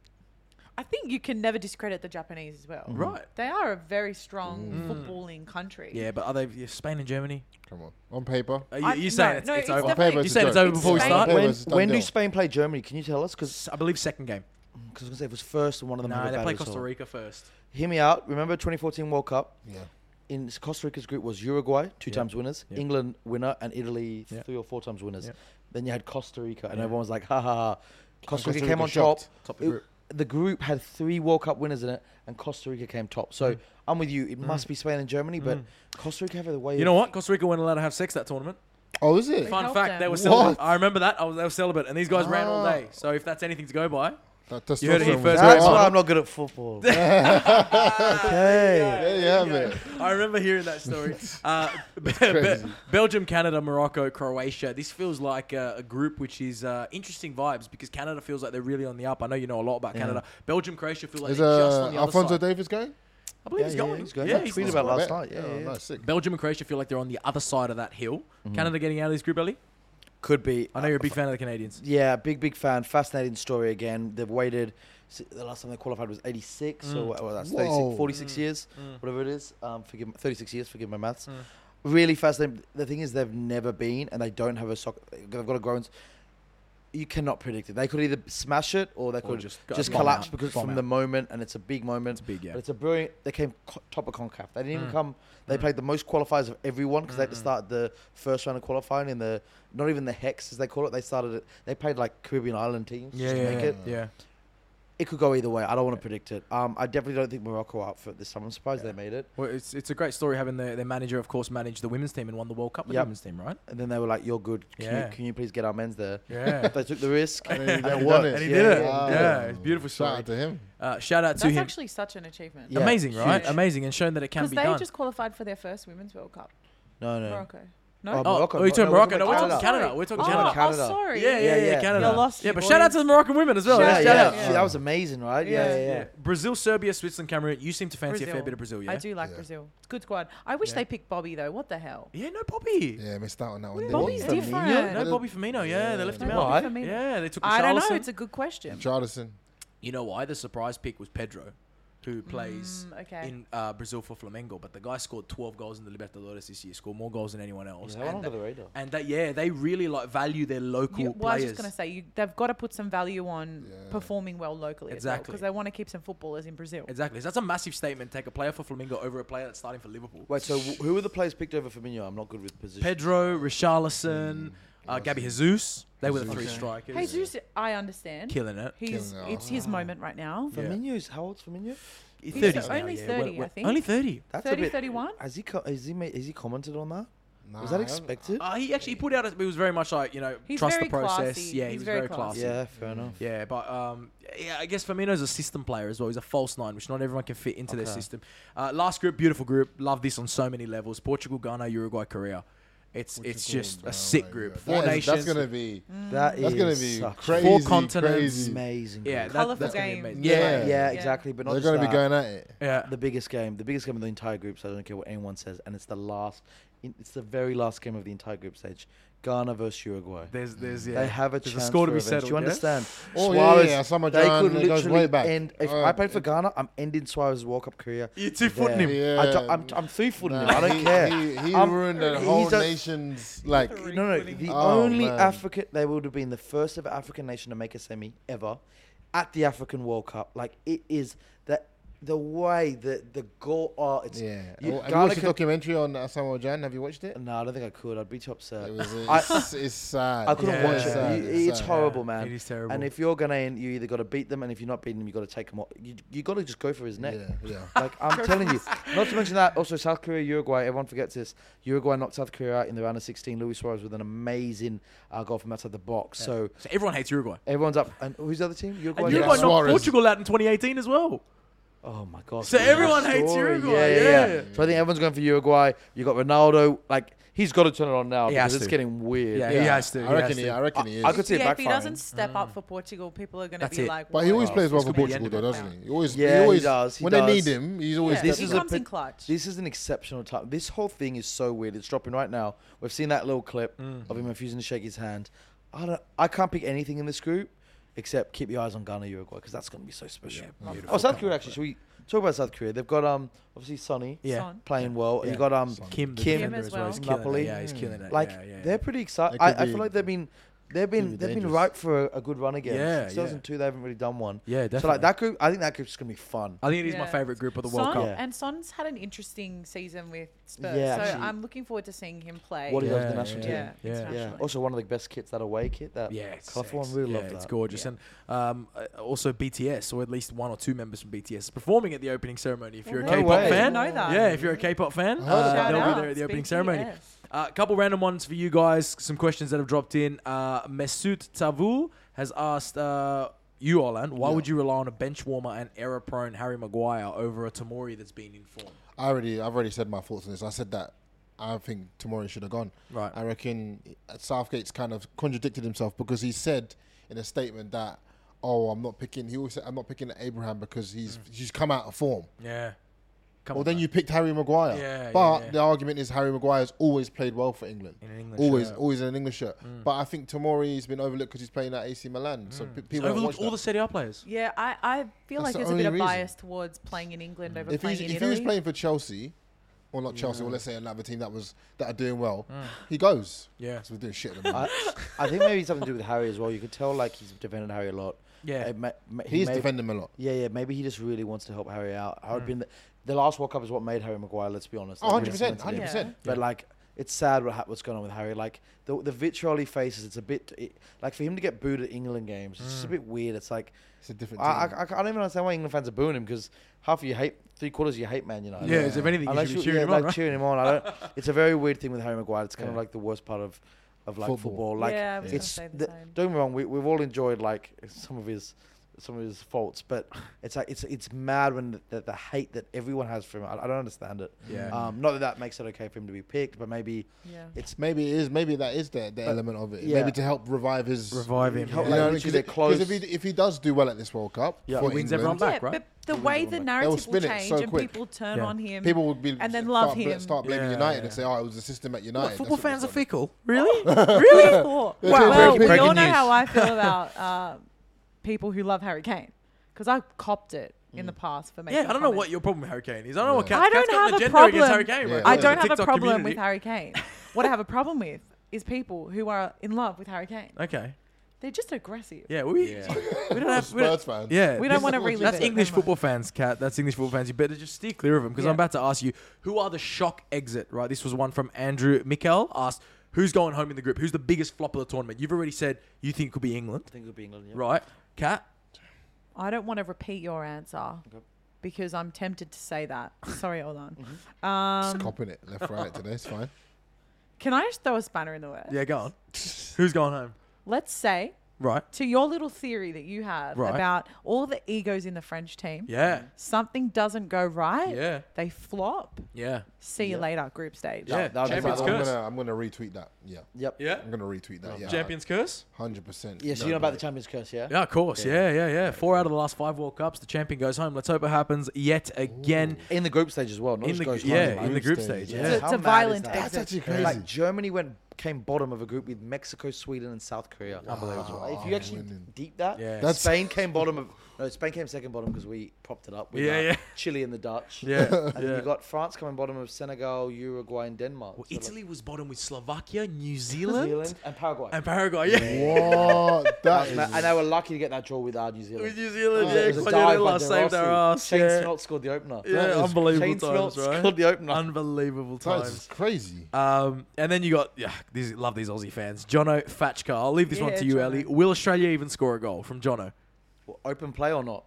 Speaker 3: I think you can never discredit the Japanese as well.
Speaker 1: Right.
Speaker 3: They are a very strong
Speaker 4: Mm.
Speaker 3: footballing country.
Speaker 1: Yeah, but are they yeah, Spain and Germany?
Speaker 2: Come on. On paper.
Speaker 1: Are you,
Speaker 3: I-
Speaker 1: you saying
Speaker 3: no,
Speaker 1: it's, it's
Speaker 3: no, it's
Speaker 1: over?
Speaker 3: definitely-
Speaker 2: On
Speaker 1: You
Speaker 2: paper, it's
Speaker 1: saying
Speaker 2: a
Speaker 1: it's
Speaker 2: joke.
Speaker 1: over before we
Speaker 3: Spain.
Speaker 1: start?
Speaker 2: Paper
Speaker 4: when
Speaker 2: is a done
Speaker 4: when do
Speaker 2: deal.
Speaker 4: Spain play Germany? Can you tell us? Because
Speaker 1: I believe second game.
Speaker 4: I was gonna say it was first and one of them.
Speaker 1: No,
Speaker 4: had a
Speaker 1: they
Speaker 4: bad
Speaker 1: play
Speaker 4: result.
Speaker 1: Costa Rica first.
Speaker 4: Hear me out. Remember 2014 World Cup.
Speaker 2: Yeah.
Speaker 4: in Costa Rica's group was Uruguay, two
Speaker 1: Yeah.
Speaker 4: times winners,
Speaker 1: Yeah.
Speaker 4: England winner, and Italy
Speaker 1: Yeah.
Speaker 4: three or four times winners.
Speaker 1: Yeah.
Speaker 4: Then you had Costa Rica, and
Speaker 1: Yeah.
Speaker 4: everyone was like, ha ha. ha. Costa
Speaker 2: Costa
Speaker 4: Rica
Speaker 2: Rica
Speaker 4: came on top.
Speaker 2: shocked.
Speaker 1: Top the
Speaker 4: It-
Speaker 1: group.
Speaker 4: the group had three World Cup winners in it, and Costa Rica came top. So
Speaker 1: Mm.
Speaker 4: I'm with you. It must be Spain and Germany, but Costa Rica have the way.
Speaker 1: You know what? Costa Rica weren't allowed to have sex that tournament.
Speaker 2: Oh, is it?
Speaker 1: Fun
Speaker 3: helped
Speaker 1: fact:
Speaker 3: them.
Speaker 1: they were
Speaker 2: What?
Speaker 1: celibate. I remember that. I was, they were celibate, and these guys ran all
Speaker 2: Ah.
Speaker 1: day. So if that's anything to go by,
Speaker 2: That
Speaker 1: You heard it here first,
Speaker 2: testosterone was going
Speaker 4: That's
Speaker 1: Right.
Speaker 4: why
Speaker 2: up.
Speaker 4: I'm not good at football. okay.
Speaker 2: There you have it.
Speaker 1: I remember hearing that story. Uh, Be- Be- Belgium, Canada, Morocco, Croatia. This feels like a, a group which is uh, interesting vibes because Canada feels like they're really on the up. I know you know a lot about Canada. Belgium, Croatia feel like
Speaker 2: Is
Speaker 1: they're just
Speaker 2: uh,
Speaker 1: on the
Speaker 2: Alfonso
Speaker 1: other side.
Speaker 2: Davis
Speaker 1: I
Speaker 2: going?
Speaker 1: believe
Speaker 4: Yeah,
Speaker 1: he's
Speaker 4: yeah,
Speaker 1: going.
Speaker 4: he's going.
Speaker 1: Yeah,
Speaker 4: I
Speaker 1: he's
Speaker 4: tweeted
Speaker 1: on.
Speaker 4: about
Speaker 2: I
Speaker 4: last
Speaker 2: bet. Oh,
Speaker 4: night. Yeah, yeah.
Speaker 2: nice, sick.
Speaker 1: Belgium and Croatia feel like they're on the other side of that hill. Canada getting out of this group, Ellie?
Speaker 4: Could be.
Speaker 1: I know you're a big fan of the Canadians.
Speaker 4: Yeah, big big fan. Fascinating story again. They've waited. s- The last time they qualified was '86,
Speaker 1: Mm.
Speaker 4: or what, what that's 36,
Speaker 2: Whoa.
Speaker 4: 46 years, whatever it is. Um, forgive thirty-six years. Forgive my maths.
Speaker 1: Mm.
Speaker 4: Really fascinating. The thing is, they've never been, and they don't have a soccer. They've got a grown. s- You cannot predict it. They could either smash it, or they
Speaker 1: Or
Speaker 4: could
Speaker 1: just
Speaker 4: just,
Speaker 1: go- bomb
Speaker 4: collapse
Speaker 1: out,
Speaker 4: because
Speaker 1: bomb
Speaker 4: from
Speaker 1: out.
Speaker 4: the moment, and it's a big moment.
Speaker 1: It's big, yeah. Mm.
Speaker 4: But it's a brilliant. They came co- top of Concacaf. They didn't even come. They played the most qualifiers of everyone because they had to start the first round of qualifying in the not even the hex as they call it. They started it. They played like Caribbean island teams.
Speaker 1: Yeah,
Speaker 4: just to
Speaker 1: yeah,
Speaker 4: make
Speaker 1: yeah.
Speaker 4: it. It could go either way. I don't want to predict it. Um, I definitely don't think Morocco are up for it this time. I'm surprised they made it.
Speaker 1: Well, it's, it's a great story having their, their manager, of course, manage the women's team and won the World Cup with
Speaker 4: Yep.
Speaker 1: the women's team, right?
Speaker 4: And then they were like, "You're good. Can,
Speaker 1: Yeah.
Speaker 4: you, can you please get our men's there?"
Speaker 1: Yeah.
Speaker 4: they took the risk.
Speaker 2: And he,
Speaker 4: it
Speaker 2: done
Speaker 4: worked.
Speaker 2: it.
Speaker 4: And
Speaker 1: he did it.
Speaker 2: Wow.
Speaker 1: Yeah, it's a beautiful
Speaker 2: Shout out to
Speaker 1: story.
Speaker 2: him.
Speaker 1: Uh, shout out to
Speaker 3: That's
Speaker 1: him.
Speaker 3: actually such an achievement.
Speaker 4: Yeah.
Speaker 1: Amazing, right?
Speaker 3: huge.
Speaker 1: Amazing, and showing that it can
Speaker 3: Because
Speaker 1: be
Speaker 3: they
Speaker 1: done.
Speaker 3: just qualified for their first Women's World Cup,
Speaker 4: No, no.
Speaker 3: Morocco. No?
Speaker 4: Oh,
Speaker 1: Oh,
Speaker 4: Morocco.
Speaker 1: oh, you're talking
Speaker 4: No,
Speaker 1: Morocco. No,
Speaker 4: talking
Speaker 1: we're
Speaker 4: about
Speaker 1: talking
Speaker 4: Canada.
Speaker 1: Canada. We're talking
Speaker 3: oh,
Speaker 4: talking
Speaker 1: Canada.
Speaker 4: about Canada.
Speaker 3: Oh, sorry.
Speaker 1: Yeah, yeah, yeah,
Speaker 4: Yeah, yeah.
Speaker 1: Canada.
Speaker 3: You're lost,
Speaker 1: yeah,
Speaker 3: you
Speaker 1: but shout out
Speaker 3: boys.
Speaker 1: to the Moroccan women as well.
Speaker 3: Shout
Speaker 4: Yeah,
Speaker 1: Shout,
Speaker 4: yeah.
Speaker 1: out.
Speaker 4: See, that was amazing, right? Yeah, yeah, yeah.
Speaker 1: Brazil, Serbia, Switzerland, Cameroon. You seem to fancy a fair bit of Brazil, yeah?
Speaker 3: I do like
Speaker 2: Yeah.
Speaker 3: Brazil. It's a good squad. I wish they picked Bobby though. What the hell?
Speaker 1: Yeah, no Bobby.
Speaker 2: Yeah, missed out on that one. didn't
Speaker 3: Bobby's
Speaker 2: he?
Speaker 4: Firmino?
Speaker 3: different.
Speaker 1: No Bobby Firmino. Yeah, they left
Speaker 3: No
Speaker 1: him out.
Speaker 4: Why?
Speaker 3: Bobby Firmino.
Speaker 1: Yeah, they took
Speaker 3: I don't know.
Speaker 1: Richarlison.
Speaker 3: It's a good question.
Speaker 2: Richarlison.
Speaker 1: You know why? The surprise pick was Pedro. who plays
Speaker 3: Mm, okay.
Speaker 1: in uh, Brazil for Flamengo. But the guy scored 12 goals in the Libertadores this year, scored more goals than anyone else.
Speaker 4: they're
Speaker 1: and
Speaker 4: under
Speaker 1: that-
Speaker 4: the radar.
Speaker 1: and that, yeah, they really like value their local
Speaker 3: You- well, I was
Speaker 1: players.
Speaker 3: just going to say, you, they've got to put some value on performing well locally
Speaker 1: Exactly.
Speaker 3: because they want to keep some footballers in Brazil.
Speaker 1: Exactly. So that's a massive statement. Take a player for Flamengo over a player that's starting for Liverpool.
Speaker 4: Wait, so wh- who were the players picked over Firmino? I'm not good with position.
Speaker 1: Pedro, Richarlison, uh, Gabby Jesus. They were the three
Speaker 2: Okay.
Speaker 1: strikers.
Speaker 3: Jesus, I understand.
Speaker 1: Killing it.
Speaker 3: He's,
Speaker 2: Killing it.
Speaker 3: it's his moment right now.
Speaker 1: Yeah.
Speaker 4: Firmino's how old's Firmino?
Speaker 3: He's
Speaker 1: 30s
Speaker 3: so- only
Speaker 1: yeah.
Speaker 3: 30,
Speaker 1: Well,
Speaker 3: I think.
Speaker 1: Only 30.
Speaker 4: That's
Speaker 3: 30, 31?
Speaker 4: Has he co- has he made, has he commented on that?
Speaker 2: Nah,
Speaker 4: was that
Speaker 2: I haven't-
Speaker 4: expected?
Speaker 1: Uh, he actually put out. A, he was very much like you know
Speaker 3: He's
Speaker 1: trust
Speaker 3: very
Speaker 1: the process.
Speaker 3: classy.
Speaker 1: Yeah, he
Speaker 3: He's
Speaker 1: was
Speaker 3: very
Speaker 1: very classy.
Speaker 3: classy.
Speaker 4: yeah, fair enough.
Speaker 1: Yeah, but um, yeah, I guess Firmino's a system player as well. He's a false nine, which not everyone can fit into their system. Uh, last group, beautiful group. Love this on so many levels. Portugal, Ghana, Uruguay, Korea. It's it's
Speaker 2: Portugal,
Speaker 1: just
Speaker 2: bro,
Speaker 1: a sick
Speaker 2: like,
Speaker 1: group.
Speaker 2: yeah.
Speaker 1: Four
Speaker 2: That is-
Speaker 1: nations. Mm.
Speaker 2: That's gonna be.
Speaker 4: That
Speaker 2: That's gonna
Speaker 4: is
Speaker 2: be
Speaker 4: such
Speaker 2: crazy.
Speaker 1: Four continents.
Speaker 2: crazy.
Speaker 4: amazing.
Speaker 1: yeah,
Speaker 4: goal.
Speaker 1: that,
Speaker 3: Colourful
Speaker 1: that's gonna be
Speaker 3: game.
Speaker 1: amazing.
Speaker 2: Yeah.
Speaker 4: yeah,
Speaker 3: Yeah.
Speaker 4: exactly. But not
Speaker 2: They're
Speaker 4: just
Speaker 2: gonna
Speaker 4: that,
Speaker 2: be going at it.
Speaker 1: yeah.
Speaker 4: the biggest game, the biggest game of the entire group. So I don't care what anyone says, and it's the last, in- it's the very last game of the entire group stage. Ghana versus Uruguay.
Speaker 1: There's there's yeah.
Speaker 4: They have a
Speaker 1: There's
Speaker 4: chance
Speaker 1: score
Speaker 4: for
Speaker 1: to be
Speaker 4: revenge.
Speaker 1: settled.
Speaker 4: Do you
Speaker 1: yeah?
Speaker 4: understand?
Speaker 2: Oh, yeah, yeah, yeah. Sama
Speaker 4: they
Speaker 2: John,
Speaker 4: could
Speaker 2: it goes way
Speaker 4: literally
Speaker 2: back.
Speaker 4: end. If
Speaker 2: Oh,
Speaker 4: I played for
Speaker 2: it-
Speaker 4: Ghana, I'm ending Suarez's World Cup career.
Speaker 1: You're two-footing
Speaker 4: there.
Speaker 1: him.
Speaker 4: I
Speaker 2: Yeah.
Speaker 4: don't, I'm, I'm three-footing him.
Speaker 2: Nah,
Speaker 4: I don't
Speaker 2: he,
Speaker 4: care.
Speaker 2: He, he
Speaker 4: I'm-
Speaker 2: ruined the
Speaker 4: he's
Speaker 2: whole
Speaker 4: just-
Speaker 2: nation's like.
Speaker 4: No, no. The
Speaker 2: Oh,
Speaker 4: only
Speaker 2: man.
Speaker 4: African they would have been the first ever African nation to make a semi ever at the African World Cup. Like it is that the way the the goal are. It's
Speaker 2: Yeah.
Speaker 4: you-
Speaker 2: Oh, Have you
Speaker 4: Ghana
Speaker 2: watched the
Speaker 4: can-
Speaker 2: documentary on uh, Samuel Jan? Have you watched it?
Speaker 4: No, I don't think I could. I'd be too upset.
Speaker 2: It was.
Speaker 4: I-
Speaker 2: It's, it's sad.
Speaker 4: I couldn't
Speaker 1: Yeah,
Speaker 4: watch
Speaker 1: it's
Speaker 4: it.
Speaker 1: sad,
Speaker 4: You-
Speaker 1: it's
Speaker 4: it's
Speaker 1: sad.
Speaker 4: horrible,
Speaker 1: Yeah,
Speaker 4: man.
Speaker 1: it is terrible.
Speaker 4: And if you're Ghanaian, you either got to beat them, and if you're not beating them, you got to take them off. You you got to just go for his neck.
Speaker 2: Yeah, yeah.
Speaker 4: Like I'm telling you. Not to mention that also South Korea, Uruguay. Everyone forgets this. Uruguay knocked South Korea out in the round of 16. Luis Suarez with an amazing uh, goal from outside the box. So
Speaker 1: So everyone hates Uruguay.
Speaker 4: everyone's up. And who's the other team? Uruguay.
Speaker 1: And
Speaker 2: Yeah.
Speaker 1: Uruguay knocked
Speaker 2: Suarez.
Speaker 1: Portugal out in 2018 as well.
Speaker 4: Oh my god.
Speaker 1: So
Speaker 4: what a
Speaker 1: everyone hates
Speaker 4: story.
Speaker 1: Uruguay, yeah.
Speaker 4: So I think everyone's going for Uruguay. You got Ronaldo. Like he's got to turn it on now
Speaker 1: He
Speaker 4: because
Speaker 1: has
Speaker 4: it's
Speaker 1: to.
Speaker 4: getting weird.
Speaker 1: Yeah, he has to.
Speaker 2: I
Speaker 1: he has
Speaker 2: reckon. He,
Speaker 1: to.
Speaker 2: I reckon he is.
Speaker 4: I could see it
Speaker 3: yeah, if he
Speaker 4: backfiring.
Speaker 3: doesn't step up for Portugal, people are going to
Speaker 1: That's
Speaker 3: be
Speaker 1: it.
Speaker 3: like,
Speaker 4: Oh,
Speaker 2: But he always
Speaker 3: "Wow."
Speaker 2: plays well for
Speaker 1: could be the
Speaker 2: Portugal,
Speaker 1: end of
Speaker 2: though,
Speaker 1: it
Speaker 2: doesn't
Speaker 3: now.
Speaker 2: he? He always.
Speaker 4: Yeah,
Speaker 2: he
Speaker 4: he
Speaker 2: always.
Speaker 4: does, he
Speaker 2: when
Speaker 4: does.
Speaker 2: they need him, he's always.
Speaker 3: Yeah,
Speaker 4: this
Speaker 3: he
Speaker 4: is
Speaker 2: stepping
Speaker 4: a
Speaker 2: up.
Speaker 3: comes in
Speaker 4: pit-
Speaker 3: clutch.
Speaker 4: This is an exceptional time. This whole thing is so weird. It's dropping right now. We've seen that little clip of him refusing to shake his hand. I don't. I can't pick anything in this group except keep your eyes on Ghana, Uruguay, because that's going to be so special. oh, South Korea actually. Should we talk about South Korea? They've got um obviously Sonny
Speaker 1: Yeah.
Speaker 3: Son.
Speaker 4: playing well.
Speaker 1: Yeah.
Speaker 4: You got um
Speaker 1: Kim, the
Speaker 4: Kim
Speaker 1: defender
Speaker 3: as
Speaker 1: as well.
Speaker 3: well.
Speaker 1: He's killing
Speaker 4: Napoli.
Speaker 1: it. Yeah, he's killing it.
Speaker 4: like
Speaker 1: yeah, yeah,
Speaker 4: they're pretty excited.
Speaker 2: They could
Speaker 4: I, I
Speaker 2: be-
Speaker 4: feel like they've been they've been
Speaker 2: be
Speaker 4: they've been
Speaker 2: dangerous.
Speaker 4: ripe for a, a good run again.
Speaker 1: Yeah, yeah.
Speaker 4: Since 2002 they haven't really done one.
Speaker 1: Yeah,
Speaker 4: So like
Speaker 1: definitely.
Speaker 4: that group, I think that group's gonna be fun.
Speaker 1: I think it is my
Speaker 3: Yeah.
Speaker 1: favorite group of the World
Speaker 3: Son,
Speaker 1: Cup.
Speaker 4: Yeah.
Speaker 3: And Son's had an interesting season with Spurs,
Speaker 4: Yeah,
Speaker 3: so
Speaker 4: actually.
Speaker 3: I'm looking forward to seeing him play.
Speaker 4: What he does with the
Speaker 1: Yeah,
Speaker 4: national team.
Speaker 3: yeah,
Speaker 1: Yeah.
Speaker 3: internationally.
Speaker 4: Yeah. Also, one of the best kits that away kit. That
Speaker 1: Yeah, it's
Speaker 4: colourful one.
Speaker 1: sexy.
Speaker 4: Really
Speaker 1: yeah,
Speaker 4: love that.
Speaker 1: It's gorgeous, and um, uh, also BTS, or at least one or two members from BTS, is performing at the opening ceremony. If you're
Speaker 4: no
Speaker 1: a K-pop
Speaker 4: way. I
Speaker 1: fan,
Speaker 3: didn't know that.
Speaker 1: yeah, if you're a K-pop fan,
Speaker 2: heard
Speaker 1: uh,
Speaker 3: about
Speaker 1: they'll
Speaker 3: that.
Speaker 1: be there at the opening
Speaker 3: BTS.
Speaker 1: ceremony. Uh, A couple random ones for you guys. Some questions that have dropped in. Uh, Mesut Tavul has asked uh, you, Orland, why would you rely on a bench warmer and error-prone Harry Maguire over a Tamori that's been in form?
Speaker 2: I already, I've already said my thoughts on this. I said that I think Tomori should have gone.
Speaker 1: Right.
Speaker 2: I reckon uh, Southgate's kind of contradicted himself because he said in a statement that, "Oh, I'm not picking." He always said, "I'm not picking Abraham because he's
Speaker 1: Mm.
Speaker 2: he's come out of form."
Speaker 1: Yeah. Come
Speaker 2: Well,
Speaker 1: on,
Speaker 2: then
Speaker 1: man.
Speaker 2: you picked Harry Maguire.
Speaker 1: Yeah, yeah,
Speaker 2: but
Speaker 1: yeah.
Speaker 2: the argument is Harry Maguire's always played well for England.
Speaker 1: In an English
Speaker 2: always,
Speaker 1: shirt. Mm.
Speaker 2: always in an English shirt. But I think Tomori's been overlooked because he's playing at AC Milan. So pe- people don't
Speaker 1: overlooked
Speaker 2: watch
Speaker 1: all the
Speaker 2: that.
Speaker 1: Serie A players.
Speaker 3: Yeah, I, I feel
Speaker 2: That's
Speaker 3: like
Speaker 2: the
Speaker 3: there's a
Speaker 2: only
Speaker 3: bit of
Speaker 2: reason.
Speaker 3: bias towards playing in England over
Speaker 2: If,
Speaker 3: playing
Speaker 2: he's,
Speaker 3: in
Speaker 2: if he
Speaker 3: Italy.
Speaker 2: was playing for Chelsea, or not Chelsea, or let's say another team that was that are doing well, he goes.
Speaker 1: Yeah.
Speaker 2: 'Cause we're doing shit. At the
Speaker 4: I,
Speaker 2: moment.
Speaker 4: I think maybe something to do with Harry as well. You could tell like he's defended Harry a lot.
Speaker 1: Yeah.
Speaker 4: It ma- ma- he
Speaker 2: He's
Speaker 4: may-
Speaker 2: defending him a lot.
Speaker 4: Yeah, yeah. Maybe he just really wants to help Harry out.
Speaker 1: Mm.
Speaker 4: Harry been the, the last World Cup is what made Harry Maguire. Let's be honest.
Speaker 2: Oh,
Speaker 4: Like,
Speaker 2: 100%.
Speaker 4: it's meant to be.
Speaker 2: 100%.
Speaker 4: But like, it's sad what ha- what's going on with Harry. Like the the vitriol he faces, it's a bit it, like for him to get booed at England games. It's just a
Speaker 1: Mm.
Speaker 4: bit weird. It's like
Speaker 2: It's a different
Speaker 4: I, I,
Speaker 2: team.
Speaker 4: I don't even understand why England fans are booing him because half of you hate three quarters of you hate Man United.
Speaker 1: Yeah, as if anything, you
Speaker 4: Unless
Speaker 1: should be cheering him
Speaker 4: like
Speaker 1: on, right?
Speaker 4: cheering him on. I don't. It's a very weird thing with Harry Maguire. It's kind of
Speaker 2: Yeah.
Speaker 4: like the worst part of of like
Speaker 2: Football.
Speaker 4: football. Like
Speaker 3: Yeah, I was gonna
Speaker 4: it's
Speaker 3: say the same.
Speaker 4: don't get me wrong. We we've all enjoyed like some of his some of his faults, but it's like it's it's mad when the, the, the hate that everyone has for him. I, I don't understand it.
Speaker 1: Yeah.
Speaker 4: Um. Not that that makes it okay for him to be picked, but maybe
Speaker 3: Yeah.
Speaker 4: it's
Speaker 2: Maybe it is. Maybe that is the, the element of it.
Speaker 4: yeah.
Speaker 2: Maybe to help revive his.
Speaker 1: Revive him.
Speaker 4: Help,
Speaker 2: You
Speaker 4: like,
Speaker 2: know,
Speaker 4: literally
Speaker 2: because
Speaker 4: they're
Speaker 2: it- 'cause if
Speaker 4: close.
Speaker 2: he if he does do well at this World Cup,
Speaker 4: Yeah.
Speaker 2: for
Speaker 4: He
Speaker 1: wins
Speaker 2: England,
Speaker 1: everyone back,
Speaker 3: yeah,
Speaker 1: right?
Speaker 3: but the way the narrative will
Speaker 2: spin it
Speaker 3: change
Speaker 2: so
Speaker 3: and
Speaker 2: quick.
Speaker 3: people turn
Speaker 1: Yeah.
Speaker 3: on him,
Speaker 2: People would be
Speaker 3: and
Speaker 2: start
Speaker 3: then love
Speaker 2: bl-
Speaker 3: him.
Speaker 2: Start blaming
Speaker 1: Yeah,
Speaker 2: United
Speaker 1: yeah.
Speaker 2: and say, "Oh, it was the system at United."
Speaker 1: What,
Speaker 2: That's
Speaker 1: football
Speaker 2: what
Speaker 1: fans are
Speaker 2: it's like.
Speaker 1: fickle. Really?
Speaker 3: really? well,
Speaker 2: all
Speaker 3: well,
Speaker 2: breaking-
Speaker 3: we all
Speaker 2: breaking
Speaker 3: know
Speaker 2: news.
Speaker 3: how I feel about uh, people who love Harry Kane because I copped it in the past for making.
Speaker 1: Yeah, I don't know what
Speaker 3: comments.
Speaker 1: your problem with Harry Kane is. I don't know what Kat,
Speaker 3: I don't
Speaker 1: Kat's got an
Speaker 3: have a
Speaker 1: agenda
Speaker 3: problem.
Speaker 1: against Harry Kane.
Speaker 2: Yeah.
Speaker 1: Right?
Speaker 3: I
Speaker 1: now.
Speaker 2: The
Speaker 3: don't have a
Speaker 1: TikTok
Speaker 3: problem
Speaker 1: community.
Speaker 3: with Harry Kane. what I have a problem with is people who are in love with Harry Kane.
Speaker 1: Okay.
Speaker 3: They're just aggressive.
Speaker 1: Yeah, we
Speaker 4: Yeah.
Speaker 1: we don't have we don't,
Speaker 2: Spurs fans.
Speaker 1: yeah.
Speaker 3: We don't
Speaker 1: this-
Speaker 3: want to
Speaker 2: is-
Speaker 3: relive
Speaker 1: That's
Speaker 3: it.
Speaker 1: English
Speaker 3: Never mind.
Speaker 1: football fans, Kat. That's English football fans. You better just steer clear of them because
Speaker 3: Yeah.
Speaker 1: I'm about to ask you who are the shock exit. Right, this was one from Andrew Mikel asked who's going home in the group. Who's the biggest flop of the tournament? You've already said you think it could be England,
Speaker 4: I think it'll be England. Yeah.
Speaker 1: right? Kat,
Speaker 3: I don't want to repeat your answer because I'm tempted to say that. Sorry, hold on.
Speaker 1: Mm-hmm.
Speaker 3: Um,
Speaker 2: Just copping it left, right today. It's fine.
Speaker 3: Can I just throw a spanner in the works?
Speaker 1: yeah, go on. who's going home?
Speaker 3: Let's say
Speaker 1: Right.
Speaker 3: to your little theory that you have
Speaker 1: Right.
Speaker 3: about all the egos in the French team.
Speaker 1: Yeah.
Speaker 3: Something doesn't go right.
Speaker 1: Yeah.
Speaker 3: They flop.
Speaker 1: Yeah.
Speaker 3: See you later, group stage.
Speaker 1: Yeah.
Speaker 4: that would be
Speaker 1: Champions
Speaker 4: my-
Speaker 2: I'm
Speaker 4: It's
Speaker 1: curse.
Speaker 2: gonna, I'm gonna retweet that. Yeah.
Speaker 4: Yep.
Speaker 1: yeah.
Speaker 2: I'm gonna retweet that. Yeah.
Speaker 1: Champions curse.
Speaker 2: Hundred percent.
Speaker 4: Yeah, so you know about the Champions Curse, yeah?
Speaker 1: Yeah, of course. Yeah, yeah, yeah. Four out of the last five World Cups, the champion goes home. Let's hope it happens yet again.
Speaker 4: In the group stage as well. Not
Speaker 1: In
Speaker 4: just
Speaker 1: the,
Speaker 4: goes home,
Speaker 1: yeah,
Speaker 4: like-
Speaker 1: in the group stage.
Speaker 4: Yeah.
Speaker 1: Yeah.
Speaker 3: It's
Speaker 4: How
Speaker 3: a
Speaker 4: mad is
Speaker 3: violent
Speaker 4: that?
Speaker 2: That's
Speaker 3: exit.
Speaker 2: actually crazy.
Speaker 4: Like Germany went came bottom of a group with Mexico, Sweden, and South Korea. Unbelievable. If you actually deep that,
Speaker 1: Yeah.
Speaker 2: That's-
Speaker 4: Spain came bottom of no, Spain came second bottom because we propped it up. With
Speaker 1: Yeah,
Speaker 4: uh,
Speaker 1: yeah.
Speaker 4: Chile and the Dutch.
Speaker 1: Yeah,
Speaker 4: and then
Speaker 1: yeah.
Speaker 4: you got France coming bottom of Senegal, Uruguay, and Denmark.
Speaker 1: Well,
Speaker 4: So, like,
Speaker 1: Italy was bottom with Slovakia, New
Speaker 4: New
Speaker 1: Zealand,
Speaker 4: Zealand, and Paraguay.
Speaker 1: and Paraguay. Yeah,
Speaker 2: What? That
Speaker 4: Ma- and
Speaker 2: is.
Speaker 4: they were lucky to get that draw without New Zealand.
Speaker 1: with New Zealand.
Speaker 4: Oh, It
Speaker 1: Yeah,
Speaker 4: was a dive by
Speaker 1: Quagliarella
Speaker 4: De
Speaker 1: saved our
Speaker 4: Rossi.
Speaker 1: ass.
Speaker 4: Shane
Speaker 1: Yeah,
Speaker 4: Smelt scored the opener.
Speaker 1: oh, yeah
Speaker 2: is-
Speaker 4: Shane
Speaker 1: unbelievable times,
Speaker 4: Smelt
Speaker 1: right?
Speaker 4: scored the opener.
Speaker 1: Unbelievable
Speaker 2: That is
Speaker 1: times.
Speaker 2: crazy.
Speaker 1: Um, and then you got yeah, these love these Aussie fans. Jono Fatchka. I'll leave this one
Speaker 3: Yeah,
Speaker 1: to you,
Speaker 3: Jono.
Speaker 1: Ellie. Will Australia even score a goal from Jono?
Speaker 4: Well, open play or not?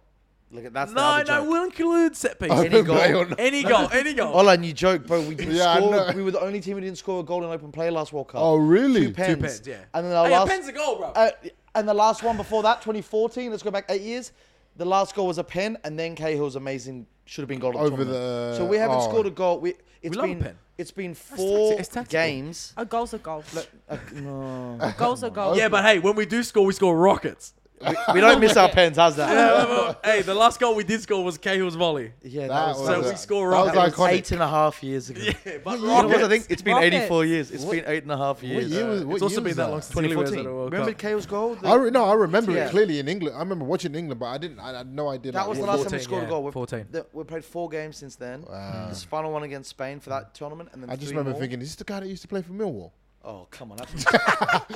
Speaker 4: Look at that's the
Speaker 1: No,
Speaker 4: other
Speaker 1: no,
Speaker 4: joke.
Speaker 1: we'll include set piece.
Speaker 4: Any
Speaker 1: Any
Speaker 4: goal.
Speaker 1: goal, any goal, any goal.
Speaker 4: Ola, and Oh, you joke, bro. We didn't
Speaker 2: Yeah, I
Speaker 4: score.
Speaker 2: know.
Speaker 4: We were the only team who didn't score a goal in open play last World Cup.
Speaker 2: Oh, really?
Speaker 4: Two pens.
Speaker 1: pens, yeah.
Speaker 4: And then our
Speaker 1: Hey, a
Speaker 4: last
Speaker 1: pen's a goal, bro.
Speaker 4: Uh, and the last one before that, 2014. Let's go back eight years. The last goal was a pen, and then Cahill's amazing should have been goal of the
Speaker 2: Over
Speaker 4: tournament.
Speaker 2: the-
Speaker 4: So we haven't
Speaker 2: oh.
Speaker 4: scored a goal. We it's
Speaker 1: love a
Speaker 4: been
Speaker 1: pen.
Speaker 4: it's been four
Speaker 1: it's tactical.
Speaker 4: games.
Speaker 3: A goal's a goal.
Speaker 4: Uh, no.
Speaker 3: A goal's a goal.
Speaker 1: Yeah, but hey, when we do score, we score rockets.
Speaker 4: we don't miss our pens. How's that?
Speaker 1: hey, the last goal we did score was Cahill's volley.
Speaker 4: Yeah, that,
Speaker 2: That
Speaker 4: was,
Speaker 2: was
Speaker 1: So
Speaker 2: a-
Speaker 1: we score
Speaker 2: that was
Speaker 4: that was
Speaker 2: iconic.
Speaker 4: eight and a half years ago.
Speaker 1: Yeah, but
Speaker 4: You know what, I
Speaker 1: rockets.
Speaker 4: think it's been
Speaker 3: Rockets.
Speaker 4: 84 years. It's been eight and a half years.
Speaker 2: What year was, what
Speaker 1: it's also
Speaker 2: year
Speaker 1: been
Speaker 2: was
Speaker 1: that long since Italy was at a
Speaker 4: 2014.
Speaker 1: World
Speaker 4: Remember
Speaker 1: Cup.
Speaker 4: Cahill's goal? The-
Speaker 2: I re- no, I remember
Speaker 4: Yeah.
Speaker 2: it clearly in England. I remember watching England, but I didn't. I had no idea.
Speaker 4: That
Speaker 2: like,
Speaker 4: was the
Speaker 2: what-
Speaker 4: last time we
Speaker 1: 14,
Speaker 4: scored a
Speaker 1: yeah,
Speaker 4: goal. We've,
Speaker 1: 14.
Speaker 4: the- we played four games since then. This final one against Spain for that tournament, and then
Speaker 2: I just
Speaker 4: three
Speaker 2: remember
Speaker 4: more.
Speaker 2: thinking, is this the guy that used to play for Millwall?
Speaker 4: "Oh, come on, that's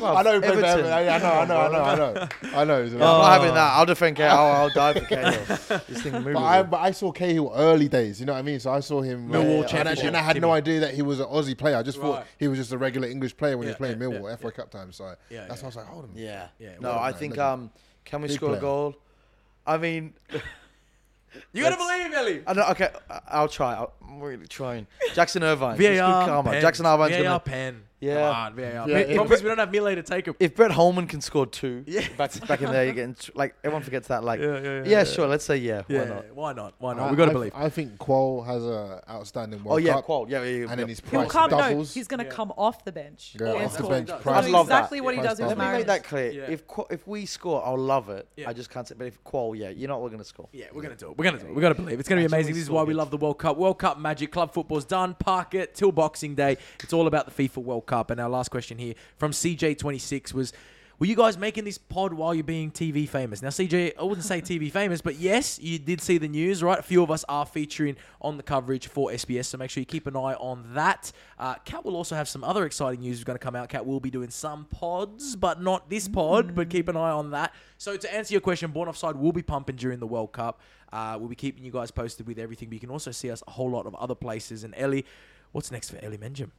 Speaker 2: I know he played for
Speaker 4: Oh, Everton.
Speaker 2: Everton. I, I know, I know, I know, I know, I know. he's a-
Speaker 4: I'm not
Speaker 1: Oh.
Speaker 4: having that. I'll defend Cahill. I'll, I'll die for Cahill. this thing moving.
Speaker 2: But I, but I saw Cahill early days. You know what I mean? So I saw him. uh,
Speaker 1: Millwall
Speaker 2: and I-
Speaker 1: Championship,
Speaker 2: And I had
Speaker 1: Timmy.
Speaker 2: no idea that he was an Aussie player. I just
Speaker 1: Right.
Speaker 2: thought he was just a regular English player when he was
Speaker 1: Yeah,
Speaker 2: playing
Speaker 1: yeah,
Speaker 2: Millwall
Speaker 1: yeah,
Speaker 2: FA Cup time. So
Speaker 1: Yeah, yeah.
Speaker 2: that's why I was like, hold on.
Speaker 4: yeah.
Speaker 1: Yeah,
Speaker 4: No,
Speaker 2: well
Speaker 4: I
Speaker 2: done,
Speaker 4: think
Speaker 2: legend.
Speaker 4: um, can we
Speaker 2: Big
Speaker 4: score a
Speaker 2: player.
Speaker 4: goal? I mean,
Speaker 1: You gotta believe, Ellie.
Speaker 4: I know. Okay, I- I'll try. I'll- I'm really trying. Jackson Irvine. it's good
Speaker 1: VAR,
Speaker 4: karma.
Speaker 1: pen.
Speaker 4: Jackson Irvine's
Speaker 1: VAR
Speaker 4: gonna.
Speaker 1: pen.
Speaker 4: Yeah.
Speaker 1: Come on, VAR.
Speaker 2: Yeah,
Speaker 1: pen.
Speaker 2: if-
Speaker 1: Promise we don't have Mille to take him.
Speaker 4: If Brett Holman can score two, back back in there, you're getting tr- like everyone forgets that. Like,
Speaker 1: Yeah, yeah, yeah, yeah.
Speaker 4: sure. Let's say yeah.
Speaker 1: yeah,
Speaker 4: Why not?
Speaker 1: why not? Why not?
Speaker 2: I-
Speaker 1: We gotta
Speaker 2: I-
Speaker 1: believe.
Speaker 2: I think Qual has a outstanding World
Speaker 4: Oh yeah,
Speaker 2: Cup.
Speaker 4: Qual. Yeah, yeah, yeah.
Speaker 2: And
Speaker 4: yeah.
Speaker 2: then his
Speaker 3: He'll
Speaker 2: price
Speaker 3: come, no,
Speaker 2: doubles.
Speaker 3: he's going to come off the bench.
Speaker 2: Yeah,
Speaker 3: and
Speaker 2: off the
Speaker 3: score.
Speaker 2: bench,
Speaker 3: That's
Speaker 2: price
Speaker 4: doubles.
Speaker 3: exactly what he
Speaker 2: Price
Speaker 3: does with
Speaker 4: Let
Speaker 2: doubles.
Speaker 4: me
Speaker 3: Mariners.
Speaker 4: make that clear.
Speaker 1: Yeah.
Speaker 4: If Qu- if we score, I'll love it.
Speaker 1: Yeah.
Speaker 4: I just can't. say- But if Qual, yeah, you're not. We're gonna score.
Speaker 1: Yeah, we're gonna do it. We're gonna do it. We gotta believe. It's gonna be
Speaker 4: Imagine
Speaker 1: amazing.
Speaker 4: we
Speaker 1: This is
Speaker 4: saw
Speaker 1: why we
Speaker 4: it.
Speaker 1: love the World Cup. World Cup magic. Club football's done. Park it till Boxing Day. It's all about the FIFA World Cup. And our last question here from CJ26 was. Were you guys making this pod while you're being TV famous? Now, CJ, I wouldn't say TV famous, but yes, you did see the news, right? A few of us are featuring on the coverage for SBS, so make sure you keep an eye on that. Uh, Kat will also have some other exciting news going to come out. Kat will be doing some pods, but not this pod, but keep an eye on that. So, to answer your question, Born Offside will be pumping during the World Cup. Uh, we'll be keeping you guys posted with everything, but you can also see us a whole lot of other places. And Ellie, what's next for Ellie Menjum?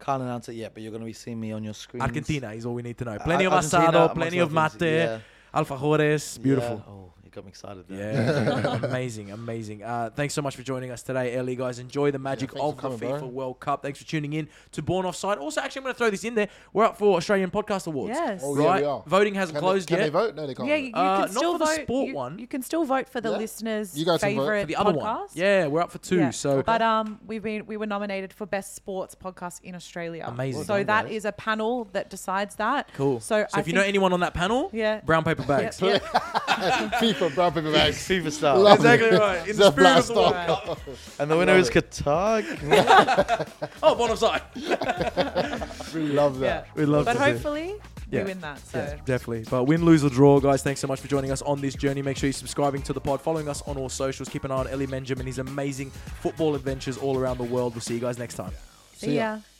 Speaker 4: Can't announce it yet, but you're gonna be seeing me on your screen.
Speaker 1: Argentina is all we need to know. Plenty of
Speaker 4: Argentina,
Speaker 1: asado,
Speaker 4: amongst
Speaker 1: plenty of
Speaker 4: other
Speaker 1: mate,
Speaker 4: things, yeah.
Speaker 1: alfajores, beautiful.
Speaker 4: Oh, you got me excited there.
Speaker 1: Yeah, amazing, amazing. Uh, thanks so much for joining us today, Ellie. Guys, enjoy the magic
Speaker 2: thanks
Speaker 1: of
Speaker 2: for
Speaker 1: the
Speaker 2: coming,
Speaker 1: FIFA
Speaker 2: bro.
Speaker 1: World Cup. Thanks for tuning in to Born Offside. Also, actually, I'm going to throw this in there. We're up for Australian Podcast Awards.
Speaker 3: Yes.
Speaker 2: Oh, yeah,
Speaker 1: right?
Speaker 2: we are.
Speaker 1: Voting hasn't
Speaker 2: Can they-
Speaker 1: closed
Speaker 2: Can
Speaker 1: yet.
Speaker 2: they vote? No, they can't.
Speaker 3: Yeah,
Speaker 2: vote.
Speaker 3: you, you
Speaker 1: Uh,
Speaker 3: can
Speaker 1: not
Speaker 3: still
Speaker 1: for the
Speaker 3: vote.
Speaker 1: sport
Speaker 3: you,
Speaker 1: one.
Speaker 3: you can still vote for the
Speaker 2: Yeah.
Speaker 3: listeners'
Speaker 2: You guys can vote.
Speaker 3: favorite
Speaker 1: for the other
Speaker 3: podcast.
Speaker 1: one. Yeah, we're up for two.
Speaker 3: Yeah.
Speaker 1: So
Speaker 3: but um, we've been we were nominated for best sports podcast in Australia.
Speaker 1: Amazing. Well
Speaker 3: So
Speaker 1: done,
Speaker 3: that
Speaker 1: guys.
Speaker 3: is a panel that decides that.
Speaker 1: cool. So,
Speaker 3: So, I
Speaker 1: if you know
Speaker 3: think-
Speaker 1: anyone on that panel,
Speaker 3: Yeah.
Speaker 1: brown paper bags.
Speaker 3: yeah, yeah.
Speaker 2: FIFA brown paper bags.
Speaker 4: FIFA star.
Speaker 2: Love
Speaker 1: Exactly right. In the
Speaker 2: Zef
Speaker 1: spirit of the
Speaker 2: Blaster.
Speaker 1: World Cup.
Speaker 4: And the winner is Qatar.
Speaker 1: Oh, Bon Offside.
Speaker 2: Love that.
Speaker 3: Yeah.
Speaker 1: We'd love
Speaker 3: but
Speaker 1: to see.
Speaker 3: hopefully
Speaker 1: Yeah.
Speaker 3: we win that. So.
Speaker 1: Yeah, definitely. But win, lose, or draw, guys, thanks so much for joining us on this journey. Make sure you're subscribing to the pod, following us on all socials. Keep an eye on Ellie Menjam and his amazing football adventures all around the world. We'll see you guys next time.
Speaker 3: See ya.